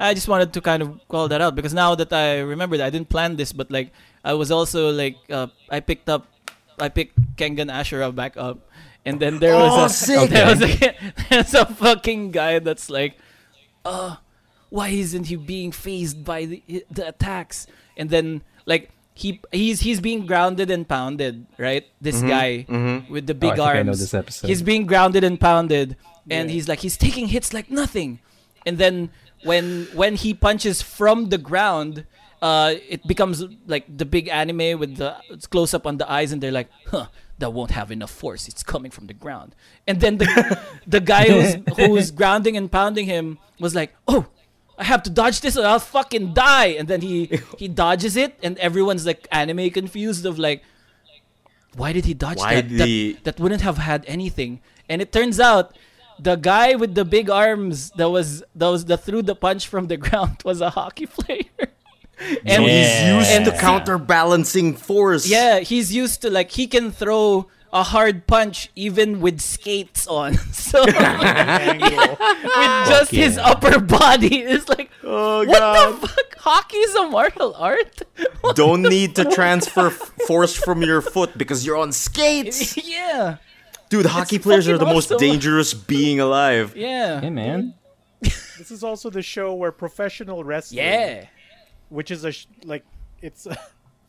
I just wanted to kind of call that out because now that I remembered, I didn't plan this, but like I was also like uh, I picked up I picked Kengan Ashura back up, and then there was Oh, a sick. there was a, there's a fucking guy that's like, "Uh, why isn't he being phased by the, the attacks? And then like he he's he's being grounded and pounded, right? This guy with the big think Mm-hmm. Oh, I arms. know this episode. He's being grounded and pounded, and he's like he's taking hits like nothing. And then when when he punches from the ground, uh, it becomes like the big anime with the it's close up on the eyes, and they're like, huh. That won't have enough force. It's coming from the ground, and then the the guy who's, who's grounding and pounding him was like, "Oh, I have to dodge this or I'll fucking die. And then he he dodges it, and everyone's like anime confused of like, why did he dodge Why that? did that? he- That wouldn't have had anything. And it turns out the guy with the big arms that was that was that threw the punch from the ground was a hockey player. and he's used to and- counterbalancing force yeah, he's used to like he can throw a hard punch even with skates on. So Angle. with just his yeah. upper body. It's like, Oh, what God. the fuck? Hockey is a martial art? don't need to transfer f- force from your foot because you're on skates. yeah, Dude, hockey players are the fucking most awesome. dangerous being alive. yeah, Hey man. this is also the show where professional wrestling, yeah. which is a sh- like it's a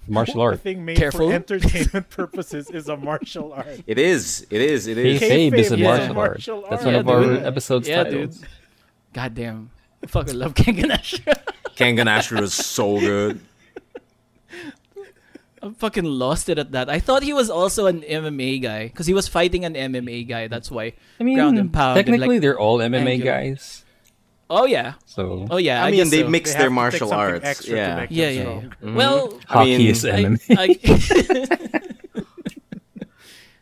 Martial art. thing made Careful. for entertainment purposes, is a martial art. It is. It is. It is. Kayfabe Kayfabe is a is a martial art. martial That's art. one Yeah, of our dude. episodes Yeah, titles. dude. Goddamn. I Fucking love King Ganesh. Kangan Ashura is so good. I fucking lost it at that. I thought he was also an MMA guy because he was fighting an MMA guy. That's why. I mean, ground and pound. and, technically like- they're all MMA angular. guys. oh yeah, So oh yeah. I, I, mean, guess they so. mix Mm-hmm. They their have to take martial something arts. extra to Yeah. make Yeah, them yeah. strong. yeah. Well, hockey mean- is I, MMA. I,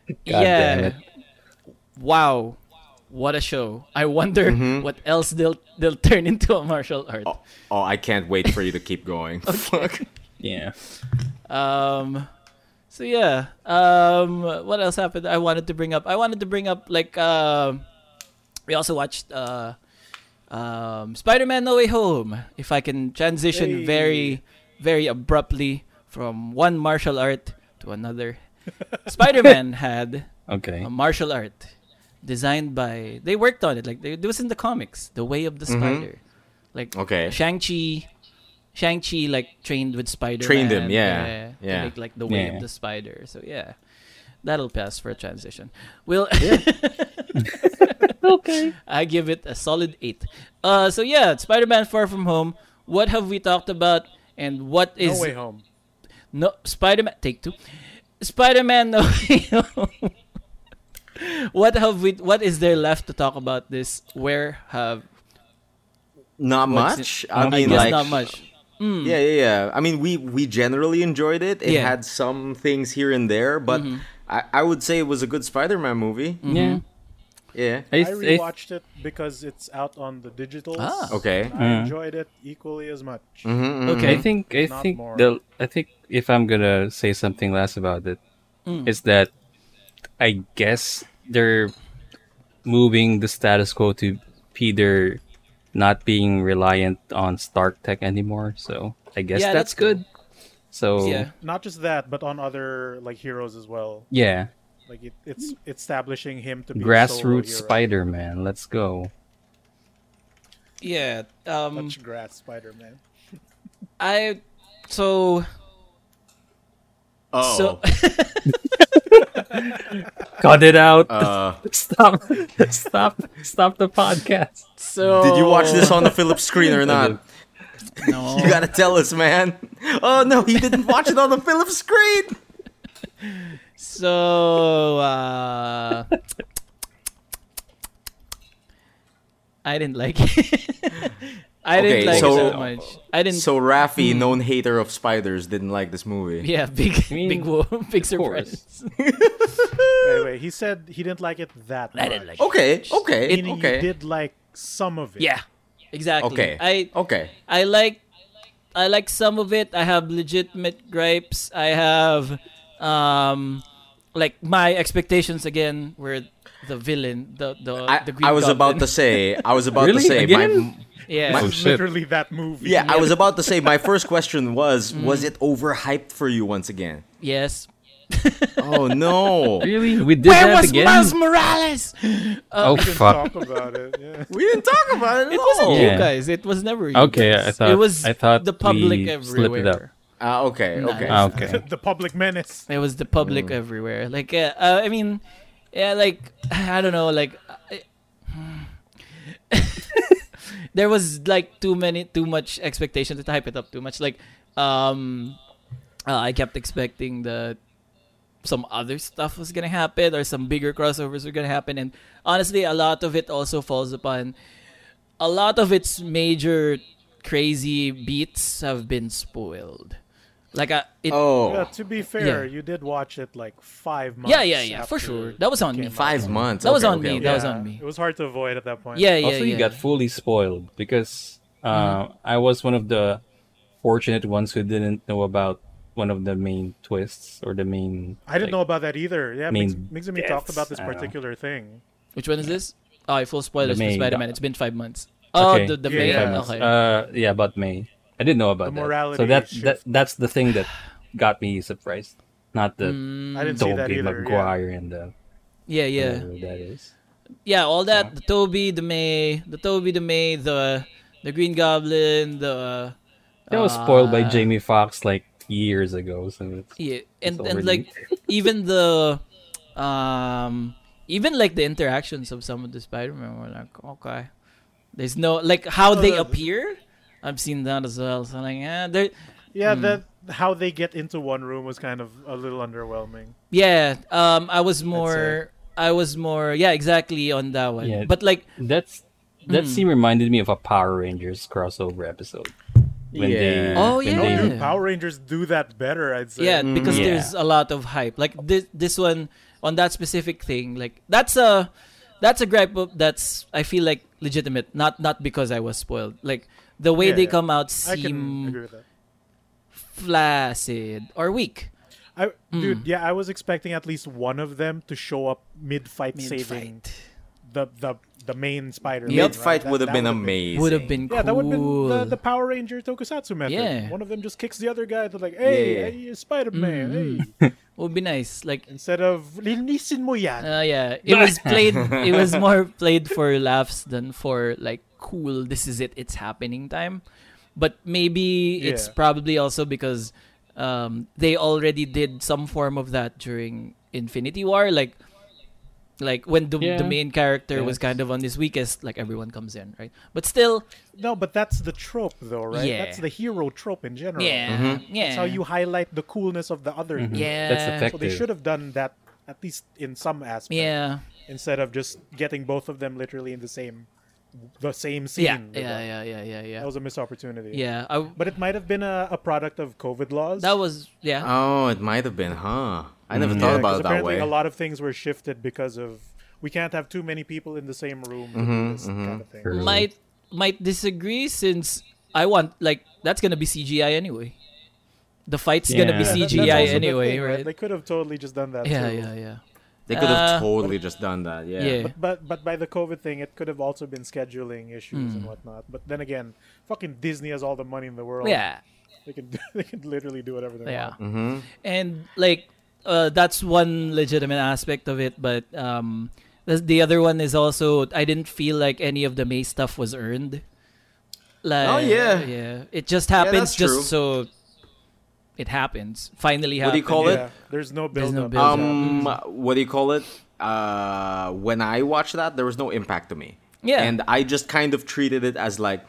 God yeah. damn it. Wow. What a show. I wonder Mm-hmm. what else they'll they'll turn into a martial art. Oh, I can't wait for you to keep going. Fuck. Yeah. Um so yeah. Um what else happened I wanted to bring up? I wanted to bring up like um we also watched uh um Spider-Man No Way Home. If I can transition Hey. very very abruptly from one martial art to another. Spider-Man had Okay. a martial art designed by they worked on it like they, it was in the comics the way of the spider like Okay. shang-chi shang-chi like trained with spider Trained him, yeah, yeah. to make like the way Yeah. of the spider so yeah that'll pass for a transition we'll okay. I give it a solid eight. Uh, so yeah, Spider-Man: Far From Home. What have we talked about, and what is No way home. no, Spider Man. Take two. Spider Man. No. Way Home. what have we? What is there left to talk about? This where have Not What's much. it- I I mean, guess like, not much. Hmm. Yeah, yeah, yeah. I mean, we we generally enjoyed it. It Yeah. Mm-hmm. had some things here and there, but I, I would say it was a good Spider-Man movie. Yeah. Yeah. I, I th- I th- rewatched it because it's out on the digital. Ah. Mm-hmm. Okay. I enjoyed it equally as much. I mm-hmm. Okay. think I Not think more. the I think if I'm gonna say something last about it, Hmm. is that I guess they're moving the status quo to Peter not being reliant on Stark tech anymore. So I guess Yeah, that's, that's good. So Yeah. Not just that, but on other like heroes as well. yeah, Like it, it's establishing him to be a solo grassroots hero. Spider Man. Let's go. Yeah. Um. Much grass Spider-Man. I. So. Oh. So. Cut it out. uh, stop. Stop. Stop the podcast. so. did you watch this on the Philips screen or not? No. You gotta tell us, man. Oh no, he didn't watch it on the Philips screen. So. Uh, I didn't like it. I Okay, didn't like so- it that much. I didn't. So Rafi, known hater of spiders, didn't like this movie. Hmm. yeah, big, mean, big, wo- big course. surprise. Wait, wait. He said he didn't like it that much. I didn't like it. Okay. Okay. Meaning okay. he did like some of it. Yeah, exactly. Okay. I uh, okay. I like I like some of it. I have legitimate gripes. I have um like my expectations again were the villain, the the I, the green I was about to Goblin. say. I was about Really? to say. My, Again? yeah. Oh, shit. Literally that movie. yeah, I was about to say. My first question was: Hmm. Was it overhyped for you once again? yes. Oh no. Really? We did Where that was again? Miles Morales? oh We didn't fuck. talk about it. Yeah. We didn't talk about it. It Wasn't Yeah. Oh, you guys? It was never you Okay, guys. I thought it was I thought the public we everywhere. Slipped it up. Ah, okay. Okay. Ah, Okay. the public menace. It was the public everywhere. Like, uh, uh, I mean, yeah, like I don't know, like I, there was like too many, too much expectation to hype it up too much. Like, um, uh, I kept expecting that some other stuff was gonna happen or some bigger crossovers were gonna happen, and honestly, a lot of it also falls upon a lot of its major crazy beats have been spoiled. Like, I, it, Yeah, Oh, to be fair, Yeah. you did watch it like five months. Yeah, yeah, yeah, for after sure. it That was on came me. out. five months. That was Okay, on okay, me. okay. That was on me. It was hard to avoid at that point. Yeah, yeah, also, yeah. Mm-hmm. you got fully spoiled because uh, I was one of the fortunate ones who didn't know about one of the main twists or the main. I didn't know like, about that either. Yeah, I mean, Mix Mix and me talked deaths, about this I don't know. particular thing. Which one is this? Oh, I full spoilers The for May. Spider-Man. It's been five months. Oh, Okay. the the Yeah, May. yeah. Okay. Uh, yeah, about May. I didn't know about The that. morality So that, shift. that that's the thing that got me surprised, not the I didn't see that Tobey either. Yeah. Maguire and the yeah, Mm. yeah, whatever that is. yeah. All that the Toby, the May, the Toby, the May, the the Green Goblin, the That was spoiled Uh, by Jamie Fox like years ago. So it's, yeah, and It's and already- like even the um even like the interactions of some of the Spider-Man were like okay, there's no like how they the- appear. I've seen that as well. So like, eh, there, Yeah, that how they get into one room was kind of a little underwhelming. Yeah, um, I was more, I was more, yeah, exactly on that one. Yeah. But like, that's Hmm. that scene reminded me of a Power Rangers crossover episode. When they Yeah. Oh, yeah. when Oh, they Dude, Power Rangers do that better, I'd say. Mm. yeah, because Yeah. there's a lot of hype. Like this, this one, on that specific thing like that's a that's a gripe of- that's I feel like legitimate not not because I was spoiled like the way Yeah, they yeah. come out I can seem agree with that. flaccid or weak I, Mm. Dude, yeah, I was expecting at least one of them to show up mid-fight, saving mid-fight the the the main spider. Yep. Mid fight would have been amazing. would have been cool Yeah, that would have been the, the Power Ranger Tokusatsu method. Yeah. One of them just kicks the other guy. They're like, "Hey, Yeah. hey Spider-Man!" Mm-hmm. Hey. would be nice like Instead of "Linisin mo yan." Uh, yeah, it was played. It was more played for laughs than for like cool. This is it. It's happening time. But maybe it's Yeah. probably also because um, they already did some form of that during Infinity War, like like when the, the Yeah. main character was Yes. kind of on his weakest, like everyone comes in, right? But still, No, but that's the trope, though, right? Yeah. That's the hero trope in general. yeah, yeah, That's how you highlight the coolness of the other. yeah, That's effective. So they should have done that at least in some aspect. yeah, Instead of just getting both of them literally in the same, the same scene. yeah, with yeah, them. yeah, yeah, yeah, yeah. That was a missed opportunity. yeah, I, But it might have been a, a product of COVID laws. that was yeah. Oh, it might have been, huh? I never thought Mm. Yeah, 'cause about it that apparently way. a lot of things were shifted because of we can't have too many people in the same room. to Mm-hmm, do this kind of thing. True. might might disagree since I want like that's gonna be CGI anyway. The fight's gonna be Yeah. That- that's CGI also the anyway, thing, right? They could have totally just done that. yeah, too. yeah, yeah, They could Uh, have totally just done that. Yeah. yeah. But but by the COVID thing, it could have also been scheduling issues Hmm. and whatnot. But then again, fucking Disney has all the money in the world. yeah, they can they can literally do whatever they yeah. want. Mm-hmm. And like uh, that's one legitimate aspect of it, but um, the, the other one is also I didn't feel like any of the May stuff was earned. Like, Oh, yeah. yeah. It just happens, that's just true. so it happens. Finally, What do you happened. call it? Yeah, there's no There's build no up. build-up. Um, Mm. what do you call it? Uh, when I watched that, there was no impact to me. Yeah. And I just kind of treated it as like,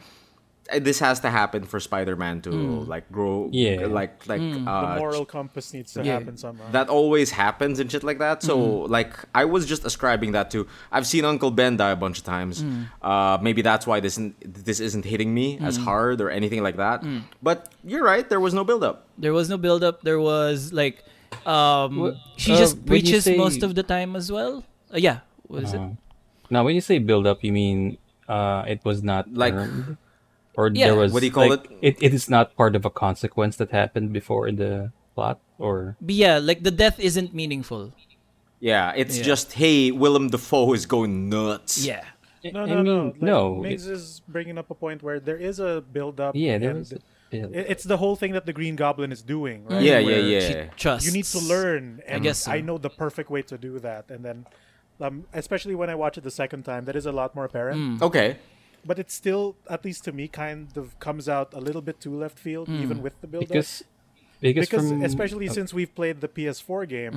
eh, this has to happen for Spider-Man to Mm. like grow. Yeah. Like like the uh, moral compass needs to Yeah. happen somehow. that always happens and shit like that. So Mm-hmm. like I was just ascribing that to I've seen Uncle Ben die a bunch of times. Mm. Uh, maybe that's why this isn't, this isn't hitting me as hard or anything like that. Mm. But you're right, there was no buildup. There was no build up. There was like um Wha- she uh, just when you preaches say- most of the time as well. Uh, yeah. What is Uh-huh. it? Now, when you say build up, you mean uh, it was not Like- earned? or Yeah. there was What do you call like, it? It is not part of a consequence that happened before in the plot, or But yeah, like the death isn't meaningful. Yeah, it's Yeah. just hey, Willem Dafoe is going nuts. Yeah. no, I no, mean, no. Like, no, Migs it- is bringing up a point where there is a build up. yeah, there and was. a it- build. It's the whole thing that the Green Goblin is doing, right? Yeah, yeah, Where yeah. She trusts. You need to learn, and I, guess so. know the perfect way to do that. And then, um, especially when I watch it the second time, that is a lot more Hmm. apparent. Okay. But it still, at least to me, kind of comes out a little bit too left field, Hmm. even with the build up. because because, because from, especially since we've played the PS4 game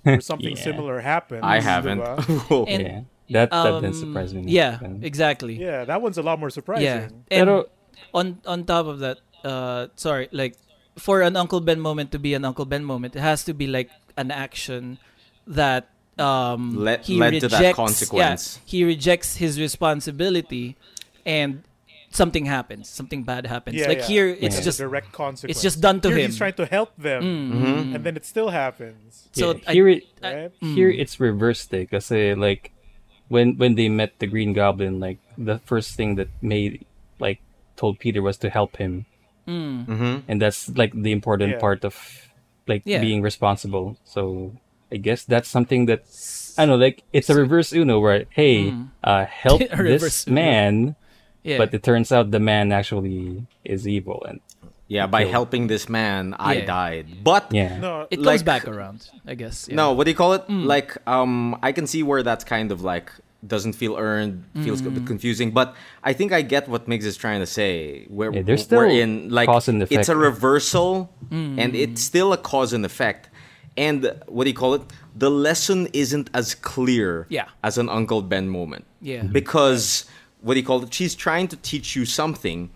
Hmm. where something Yeah. similar uh, happened. I haven't. diba? Whoa. And- yeah, that Um, that didn't surprise me. Yeah, Then. exactly. Yeah, that one's a lot more surprising. Yeah. And Pero- on on top of that, uh sorry, like for an Uncle Ben moment to be an Uncle Ben moment, it has to be like an action that um Led- he led to rejects, yeah, that consequence. he rejects his responsibility and something happens. Something bad happens. Yeah, like yeah. here it's a just direct consequence. it's just done to Here him. Hmm. He's trying to help them, and then it still happens. so Yeah, I- here it I- Right? here it's reversed eh, kasi like when when they met the Green Goblin, like the first thing that made like told Peter was to help him, mm-hmm. and that's like the important Hmm. Yeah. part of like Yeah. being responsible. So I guess that's something that I don't know, like it's a reverse Uno where hey, hmm. uh, help A reverse this Uno. man, Yeah. but it turns out the man actually is evil, and Yeah, by Okay. helping this man, I Yeah. died. But yeah, No, it comes like- back around, I guess. yeah. Mm. no, what do you call it? Like, um, I can see where that's kind of like doesn't feel earned, feels a Mm. bit confusing. But I think I get what Migs is trying to say. Where Yeah, we're there's still in like cause and it's a effect. reversal, Mm. and it's still a cause and effect. And what do you call it? The lesson isn't as clear Yeah. as an Uncle Ben moment. Yeah. Mm-hmm. Because what do you call it? She's trying to teach you something,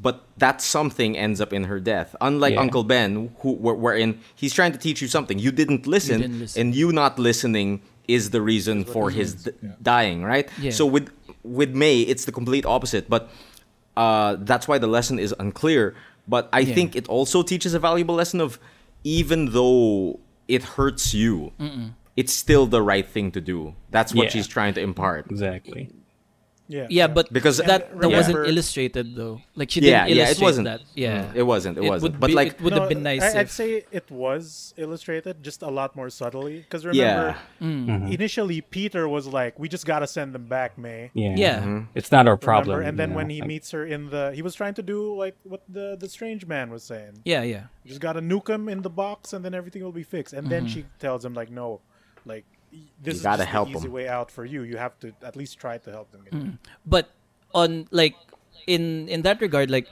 but that something ends up in her death. Unlike Yeah. Uncle Ben, who where- wherein he's trying to teach you something, you didn't listen, didn't listen. and you not listening is the reason for his d- dying. Right. Yeah. So with with May, it's the complete opposite. But uh, that's why the lesson is unclear. But I think it also teaches a valuable lesson of even though it hurts you, it's still the right thing to do. That's what Yeah. she's trying to impart. exactly. Yeah, Yeah, but Because- that, that And wasn't remember- illustrated though. Like she didn't Yeah, yeah, illustrate it wasn't. Mm. that. Yeah, It wasn't. It, wasn't. Would But be, like, it would have been nice. I, would if- say it was illustrated, just a lot more subtly. Because Yeah. Mm-hmm. remember, Mm. initially Peter was like, "We just gotta send them back, May." Yeah. yeah, It's not our Remember? problem. and you then know, when he like- meets her in the, he was trying to do like what the the strange man was saying. yeah, yeah. You just gotta nuke him in the box, and then everything will be fixed. And then Mm-hmm. she tells him like, "No, like y- this is gotta just help the easy 'em." way out for you. You have to at least try to help them." Get Mm. out." But on like in in that regard, like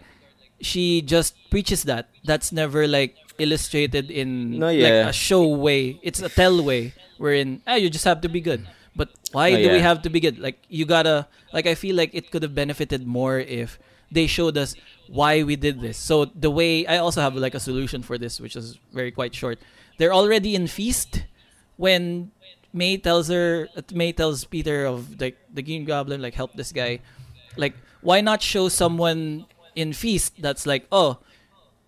she just preaches that. That's never like illustrated in No, like a yeah. show way. It's a tell way wherein ah you just have to be good. But why No, do we yeah. have to be good? Like you gotta like I feel like it could have benefited more if they showed us why we did this. So the way I also have like a solution for this, which is very quite short. They're already in feast when May tells her May tells Peter of like the Green Goblin like help this guy. Like why not show someone in feast that's like oh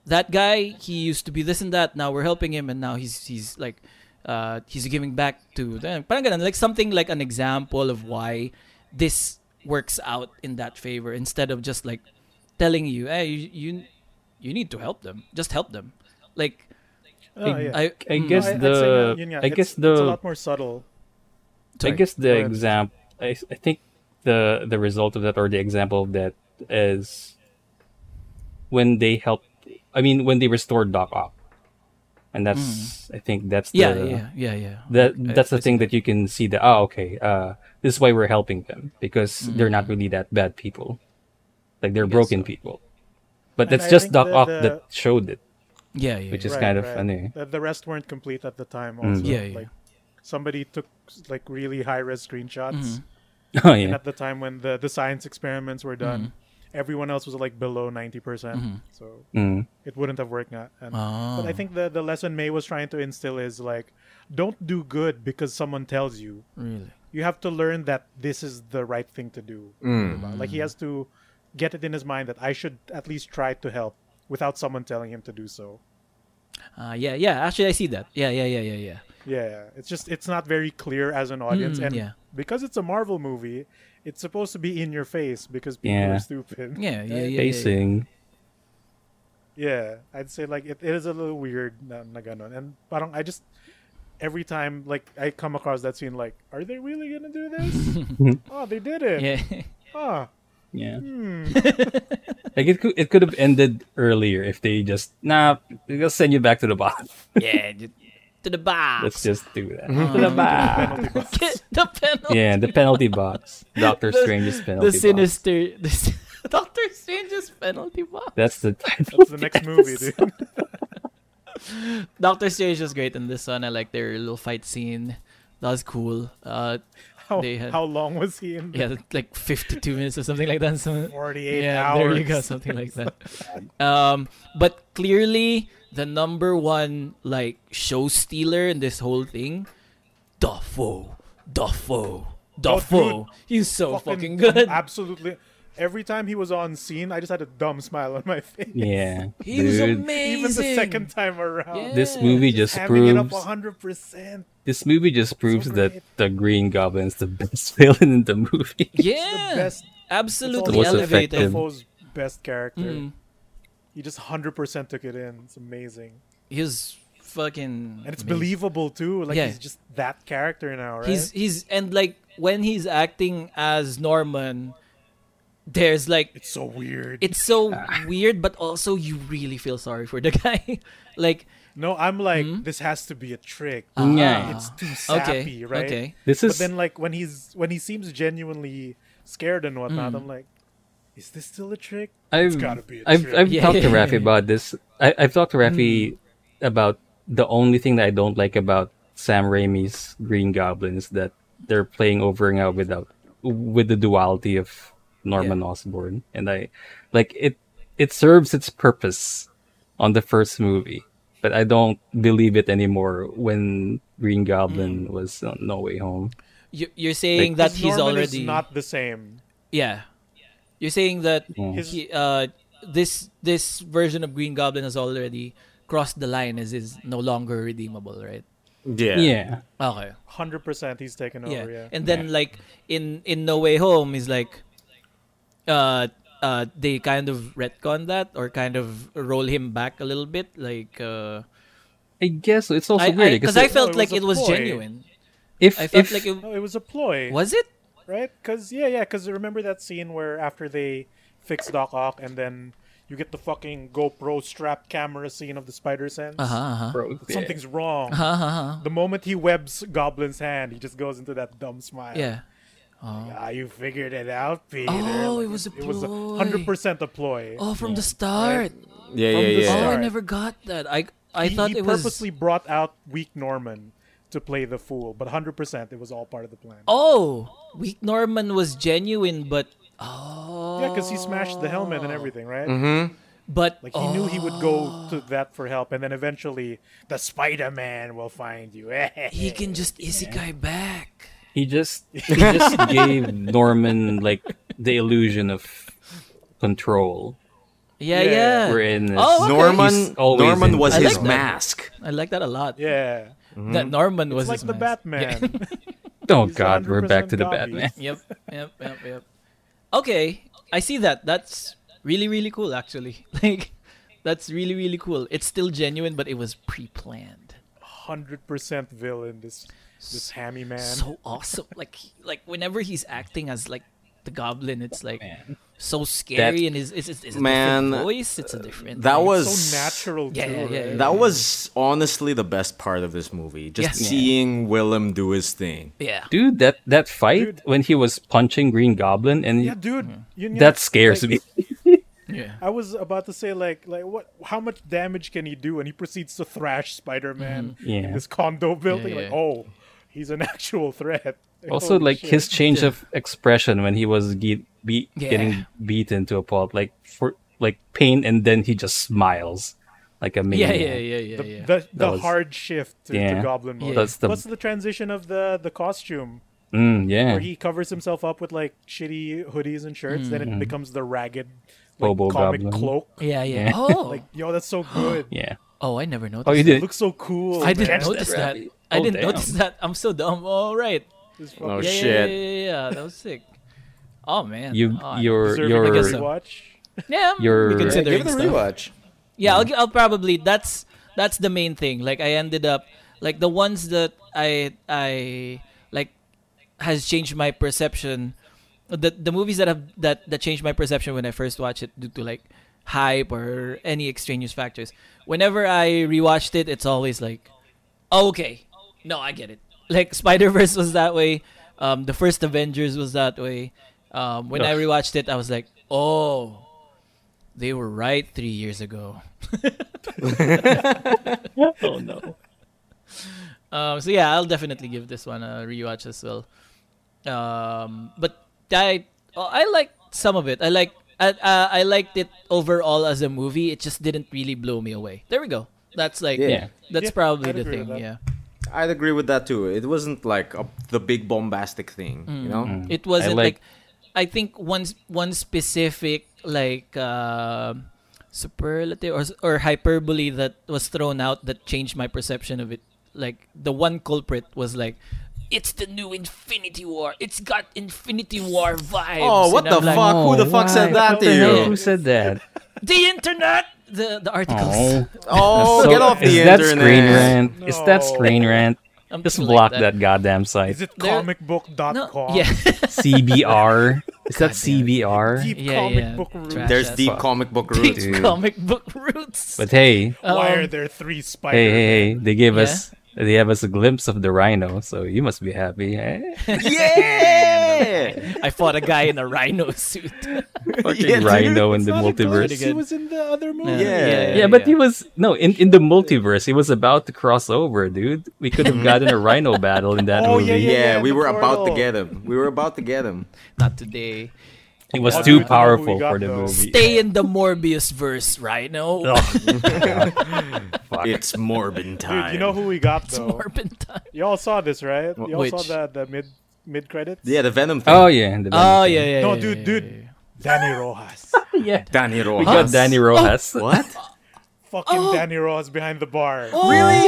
that guy he used to be this and that now we're helping him and now he's he's like uh he's giving back to them parang ganun, like something like an example of why this works out in that favor instead of just like telling you hey you you, you need to help them just help them like Oh, yeah. I, I mm, guess I- I'd say, the yun nga, I it's- guess it's a the lot more subtle. I sorry. guess the Go ahead. example I, I think the the result of that or the example of that is when they helped I mean when they restored Doc Ock. And that's I think that's the yeah yeah yeah yeah Uh, that I- that's the thing that you can see that oh okay uh this is why we're helping them because they're not really that bad people like they're guess broken so. people but And that's I just think Doc that, Ock uh, that showed it yeah yeah which yeah. is kind of Mm-hmm. funny The, the rest weren't complete at the time. Also, Yeah, yeah. like somebody took like really high res screenshots, Mm-hmm. oh yeah and at the time when the the science experiments were done, Mm-hmm. everyone else was like below ninety percent, so Mm. it wouldn't have worked. Out. And, But Ah. I think the the lesson May was trying to instill is like, don't do good because someone tells you. really You have to learn that this is the right thing to do. Mm. Like he has to get it in his mind that I should at least try to help without someone telling him to do so. uh, yeah yeah actually I see that yeah yeah yeah yeah yeah Yeah, it's just it's not very clear as an audience, Mm, and yeah. because it's a Marvel movie, it's supposed to be in your face because people Yeah. are stupid. yeah yeah yeah, right? yeah, yeah. pacing Yeah, I'd say like it, it is a little weird na, na ganun. and parang I just every time like I come across that scene like, are they really gonna do this? oh, they did it. yeah. Ah, yeah like it could, it could have ended earlier if they just nah we'll send you back to the box Yeah, ju- to the box. let's just do that Mm-hmm. to the box penalty box. Get the penalty. yeah the penalty box Doctor The- Strange's the penalty box sinister. The, sin- Doctor Strange's penalty box. that's the title That's the next movie, dude. Doctor Strange was great in this one. I like their little fight scene. That was cool. Uh, How, They had- how long was he in? yeah, like fifty-two minutes or something like that. So, Forty-eight yeah, hours. there you go, something like that. um, but clearly, the number one like show stealer in this whole thing, Duffo, Duffo, Oh, Duffo. He's so fucking, good. Absolutely. Every time he was on scene, I just had a dumb smile on my face. yeah He was dude. amazing. Even the second time around. Yeah. this movie just just hamming it up proves 100%. this movie just proves that great. the Green Goblin's the best villain in the movie. Yeah, Best, absolutely The most elevated. effective. Defoe's best character. Mm. He just 100% took it in. It's amazing. He's fucking, And it's amazing. believable, too. Like, Yeah. he's just that character now, right? He's he's and like when he's acting as Norman, there's like it's so weird. it's so Ah. weird, but also you really feel sorry for the guy. like no, I'm like, this has to be a trick. Yeah. It's too sappy, Mm-hmm. Uh-huh. okay, right? okay, This But is then, like, when he's when he seems genuinely scared and Mm. whatnot, I'm like, is this still a trick? I've gotta be a I've, trick. I've Yeah. Mm. talked to Rafi about this. I, I've talked to Rafi about the only thing that I don't like about Sam Raimi's Green Goblin is that they're playing over and out without with the duality of Norman Osborn, and I like it. It serves its purpose on the first movie, but I don't believe it anymore when Green Goblin Mm. was on No Way Home. you, you're saying that His he's Norman already is not the same. yeah. You're saying that Yeah. His- he, uh, this this version of Green Goblin has already crossed the line, as is no longer redeemable, right? Yeah. Yeah. Okay. Hundred percent, he's taken over. yeah. Yeah. And then like in in No Way Home is like uh uh they kind of retcon that or kind of roll him back a little bit like uh I guess so. it's also I, weird I, cuz because I if felt it like was a it was ploy. genuine. if, I felt like it no, it was a ploy, was it? right? Because yeah, yeah. Because remember that scene where after they fix Doc Ock, and then you get the fucking GoPro strap camera scene of the Spider Sense. Uh-huh. uh-huh. Something's wrong. Uh-huh. The moment he webs Goblin's hand, he just goes into that dumb smile. Yeah. Ah, you figured it out, Peter. Oh, Like, it was a It was ploy. hundred percent a ploy. Oh, from the start. Yeah, From yeah, the yeah. Oh, I Right. never got that. I I he, thought he it was purposely brought out weak Norman to play the fool, but hundred percent, it was all part of the plan. Oh, Weak Norman was genuine, but oh, Yeah, because he smashed the helmet and everything, right? But Like he knew he would go Oh. to that for help, and then eventually the Spider Man will find you. Oh, he can just isekai back. he just he just gave Norman like the illusion of control. Yeah, Yeah. yeah. Wherein Oh, okay. Norman He's always Norman in- was I his like that. mask. I like that a lot. yeah, That Norman was it's like his the mask. Batman. oh he's god, we're back 100% to the copy. Batman. Yep, yep, yep, yep. Okay, I see that. That's really, really cool. Actually, like that's really, really cool. It's still genuine, but it was pre-planned. Hundred percent villain. This this hammy man. So awesome. Like, he- like whenever he's acting as like the Goblin, it's like. So scary, and That- is it's, it's, it's a Man, different voice. It's a different. That like, was so natural. Yeah, too, yeah, yeah, right? yeah. That was honestly the best part of this movie. Just Yes. Yeah. seeing Willem do his thing. Yeah. Dude, that that fight Dude. when he was punching Green Goblin and Yeah, dude. You know, that scares like, me. Yeah. I was about to say like like what how much damage can he do and he proceeds to thrash Spider-Man in Yeah. this condo building Yeah, like yeah. oh he's an actual threat. Like, Also, holy like shit. his change of expression when he was ge- be- Yeah. getting beaten to a pulp, like for like pain, and then he just smiles like a Yeah, maniac. yeah, yeah, yeah, the yeah. the, the was- hard shift to, Yeah. to Goblin mode. That's the- What's the transition of the the costume Mm, yeah. where he covers himself up with like shitty hoodies and shirts then it becomes the ragged like, Mm-hmm. Bobo comic Goblin. cloak. Yeah, yeah. Yeah. Oh, Like yo that's so good. yeah. oh, I never noticed. Oh, you that. did. Looks so cool. I didn't man. notice that. that. I Oh, didn't damn. notice that. I'm so dumb. All right. It's Oh fucking Yeah, yeah, shit. yeah, yeah, yeah, That was sick. Oh man. You, oh, I'm your, deserving your, of guess a so. rewatch. yeah. I'm your- reconsidering give it a stuff. rewatch. Yeah, I'll, gi- I'll probably that's that's the main thing. Like I ended up like the ones that I I like has changed my perception. The the movies that have that that changed my perception when I first watched it due to like hype or any extraneous factors. Whenever I rewatched it, it's always like, oh, okay, no, I get it. Like Spider Verse was that way. Um, the first Avengers was that way. Um, when I Ugh. rewatched it, I was like, oh, they were right three years ago. oh no. Um, so yeah, I'll definitely give this one a rewatch as well. Um, but I oh, I like some of it. I like I uh, I liked it overall as a movie. It just didn't really blow me away. There we go. That's like Yeah. that's Yeah, probably I'd the agree with thing. that. Yeah, I'd agree with that too. It wasn't like a, the big bombastic thing, you know? it wasn't like, like- I think one s- one specific like uh, superlative or s- or hyperbole that was thrown out that changed my perception of it. Like the one culprit was like. It's the new Infinity War. It's got Infinity War vibes. Oh, what And the I'm like, fuck? Who the fuck said that Oh, What the hell? to Who you? said that? the internet the the articles Oh, Oh, So, get off the is internet. that screen rant? Is that No. screen rant? I'm Just like block that. goddamn Is site. it There- comicbook.com? no, yeah CBR. Is that CBR? Deep Yeah, comic yeah. book roots. Trash. There's Yes. deep Fuck. comic book Big roots. Dude. comic book roots But hey, Why Um, are there three spiders? hey, hey, hey! They gave Yeah. us they gave us a glimpse of the rhino, so you must be happy. eh? yeah! I fought a guy in a rhino suit Fucking Yeah, dude. rhino in It's the not a glitch, multiverse. He was in the other movie. Yeah. Yeah, but he was no in, in the multiverse. He was about to cross over, dude. We could have gotten a rhino battle in that Oh, movie. yeah, yeah. Yeah, we the were about to portal. get him. We were about to get him. not today He was Oh, too dude, powerful we got for the those. movie. stay in the Morbius verse rhino Fuck. It's Morbin time. Dude, you know who we got It's though? Morbin Y'all saw this, right? Y'all Which? saw the, the mid mid credits? Yeah, the Venom thing. oh yeah, the oh yeah yeah No, yeah, dude, yeah, yeah, dude. yeah. Danny Rojas. yeah. Danny We Rojas. got Oh, Danny Rojas. What? Oh. Fucking Danny Rojas behind the bar. really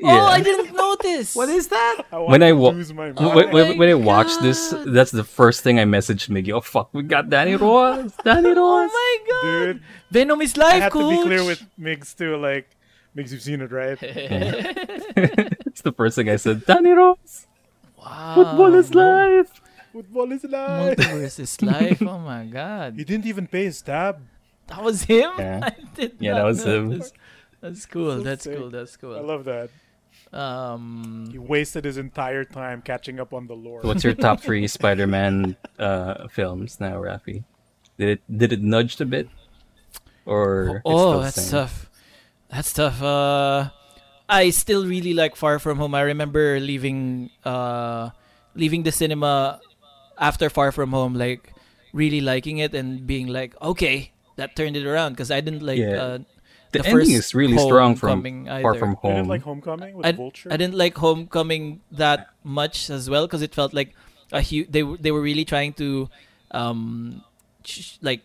Oh, I didn't notice. Oh What is that? I want when I to wa- lose my when, mind. when, when- when my I watched this, God. that's the first thing I messaged Miggy. Oh fuck, we got Danny Ross. Danny Ross. Oh my god. Dude, Venom is I life have to coach. be clear with Migs too. Like, Migs, you've seen it, right? it's the first thing I said. Danny Ross. wow. Football is life. Football is life. Multiverse is life. Oh my god. He didn't even pay his tab. That was him? Yeah. I did not Yeah, that was um, him. notice. That's cool. So That's sick. cool. That's I cool. love that. Um He wasted his entire time catching up on the lore. What's your top three Spider-Man uh, films now, Rafi? Did it did it nudged a bit, or it's still Oh, the that's same? tough. That's tough. Uh, I still really like Far From Home. I remember leaving, uh, leaving the cinema after Far From Home, like really liking it and being like, okay, that turned it around because I didn't like. Yeah. Uh, The, the ending first is really strong from Homecoming either. Far From You Home. didn't like Homecoming with I, Vulture? I didn't like Homecoming that much as well because it felt like a huge. They were- they were really trying to, um, ch- like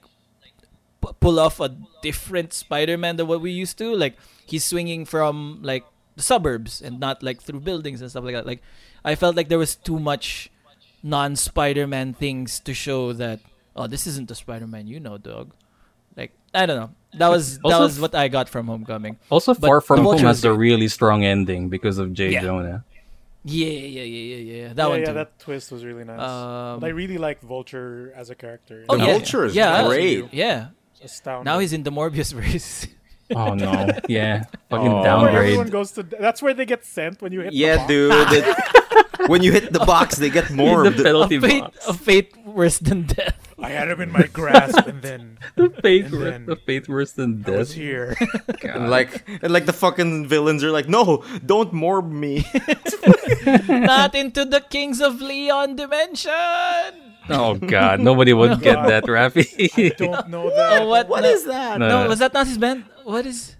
p- pull off a different Spider-Man than what we used to. Like he's swinging from like the suburbs and not like through buildings and stuff like that. Like I felt like there was too much non-Spider-Man things to show that oh this isn't the Spider-Man you know, dog. Like I don't know. That was that Also- was what I got from Homecoming. Also, But Far the From Home Vulture has was a really strong ending because of J. Yeah. Jonah. Yeah, yeah, yeah, yeah, yeah. That yeah, one yeah, too. that twist was really nice. Um, but I really liked Vulture as a character. Oh, The yeah. Vulture is Yeah. great. Yeah. Astounding. Now he's in the Morbius verse. Oh no, yeah, fucking Oh. That's where downgrade. everyone goes to. That's where they get sent when you hit. the Yeah, box. dude. it- when you hit the box, they get the morbed. a penalty fate, box. a fate worse than death. I had him in my grasp, and then The fate, and wor- then- the fate worse than I was death. here. And like, and like the fucking villains are like, no, don't morb me. Not into the Kings of Leon dimension. Oh god, nobody would get No. that, Rafi. Don't know that. Oh, what? What no, is that? No. No, was that not his band? What is?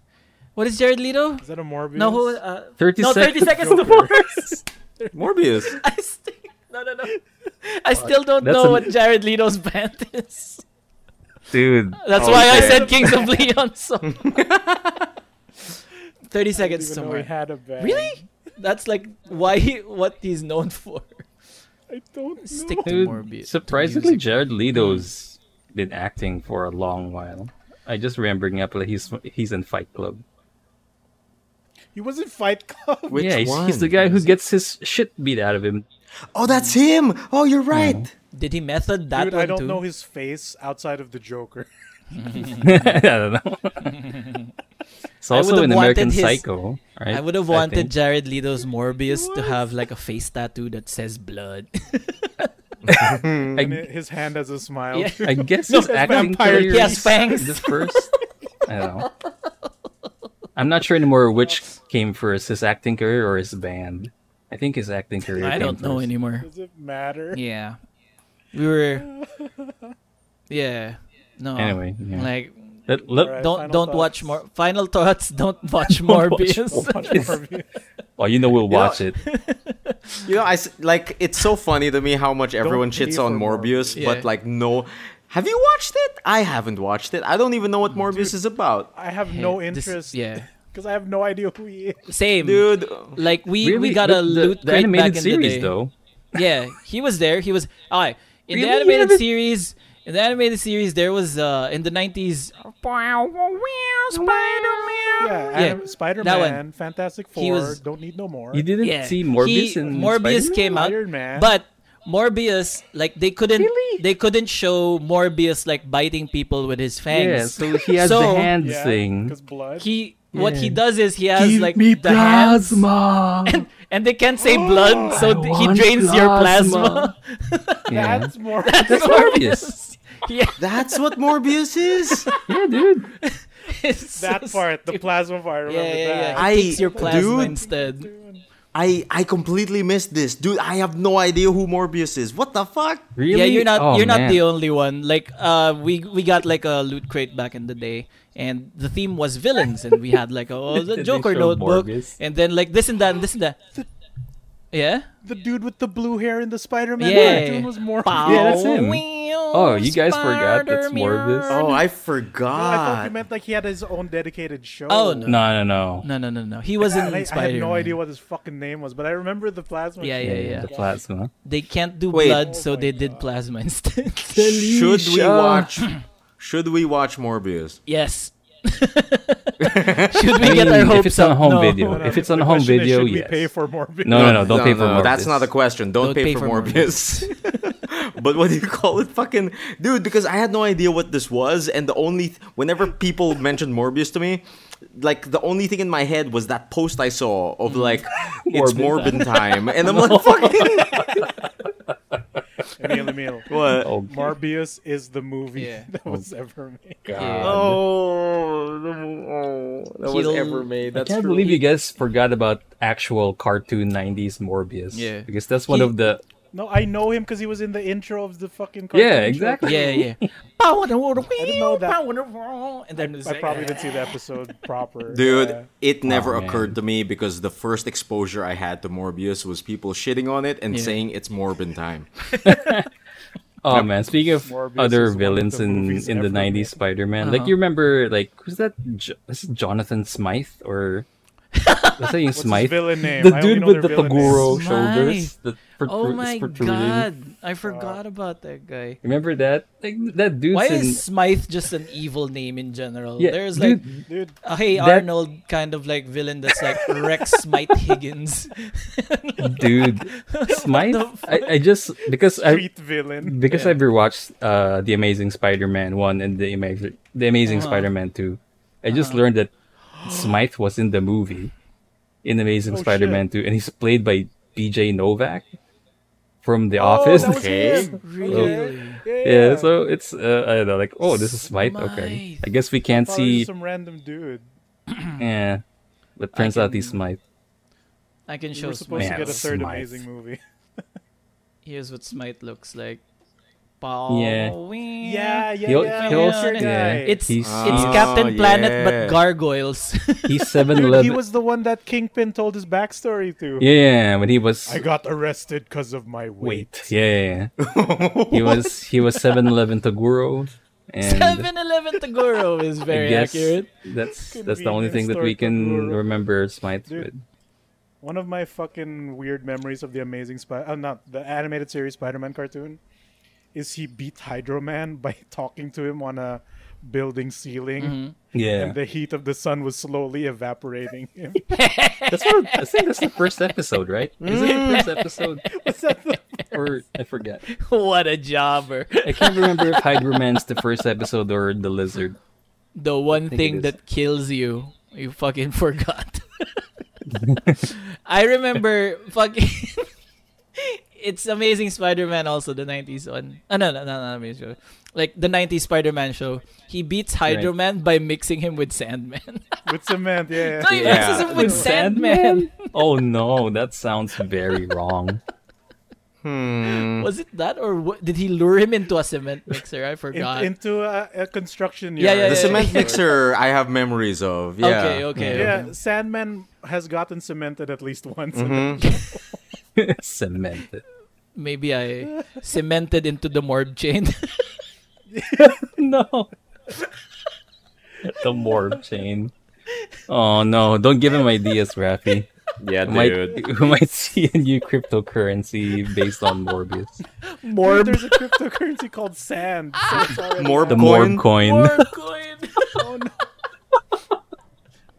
What is Jared Leto? Is that a Morbius? No, who? Uh, 30 no, seconds. thirty seconds to Mars. Morbius. I still, no, no, no. I still don't That's know an- what Jared Leto's band is. Dude, That's why I Okay. said Kings of Leon. So. thirty I didn't seconds even to know he Mars. had a band. Really? That's like why he, what he's known for. I don't know. Stick to Mm. dude, Morbius. to surprisingly, music. Jared Leto's been acting for a long while. I just remembering up that he's he's in Fight Club. He was in Fight Club. Which yeah, he's, he's the one? guy who gets his shit beat out of him. Oh, that's him. Oh, you're right. Did he method that Dude, one I don't too? know his face outside of the Joker. I don't know. it's I also would've in American wanted his- Psycho, right? I would have wanted think. Jared Leto's Morbius to have like a face tattoo that says blood. And I, his hand has a smile. Yeah. I guess No, his acting vampire career he has fangs. the first. I don't know. I'm not sure anymore which came first, his acting career or his band. I think his acting career. I came don't know first. anymore. Does it matter? Yeah, we were. Yeah, no. Anyway, yeah. like Let- let- Alright. don't final don't thoughts. watch more. Final thoughts. Don't watch Morbius. Watch Morbius. Oh, you know we'll know- watch it. You know, I s- like it's so funny to me how much everyone pay shits on for Morbius, Morbius. but Yeah. like, no. Have you watched it? I haven't watched it. I don't even know what Morbius is about, I have no Hey, this- interest. yeah, Because I have no idea who he is. same. dude. Like we Really? we got a The- the- loot the crate animated back in the series day. though. yeah, he was there. He was all right. In the Really? animated Yeah, but- series, in the animated series, there was uh in the nineties. Yeah, Yeah, Adam- Spider-Man, Fantastic Four, He was- don't need no more. You didn't Yeah, see Morbius he- and Morbius Spider-Man? came out, Iron Man. but Morbius like they couldn't Really? they couldn't show Morbius like biting people with his Yeah, fangs. so he has So- the hands yeah, thing. Because blood. He what he Yeah. does is he has like the hands and, and they can't say blood, so th- he want drains your plasma. plasma. yeah. That's more. That's Morbius. yeah, That's what Morbius is. yeah, dude. it's so that part, the plasma part. I remember Yeah, yeah, yeah. that. I- It takes your plasma dude. instead. I I completely missed this, dude. I have no idea who Morbius is. What the fuck? Really? Yeah, you're not Oh, you're not man. the only one. Like uh we we got like a loot crate back in the day and the theme was villains and we had like a, oh, the Did they Joker show notebook Morbius? and then like this and that and this and that. Yeah. The dude with the blue hair in the Spider-Man Yeah. cartoon was more. Yeah, that's him. Oh, you guys forgot that's Morbius? Oh, I No, I thought forgot. you meant like he had his own dedicated show. Oh, no. No, no, no. No, no, no, no. He wasn't And I, I in Spider-Man. had no idea what his fucking name was, but I remember the plasma. Yeah, Yeah, shit. yeah, the plasma. They can't do Wait. blood, Oh so my they did plasma instead. should we Alicia. watch? Should we watch Morbius? yes. Should we I get mean, our if hopes it's on up? home No. video. No, If no, it's on the home question is, video, should we yes. pay for Morbius? No, no, no. Don't pay for Morbius. That's not the question. Don't, pay, for, Morbius. but what do you call it? Fucking dude, because I had no idea what this was, and the only th- whenever people mentioned Morbius to me, like the only thing in my head was that post I saw of like it's Morbin Morbin Mm. time, and I'm like fucking Emil, Emil. what? Oh, Morbius is the movie Yeah. that was ever made. God. Oh, the mo- oh, that was He'll- ever made. That's I can't true. believe you guys forgot about actual cartoon 90s Morbius. Yeah. Because that's one He- of the. No, I know him because he was in the intro of the fucking. Cartoon Yeah, show. exactly. Yeah, yeah. Power the world, didn't know that. power the world. And then it's I like, probably didn't see the episode proper. Dude, Yeah. it never Oh, man. occurred to me because the first exposure I had to Morbius was people shitting on it and Yeah. saying it's Morbin time. Oh man, speaking of Morbius other is one of villains the in movies Uh-huh. in the ever made. 90s Spider-Man, like you remember like who's that jo- this is Jonathan Smythe or was that What's his Smythe? villain name? I The only dude know with the their villain name. Taguro names. shoulders. The protr- oh is my protruding. god, I forgot about that guy. Remember that? Like that dude's Why in is Smythe just an evil name in general? yeah, There's like dude, Dude, a Hey that- Arnold kind of like villain that's like Rex Smythe Higgins. dude Smythe. the fuck? I, I just because I street villain. because Yeah. I've rewatched uh, the Amazing Spider-Man one and the Amazing the Amazing Uh-huh. Spider-Man two. I just Uh-huh. learned that Smythe was in the movie in Amazing Oh, Spider-Man two, and he's played by B.J. Novak from The Office. Oh, that was Okay. him. Really? Yeah. yeah, so it's uh, I don't know, like oh, this is Smythe. Okay, Smythe. I guess we can't Thought see. it was some random dude. Yeah, but turns out he's Smythe. I can We show were supposed Smythe. to get a third Smythe. amazing movie. Here's what Smythe looks like. Pow, Yeah. wee. Yeah, yeah, He al- yeah. he what's also- your yeah. guy? It's He's- it's Oh, Captain Planet yeah. but gargoyles. He's seven Dude, he eleven. was the one that Kingpin told his backstory to. Yeah, when he was I got arrested because of my weight. Wait, yeah, yeah, yeah. he was he was seven eleven Taguro, and 7-Eleven Taguro is I very guess accurate. that's Could that's be the only thing that we historical can Taguro. remember Smythe Dude. with. One of my fucking weird memories of the Amazing Spider, uh, not the animated series Spider-Man cartoon, is he beat Hydro Man by talking to him on a building ceiling, Yeah, and the heat of the sun was slowly evaporating him. that's what I think. That's the first episode, right? Is it the first episode? Was that the- Or I forget. What a jobber. I can't remember if Hydro Man's the first episode or the lizard. the one think it thing is. that kills you you fucking forgot i remember fucking it's amazing spider-man also the 90s one oh, no no no no amazing Spider- like the 90s spider-man show he beats hydro Right. man by mixing him with sandman with cement? Yeah. so he Yeah. mixes him with, sandman, Oh no, that sounds very wrong. was it that or what, did he lure him into a cement mixer i In- forgot into a, a construction Yeah, yard. yeah, The yeah, cement mixer I have memories of. Yeah. okay okay Yeah, okay. Sandman has gotten cemented at least once. Cemented. maybe i cemented into the morb chain no. the morb chain. Oh no! Don't give him ideas, Rafi. Yeah, Who might, who might see a new cryptocurrency based on Morbius? Dude, there's a cryptocurrency called Sand. So it's already Morb The coin. Morb coin. morb coin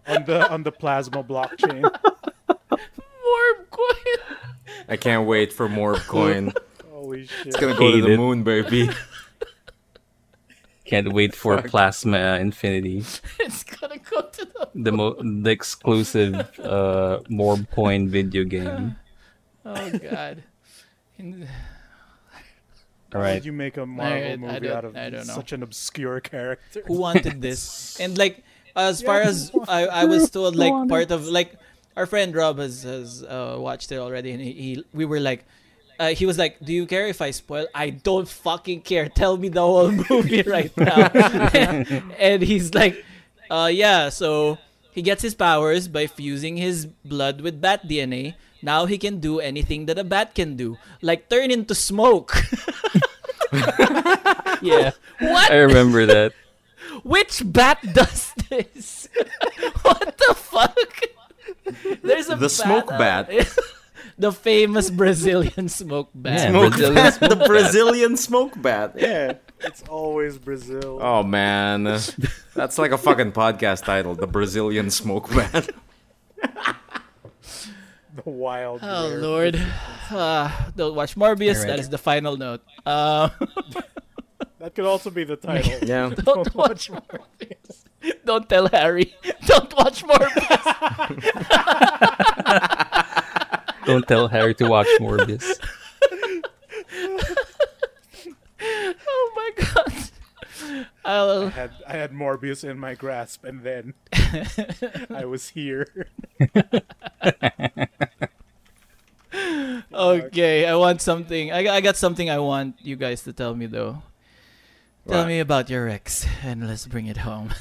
on the on the plasma blockchain. morb coin I can't wait for Morb coin. Holy shit! It's gonna go to Hate the it. moon, baby. Can't wait for Plasma Infinity, it's gonna go to the the mo- the exclusive uh, Morb coin video game. oh god In- All How right. did you make a Marvel I- I movie don't- out of I don't know. such an obscure character? who wanted this and like as far as I, I was told like part of like our friend rob has has uh, watched it already and he, he we were like uh, he was like, "Do you care if I spoil? I don't fucking care. Tell me the whole movie right now." and he's like, uh, "Yeah, so He gets his powers by fusing his blood with bat DNA. Now he can do anything that a bat can do, like turn into smoke. Yeah, what? I remember that. Which bat does this? what the fuck? There's a The smoke out- the famous Brazilian smoke bat. Yeah. Smoke Brazilian bat, smoke the bat. Brazilian smoke bat. Yeah. Yeah, it's always Brazil. Oh man, that's like a fucking podcast title, the Brazilian smoke bat. The wild. Oh rare lord. Uh, don't watch Morbius. Alright. That is the final note. Uh, That could also be the title. Yeah. don't watch Morbius. Don't tell Harry. Don't watch Morbius. Don't tell Harry to watch Morbius. oh my god. I I'll, had I had Morbius in my grasp, and then I was here. okay, I want something. I, got- I got something I want you guys to tell me though. Tell What? me about your ex, and let's bring it home.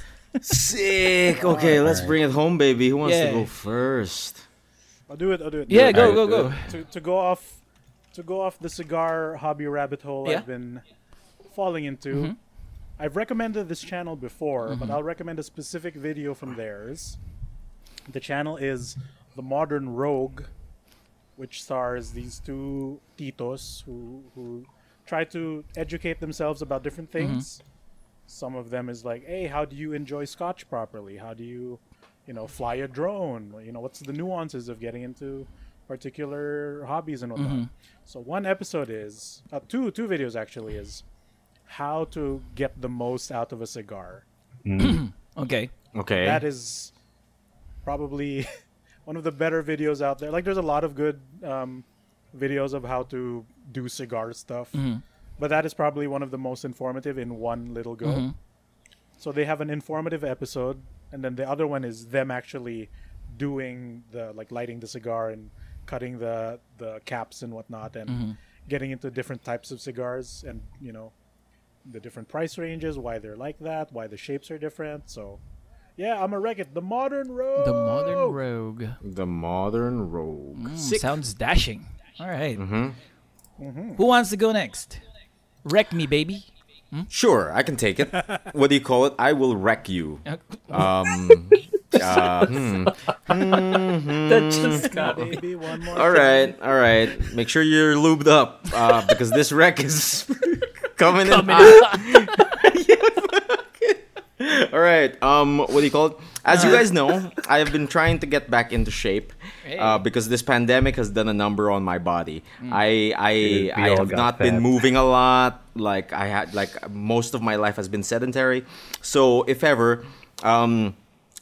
Sick. Okay, let's Alright. bring it home, baby. Who wants Yeah. to go first? I'll do it. I'll do it. Yeah, go Alright, go uh, go. To to go off, to go off the cigar hobby rabbit hole Yeah. I've been falling into. I've recommended this channel before, but I'll recommend a specific video from theirs. The channel is The Modern Rogue, which stars these two titos who who try to educate themselves about different things. Some of them is like, "Hey, how do you enjoy scotch properly? How do you, you know, fly a drone? You know, what's the nuances of getting into particular hobbies and whatnot?" So one episode is uh, two two videos actually is how to get the most out of a cigar. Okay. Okay. That is probably one of the better videos out there. Like, there's a lot of good um, videos of how to do cigar stuff, but that is probably one of the most informative in one little go. So they have an informative episode, and then the other one is them actually doing the like lighting the cigar and cutting the the caps and whatnot, and Mm-hmm. getting into different types of cigars and you know the different price ranges, why they're like that, why the shapes are different. So, yeah, I'm a wreck. The modern road. The modern rogue. the modern rogue. Mm, sounds dashing. All right. Mm-hmm. Who wants to go next? Wreck me, baby. Sure, I can take it. what do you call it? I will wreck you. Uh, Um. uh, hmm. That just got me. Maybe one more. All right, all right. Make sure you're lubed up uh, because this wreck is coming, in. Oh, hot. Yeah, fuck. all right. Um, what do you call it? As you guys know, I have been trying to get back into shape uh, Hey. because this pandemic has done a number on my body. I I Dude, we I all have got not that. been moving a lot. Like I had like most of my life has been sedentary. So if ever, um,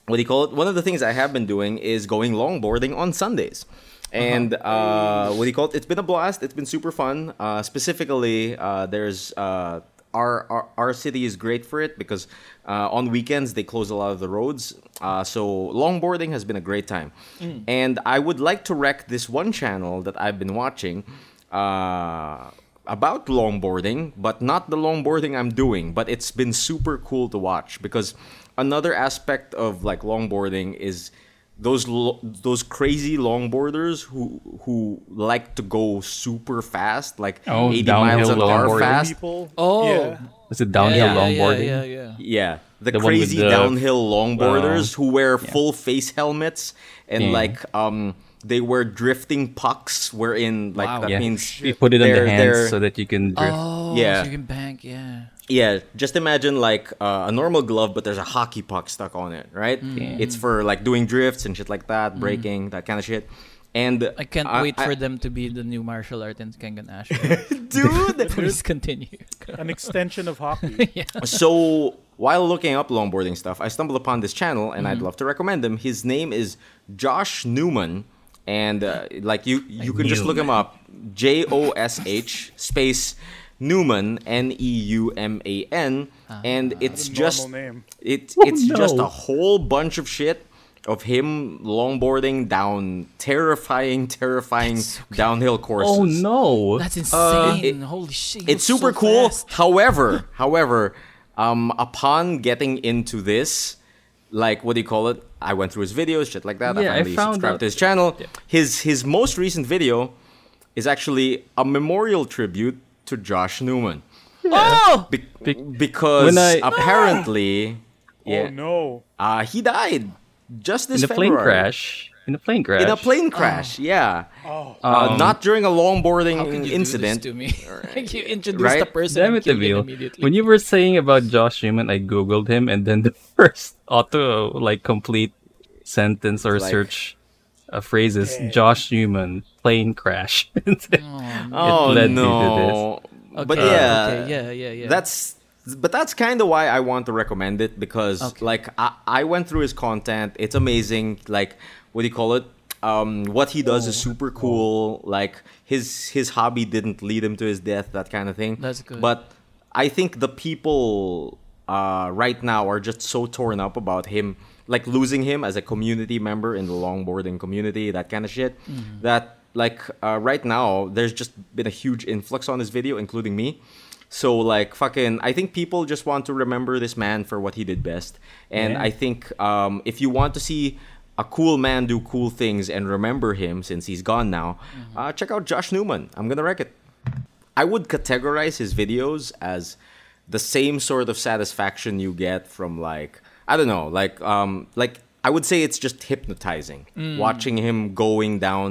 what do you call it? One of the things I have been doing is going longboarding on Sundays. And uh, what do you call it? It's been a blast. It's been super fun. Uh, specifically, uh, there's uh, our, our our city is great for it because uh, on weekends they close a lot of the roads. Uh, so longboarding has been a great time. And I would like to wreck this one channel that I've been watching. Uh, about longboarding, but not the longboarding I'm doing. But it's been super cool to watch because another aspect of like longboarding is those lo- those crazy longboarders who who like to go super fast, like Oh, 80 miles downhill an hour longboarding. fast. People. Oh. Yeah. Is it downhill yeah, longboarding? Yeah, yeah, yeah. Yeah, the, The one with crazy the- downhill longboarders who wear full face helmets and Yeah. like um they wear drifting pucks, wherein like Wow. that Yeah. means You put it on they're- the they're- hands so that you can drift. Oh, Yeah. so you can bank, yeah. Yeah, just imagine like uh, a normal glove, but there's a hockey puck stuck on it, right? Mm. It's for like doing drifts and shit like that, breaking that kind of shit. And I can't wait I- for them to be the new martial art in Kengan Ash. Dude, please continue. An extension of hockey. so while looking up longboarding stuff, I stumbled upon this channel, and Mm-hmm. I'd love to recommend him. His name is Josh Newman, and uh, like you, you can just look him up. J O S H space Newman N E U M A N, Ah, and it's normal just name. it Oh, it's just no. a whole bunch of shit of him longboarding down terrifying, terrifying downhill courses. Oh no! That's Uh, insane. Holy shit. It's you're so super cool. fast. However, however, um, upon getting into this, like what do you call it? I went through his videos, shit like that. Yeah, I I finally found subscribed out- to his channel. His his most recent video is actually a memorial tribute to Josh Newman. Oh, Be- Be- because when I- apparently Oh yeah, no. uh, he died just this in a plane February. crash. In a plane crash. In a plane crash, yeah. Oh. uh, Um, not during a longboarding how could you incident. do this to me? like you introduced Right? the person Damn and it, killed him Emil. immediately. When you were saying about Josh Newman, I googled him, and then the first auto like complete sentence or Like- search uh, phrases Yeah. Josh Newman plane crash. Oh led me to no! But Okay, yeah, okay, yeah, yeah, yeah. That's but that's kind of why I want to recommend it because Okay. like I, I went through his content. It's amazing. Like what do you call it? Um, what he does is Oh. super cool. Like his his hobby didn't lead him to his death. That kind of thing. That's good. But I think the people uh, right now are just so torn up about him, like losing him as a community member in the longboarding community, that kind of shit. Mm-hmm. That like uh, right now, there's just been a huge influx on this video, including me. So like fucking, I think people just want to remember this man for what he did best, and Yeah. I think um, if you want to see a cool man do cool things and remember him since he's gone now, Mm-hmm. uh, check out Josh Newman. I'm gonna wreck it. I would categorize his videos as the same sort of satisfaction you get from like I don't know, like um like I would say it's just hypnotizing watching him going down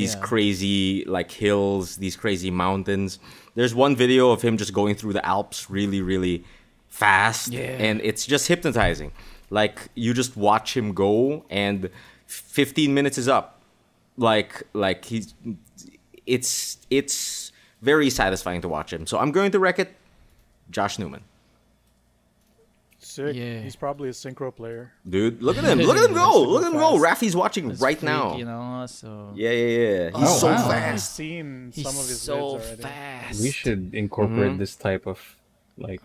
these Mm. Yeah. crazy like hills, these crazy mountains. There's one video of him just going through the Alps really really fast Yeah. and it's just hypnotizing. Like you just watch him go and 15 minutes is up like like he's it's it's very satisfying to watch him. So I'm going to wreck it. Josh Newman, Sick. Yeah. He's probably a synchro player. dude, look at him, look at him That's go, super look at him go. fast. Rafi's watching It's right freak, now. You know, so Yeah, yeah, yeah. He's Oh, so wow. I've fast. seen he's some of his vids so already. fast. we should incorporate this type of like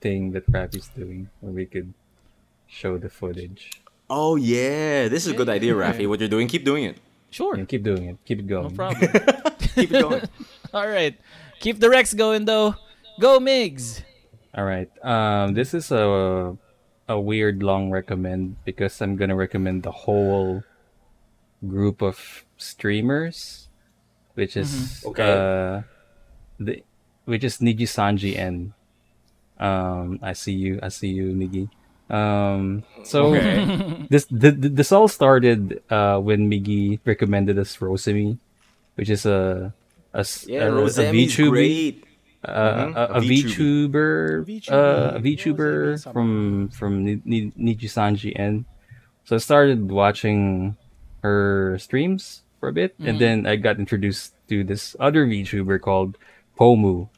thing that Rappy's doing, where we could show the footage Oh yeah, this is a good idea, Rafi. What you're doing, keep doing it. Sure, and keep doing it. Keep it going. no problem. Keep it going. All right, keep the Rex going though. Go Migs. All right. Um, this is a a weird long recommend because I'm gonna recommend the whole group of streamers, which is Mhm. Okay. uh, the which is Niji Sanji and um, I see you, I see you, Nigi. Um, so this th- th- this all started uh, when Miggy recommended us Rosemi, which is a a s- Yeah, a, a Rosemi's VTuber great. uh, Mhm. a, A a VTuber, uh, a VTuber. What was VTuber that? from from Ni- Ni- Niji Sanji N. So I started watching her streams for a bit, and then I got introduced to this other VTuber called Pomu,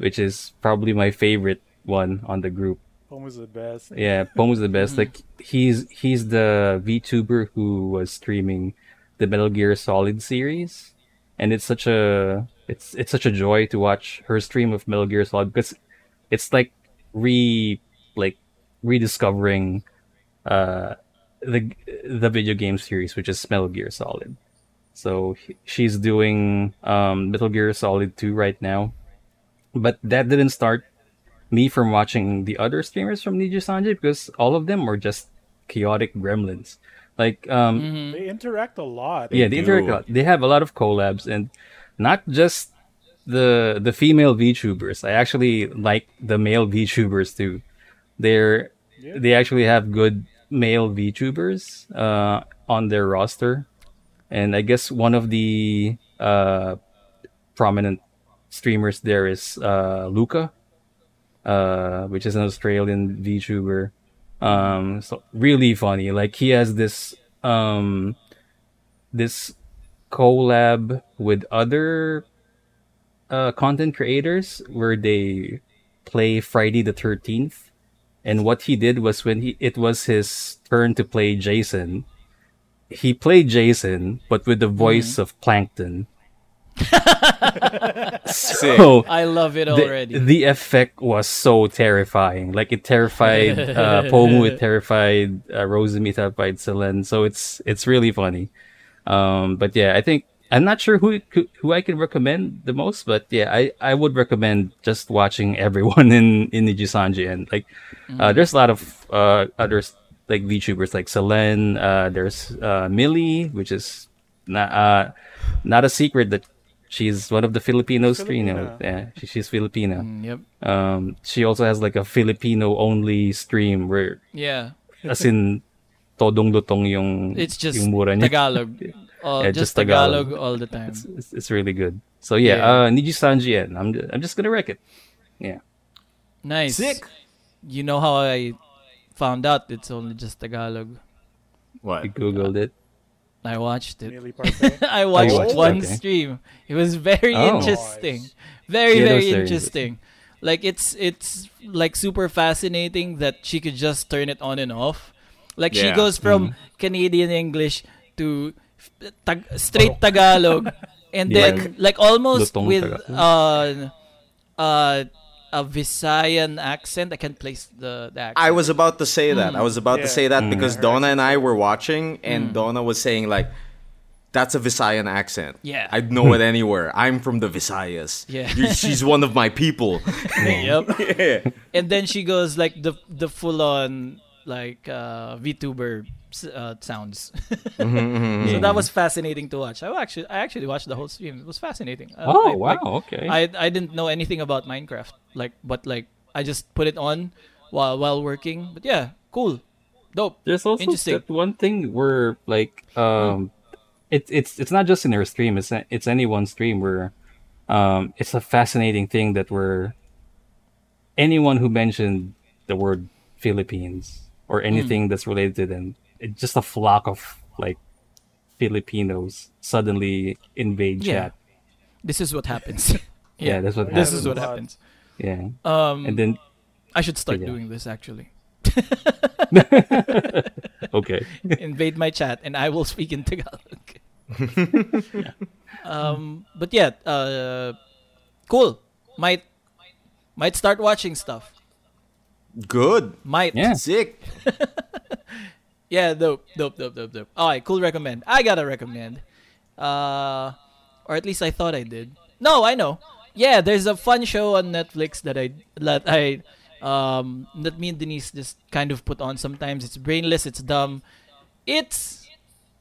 which is probably my favorite one on the group. Homer's the best. Yeah, Pomu's the best. Like he's he's the VTuber who was streaming the Metal Gear Solid series, and it's such a it's it's such a joy to watch her stream of Metal Gear Solid because it's like re like rediscovering uh the the video game series which is Metal Gear Solid. So he- she's doing um Metal Gear Solid 2 right now. But that didn't start me from watching the other streamers from Niji Sanji because all of them were just chaotic gremlins. Like um Mm-hmm. They interact a lot. yeah, they interact a do. lot. They have a lot of collabs, and not just the the female VTubers. I actually like the male VTubers too. They're Yeah. they actually have good male VTubers uh, on their roster, and I guess one of the uh, prominent streamers there is uh, Luca, uh, which is an Australian VTuber. Um, so really funny. Like he has this um, this collab with other uh, content creators where they play Friday the 13th. And what he did was when he it was his turn to play Jason, he played Jason but with the voice of Plankton. Sick. So I love it the- already. The, effect was so terrifying. Like it terrified uh, Pomu, it terrified uh, Rosemary, it terrified Celine. So it's it's really funny. Um, but yeah, I think I'm not sure who it could- who I can recommend the most, but yeah, I, I would recommend just watching everyone in in Nijisanji and like uh, there's a lot of uh, other s- like VTubers like Selene. Uh, there's uh, Millie, which is not uh, not a secret that she's one of the Filipinos. Filipino. Filipina. Yeah, she, she's Filipino. Yep. Um, she also has like a Filipino only stream where, Yeah. as in, todong lutong yung It's just yung mura niya. Tagalog. Oh, Yeah, just just Tagalog. Tagalog. all the time. It's, it's, it's really good. So yeah, Yeah. uh, Niji Sanji, and I'm I'm just gonna wreck it. Yeah. Nice. Sick. You know how I found out it's only just Tagalog? What? I googled it. I watched it. Nearly Parfait. I watched watched it, one okay. stream. It was very Oh. interesting. Nice. Very Yeah, that was very very interesting. Like it's it's like super fascinating that she could just turn it on and off. Like she Yeah. goes from Canadian English to f- tag- straight Tagalog and Yeah. then like almost Lutong with uh Tagalog. uh a Visayan accent. I can't place the, the accent. I was about to say that. I was about to Yeah. say that Mm. because Donna and I were watching, and Donna was saying like, "That's a Visayan accent. Yeah. I'd know it anywhere. I'm from the Visayas. Yeah. You- she's one of my people. yep. yeah. and then she goes like the the full on like uh VTuber s- uh, sounds. Mm-hmm, So that was fascinating to watch. I actually I actually watched the whole stream. It was fascinating. I- Oh I, wow! like, okay. I I didn't know anything about Minecraft. Like but like I just put it on while while working. But yeah, cool. Dope. There's also Interesting. that one thing where like um, it's it's it's not just in her stream. It's it's anyone's stream where, um, it's a fascinating thing that where anyone who mentioned the word Philippines Hmm. or anything that's related to them, it, just a flock of like Filipinos suddenly invade Yeah. chat. This is what happens. Yeah, that's what This happens. is what Wow. happens. yeah, Um and then I should start Yeah. doing this actually. okay, invade my chat and I will speak in Tagalog. um, but yeah, uh, cool. Might might start watching stuff. Good. Might. Yeah. Sick. Yeah, dope, dope, dope, dope, dope. All right, cool. Recommend. I gotta recommend. Uh, or at least I thought I did. No, I know. Yeah, there's a fun show on Netflix that I that I um that me and Denise just kind of put on sometimes. It's brainless. It's dumb. It's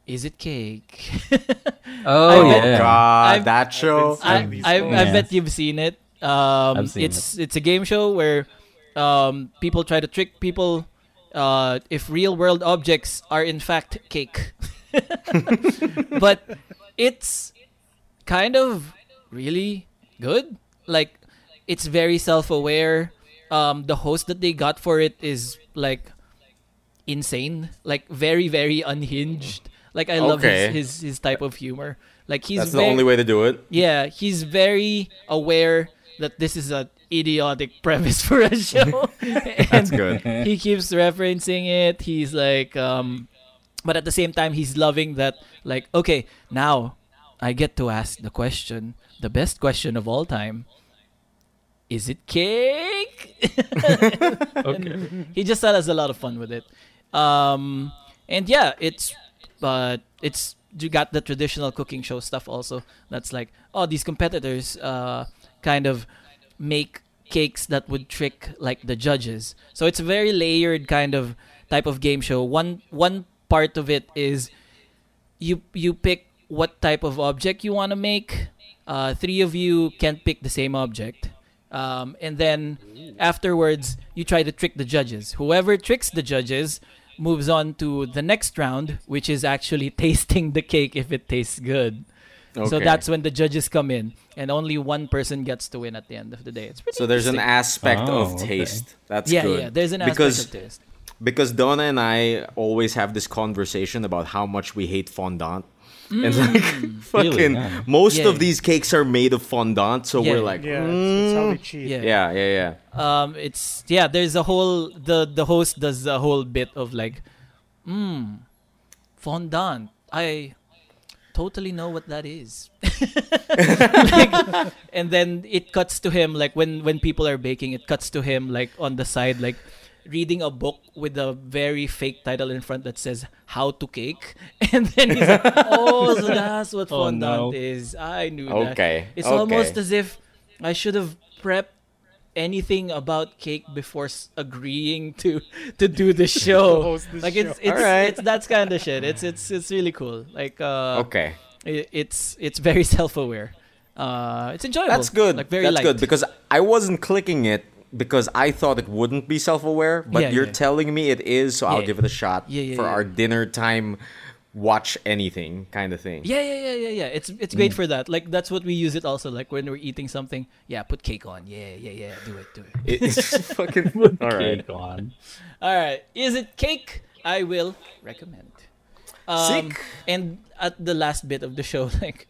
is it cake? Oh, I Oh bet- yeah. God, I've- that show. I've been I, seeing these I, I Yeah. bet you've seen it. Um, I've seen it's it's a game show where um, people try to trick people uh, if real world objects are in fact cake. but it's kind of really good. Like it's very self aware. Um, the host that they got for it is like insane, like very very unhinged. Like I love Okay. his, his his type of humor. Like he's That's the very, only way to do it. yeah, he's very aware that this is an idiotic premise for a show. and That's good. he keeps referencing it. He's like, um, but at the same time, he's loving that, like, okay, now I get to ask the question, the best question of all time. Is it cake? okay. he just had us a lot of fun with it. Um, and yeah, it's but it's you got the traditional cooking show stuff also. That's like oh these competitors uh, kind of make cakes that would trick like the judges. So it's a very layered kind of type of game show. One one part of it is you you pick what type of object you want to make. Uh, three of you can't pick the same object, um, and then afterwards you try to trick the judges. Whoever tricks the judges moves on to the next round, which is actually tasting the cake if it tastes good. So Okay. that's when the judges come in, and only one person gets to win at the end of the day. It's pretty. So there's an interesting. aspect Oh, of okay. taste. That's yeah, good. yeah. There's an aspect because of taste. because Donna and I always have this conversation about how much we hate fondant. And like fucking Really, yeah. most Mm. Yeah. of these cakes are made of fondant, so Yeah. we're like Yeah, it's, it's how they cheat. Mm-hmm. Yeah. Yeah, yeah, yeah. um it's yeah there's a whole the the host does a whole bit of like mm fondant i totally know what that is Like, and then it cuts to him like when when people are baking it cuts to him like on the side like reading a book with a very fake title in front that says how to cake and then he's like oh so that's what Oh, fondant no. is i knew that Okay, it's okay. almost as if i should have prepped anything about cake before s- agreeing to to do the show. host this like it's show. it's, Alright. it's that kind of shit. It's it's it's really cool. Like uh, Okay. i- it's it's very self aware. Uh, it's enjoyable. That's good. Like very That's light. good because I wasn't clicking it because I thought it wouldn't be self-aware, but Yeah, you're yeah. telling me it is, so I'll Yeah. give it a shot Yeah, yeah, for yeah. our dinner time watch anything kind of thing. Yeah, yeah, yeah, yeah, yeah. It's it's great Mm. for that. Like that's what we use it also. Like when we're eating something, yeah, put cake on. Yeah, yeah, yeah. Do it, do it. It's fucking all right. Cake on. All right. Is it cake? I will recommend. Um, Sick. And at the last bit of the show, like,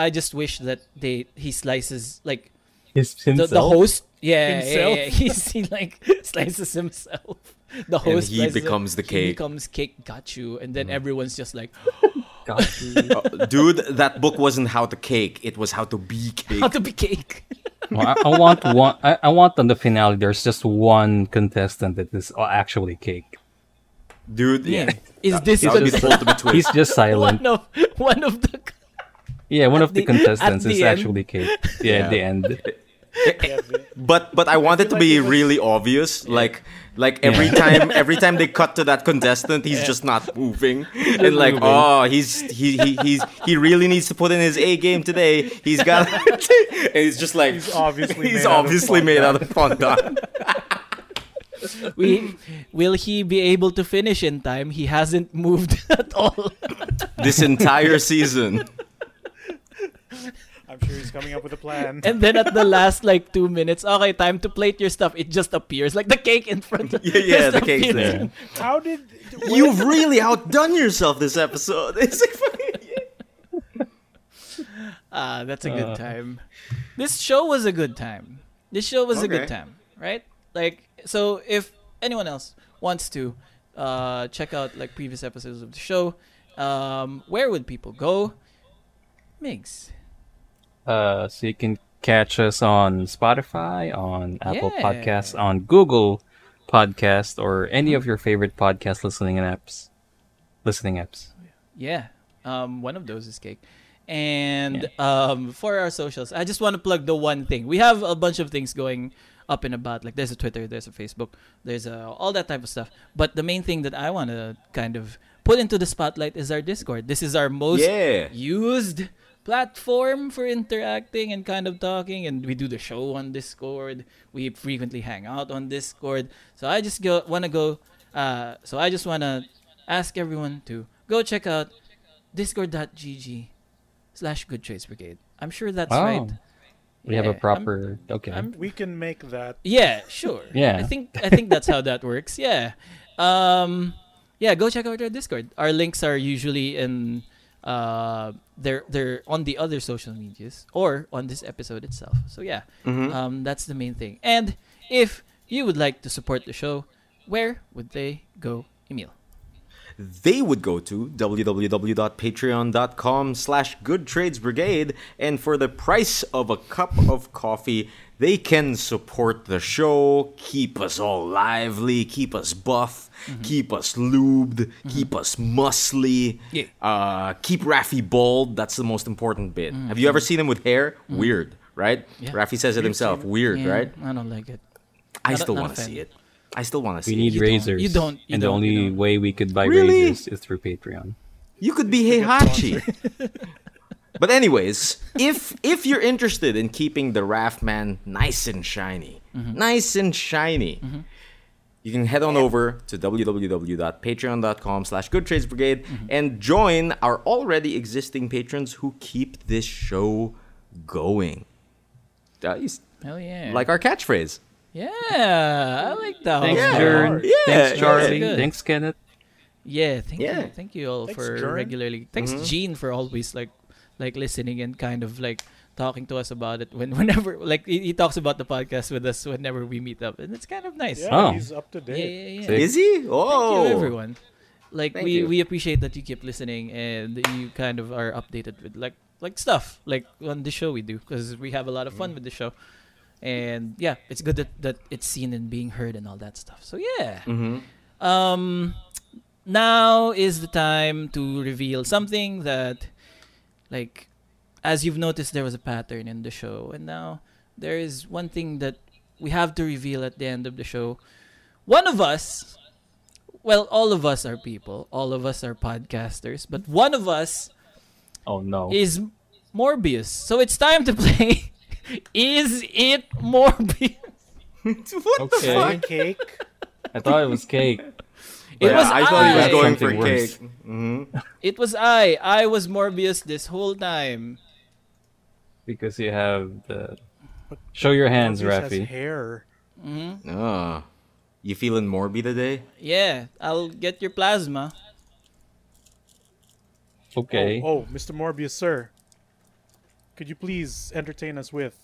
I just wish that they he slices like Is the, himself. the host. Yeah, yeah, Himself? yeah. He's, he like slices himself. The And host he slices it. becomes the He cake. Mm-hmm. becomes cake. Got you. And then everyone's just like, Uh, Dude, that book wasn't how to cake; it was how to be cake. how to be cake. Well, I, I want one. I, I want on the finale. There's just one contestant that is uh, actually cake. Dude, yeah, Is this that would be the the ultimate twist. He's just silent. one of one of the Yeah, one of the, the- contestants at the is end. actually cake. Yeah, at the end. But but I want it to feel be like it was- really obvious. Like like every time every time they cut to that contestant, he's just not moving. and like, moving. oh, he's he, he he's he really needs to put in his A game today. He's got and he's just like He's obviously he's made out of obviously made out of fondant. we will he be able to finish in time? He hasn't moved at all. this entire season. I'm sure he's coming up with a plan. And then at the last like two minutes, okay, time to plate your stuff. It just appears like the cake in front. Of, Yeah, yeah, just the cake's appears. there. How did You've really outdone yourself this episode. It's like fucking- Ah, that's a good time. This show was a good time. This show was a good Okay. time, right? Like, so if anyone else wants to uh, check out like previous episodes of the show, um, where would people go? Migs. Uh, so you can catch us on Spotify, on Apple Yeah. Podcasts, on Google Podcast, or any of your favorite podcast listening apps. Listening apps. Yeah. Um, one of those is cake. And um, for our socials, I just want to plug the one thing. We have a bunch of things going up and about. Like there's a Twitter, there's a Facebook, there's a, all that type of stuff. But the main thing that I want to kind of put into the spotlight is our Discord. This is our most Yeah. used platform for interacting and kind of talking and we do the show on discord we frequently hang out on discord so i just go want to go uh, so i just want to ask everyone to go check out discord.gg slash good trades brigade i'm sure that's Wow. right Oh. We have Yeah, a I'm- proper. okay. I'm- we can make that? yeah, sure. Yeah. I think I think that's how that works. Yeah. Um yeah, go check out our Discord. Our links are usually in uh they're they're on the other social medias or on this episode itself. So yeah. Mm-hmm. Um that's the main thing. And if you would like to support the show, where would they go, Emil? they would go to www.patreon.com slash goodtradesbrigade and for the price of a cup of coffee they can support the show keep us all lively keep us buff Mm-hmm. keep us lubed keep us muscly Yeah. uh, keep rafi bald that's the most important bit Mm. have you ever seen him with hair weird right rafi says it himself weird Yeah, right I don't like it. i not- still not a want to fan. see it i still want to see we it need You don't- razors. you don't- you and don't- the you only don't. way we could buy Really? razors is through Patreon. You could be Heihachi. but anyways, if if you're interested in keeping the Raft Man nice and shiny, nice and shiny, you can head on over to www.patreon.com slash goodtradesbrigade and join our already existing patrons who keep this show going. Uh, you s- Hell yeah. Like our catchphrase. Yeah, I like that. Thanks, one. yeah. Jern. Yeah, Thanks, yeah. Charlie. Good. Thanks, Kenneth. Yeah, thank Yeah. you, thank you all Thanks, Mm-hmm. for Jern. regularly. Thanks, Gene, for always like, like listening and kind of like talking to us about it when whenever like he, he talks about the podcast with us whenever we meet up, and it's kind of nice. Yeah, Oh. he's up to yeah, date. yeah. yeah. Sick. Is he? Oh. Thank you, everyone. Like Thank we you. we appreciate that you keep listening and you kind of are updated with like like stuff like on the show we do because we have a lot of Mm-hmm. fun with the show, and yeah, it's good that that it's seen and being heard and all that stuff. So yeah. Mhm. Um, now is the time to reveal something that, like, as you've noticed, there was a pattern in the show, and now there is one thing that we have to reveal at the end of the show. One of us, well, all of us are people, all of us are podcasters, but one of us Oh no. is Morbius. So it's time to play. is it Morbius? what Okay. the Fun fuck? cake. I thought it was cake. It yeah, was I thought he was I. going for Something worse. cake. hmm It was I. I was Morbius this whole time. Because you have the show your hands, Morbius has Rafi. hair. Ah, you feeling Morby today? Yeah, I'll get your plasma. Okay. Oh, oh, Mr. Morbius, sir. Could you please entertain us with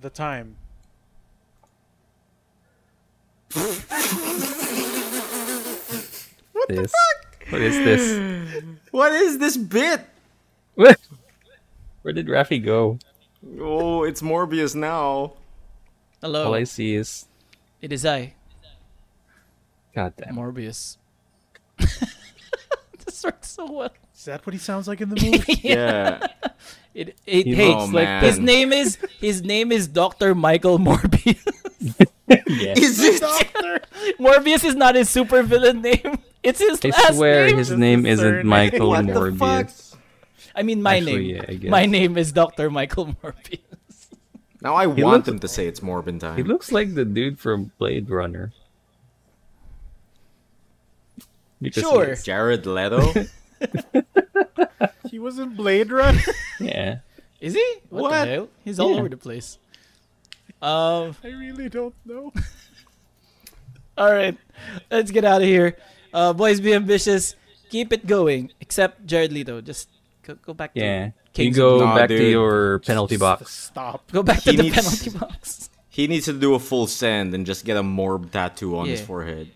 the time? this. What is this? What is this bit? Where did Rafi go? Oh, it's Morbius now. Hello. All I see is It is I, God damn. Morbius. this works so well. Is that what he sounds like in the movie? Yeah. It, it, He hey, looks oh, like man. his name is his name is Doctor Michael Morbius. Yeah. is it? Morbius is not his supervillain name. It's his I last swear name. his Just name the isn't surname. Michael What the fuck? Morbius. I mean, my name. Actually, yeah, I guess. My name is Doctor Michael Morbius. Now I He want looks- them to say it's Morbin time. He looks like the dude from Blade Runner. Because he- Sure. Jared Leto? he was in Blade Runner. yeah. Is he? What, the What? hell? He's all Yeah. over the place. Um. I really don't know. All right, let's get out of here. Uh, boys, be ambitious. Keep it going. Except Jared Leto. Just go, go back. To Yeah. Kings you go Nah, back to dude. your penalty box. Stop. Go back to He the needs- penalty box. he needs to do a full send and just get a Morb tattoo on his Yeah. forehead.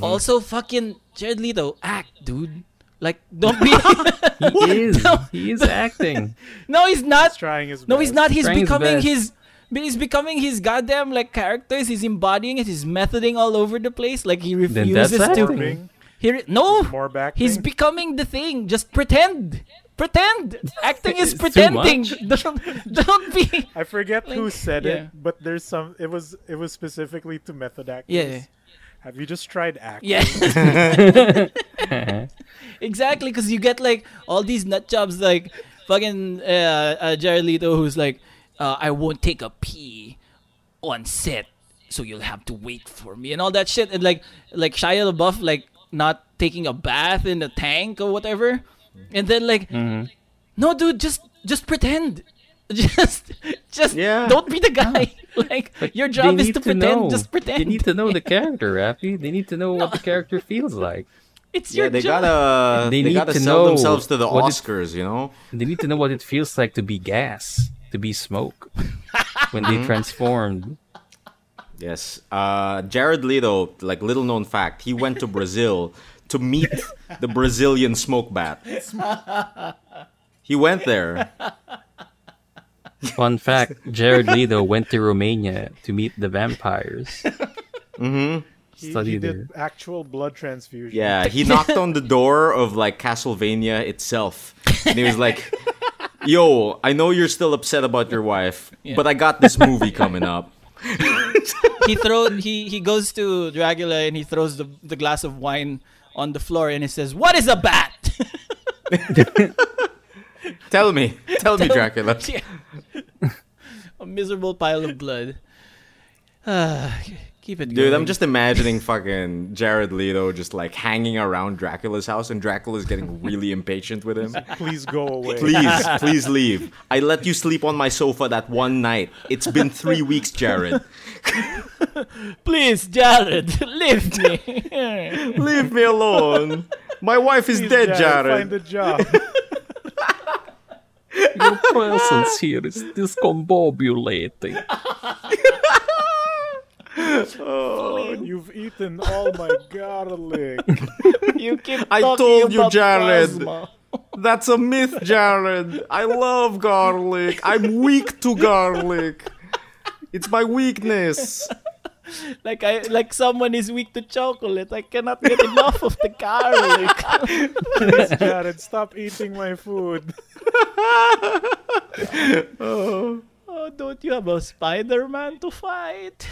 Also, fucking Jared Leto, act, dude. Like, don't be. He is. He is acting. no, he's not. He's trying his No, he's not. He's Trying his becoming best. his. He's becoming his goddamn like characters. He's embodying it. He's methoding all over the place. Like he Then refuses that's to. acting. Morbing. He re- no. More back. He's thing. becoming the thing. Just pretend. Pretend. Acting is It's too pretending. much. Don't, don't be. I forget who like- said yeah. it, but there's some. It was it was specifically to method actors. Yeah, yeah. Have you just tried acting? Yeah. exactly, because you get like all these nut jobs, like fucking uh, uh, Jared Leto, who's like, uh, I won't take a pee on set, so you'll have to wait for me, and all that shit, and like like Shia LaBeouf, like not taking a bath in a tank or whatever, and then like, Mm-hmm. no, dude, just just pretend. Just, just Yeah. don't be the guy. Like your They job is need to, pretend. know. Just pretend. They need to know the character, Rafi. They need to know what the character feels like. It's Yeah, your they job. gotta They they, need gotta to sell know themselves to the what it- Oscars, you know? They need to know what it feels like to be gas, to be smoke, when they Mm-hmm. transformed. Yes. Uh, Jared Leto, like little known fact, he went to Brazil to meet the Brazilian smoke bat. He went there. Fun fact: Jared Leto went to Romania to meet the vampires. He, Study he there. did actual blood transfusion. Yeah, he knocked on the door of like Castlevania itself. And he was like, Yo, I know you're still upset about your wife, but I got this movie coming up. he throw he he goes to Dracula and he throws the the glass of wine on the floor and he says, "What is a bat?" Tell me. Tell me, Dracula. Yeah. a miserable pile of blood. Ah, keep it going. Dude, I'm just imagining fucking Jared Leto just like hanging around Dracula's house and Dracula's getting really impatient with him. Please go away. Please, please leave. I let you sleep on my sofa that one night. It's been three weeks, Jared. please, Jared, leave me. Leave me alone. My wife is Please, dead, Jared, Jared. Find a job. Your presence here is discombobulating. You've eaten all my garlic. you keep I talking told you, about Jared. plasma. That's a myth, Jared. I love garlic. I'm weak to garlic. It's my weakness. Like I like someone is weak to chocolate. I cannot get enough of the garlic. Jared, stop eating my food. oh, do don't you have a Spider-Man to fight?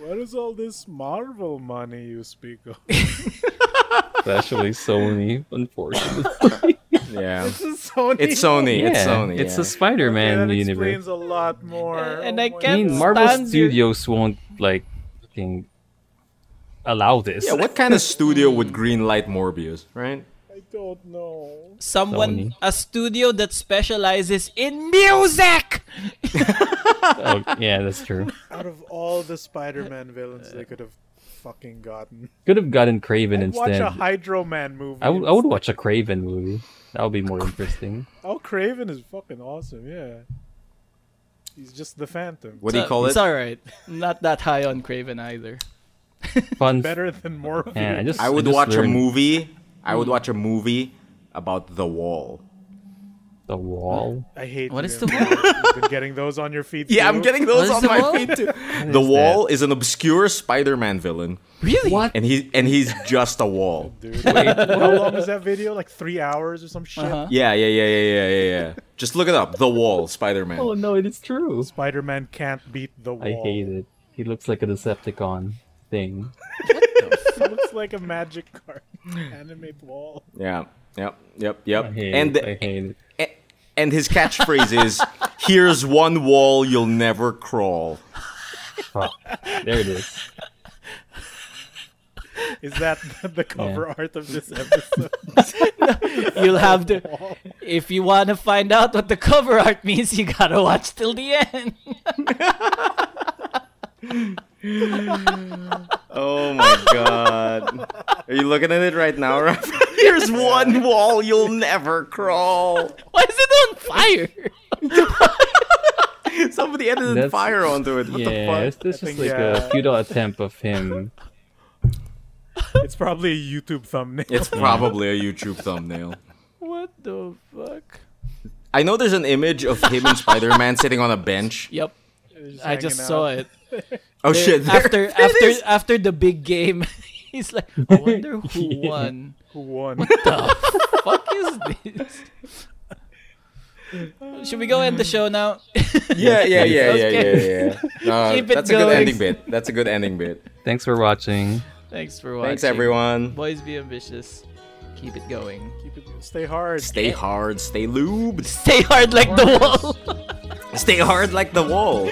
What is all this Marvel money you speak of? Especially Sony, unfortunately. Yeah. This is Sony. It's Sony. yeah, It's Sony. It's yeah. a Spider-Man that universe. explains a lot more. And Oh I my I can't- mean, Understand Marvel you- Studios won't like fucking allow this. yeah. What kind of studio would greenlight Morbius, right? God, I don't know. Someone, Sony. a studio that specializes in music. Oh, yeah, that's true. Out of all the Spider-Man villains they could have fucking gotten, Could have gotten Craven I'd watch instead. a Hydro Man movie. I would I would watch a Craven movie. That would be more interesting. Oh, Craven is fucking awesome. Yeah, he's just the Phantom. What do you So- call it? It's all right. Not that high on Craven either. Fun. Better than Morbius. Yeah, I just I would just watch a learned movie. I would watch a movie about the wall. The Wall. I hate. What you. is the wall? You've been getting those on your feet. Yeah, too? I'm getting is those on The my Wall? feet too. The is wall is an obscure Spider-Man villain, Really? What? and he and he's just a wall. Dude, how long is that video? Like three hours or some shit. Uh-huh. Yeah, yeah, yeah, yeah, yeah, yeah, yeah. Just look it up. The wall, Spider-Man. Oh, no, it is true. Spider-Man can't beat the wall. I hate it. He looks like a Decepticon thing. It looks like a magic card. Animate wall. Yeah. Yep. Yep. Yep. I hate and it. I hate it. a- and his catchphrase is, "Here's one wall you'll never crawl." Fuck. There it is. Is that the cover art of this episode? You'll have to. If you want to find out what the cover art means, you gotta watch till the end. Oh my god. Are you looking at it right now, Raph? Here's one wall you'll never crawl. Why is it on fire? Somebody edited That's- fire onto it. What yeah, the it's, fuck? this I is think, like yeah. a futile attempt of him. It's probably a YouTube thumbnail. It's probably a YouTube thumbnail. What the fuck? I know there's an image of him and Spider-Man sitting on a bench. Yep, I just saw it. Oh shit! There, after there it after is. after the big game, he's like, I wonder who won. Who won? fuck is this? Should we go end the show now? yeah, yeah, yeah, yeah, yeah, Okay. yeah. No, Keep it that's a good going. ending bit. That's a good ending bit. Thanks for watching. Thanks for watching. Thanks, everyone. Boys, be ambitious. Keep it going. Keep it, stay hard. Stay hard, stay lubed, Stay hard like the wall. stay hard like the wall.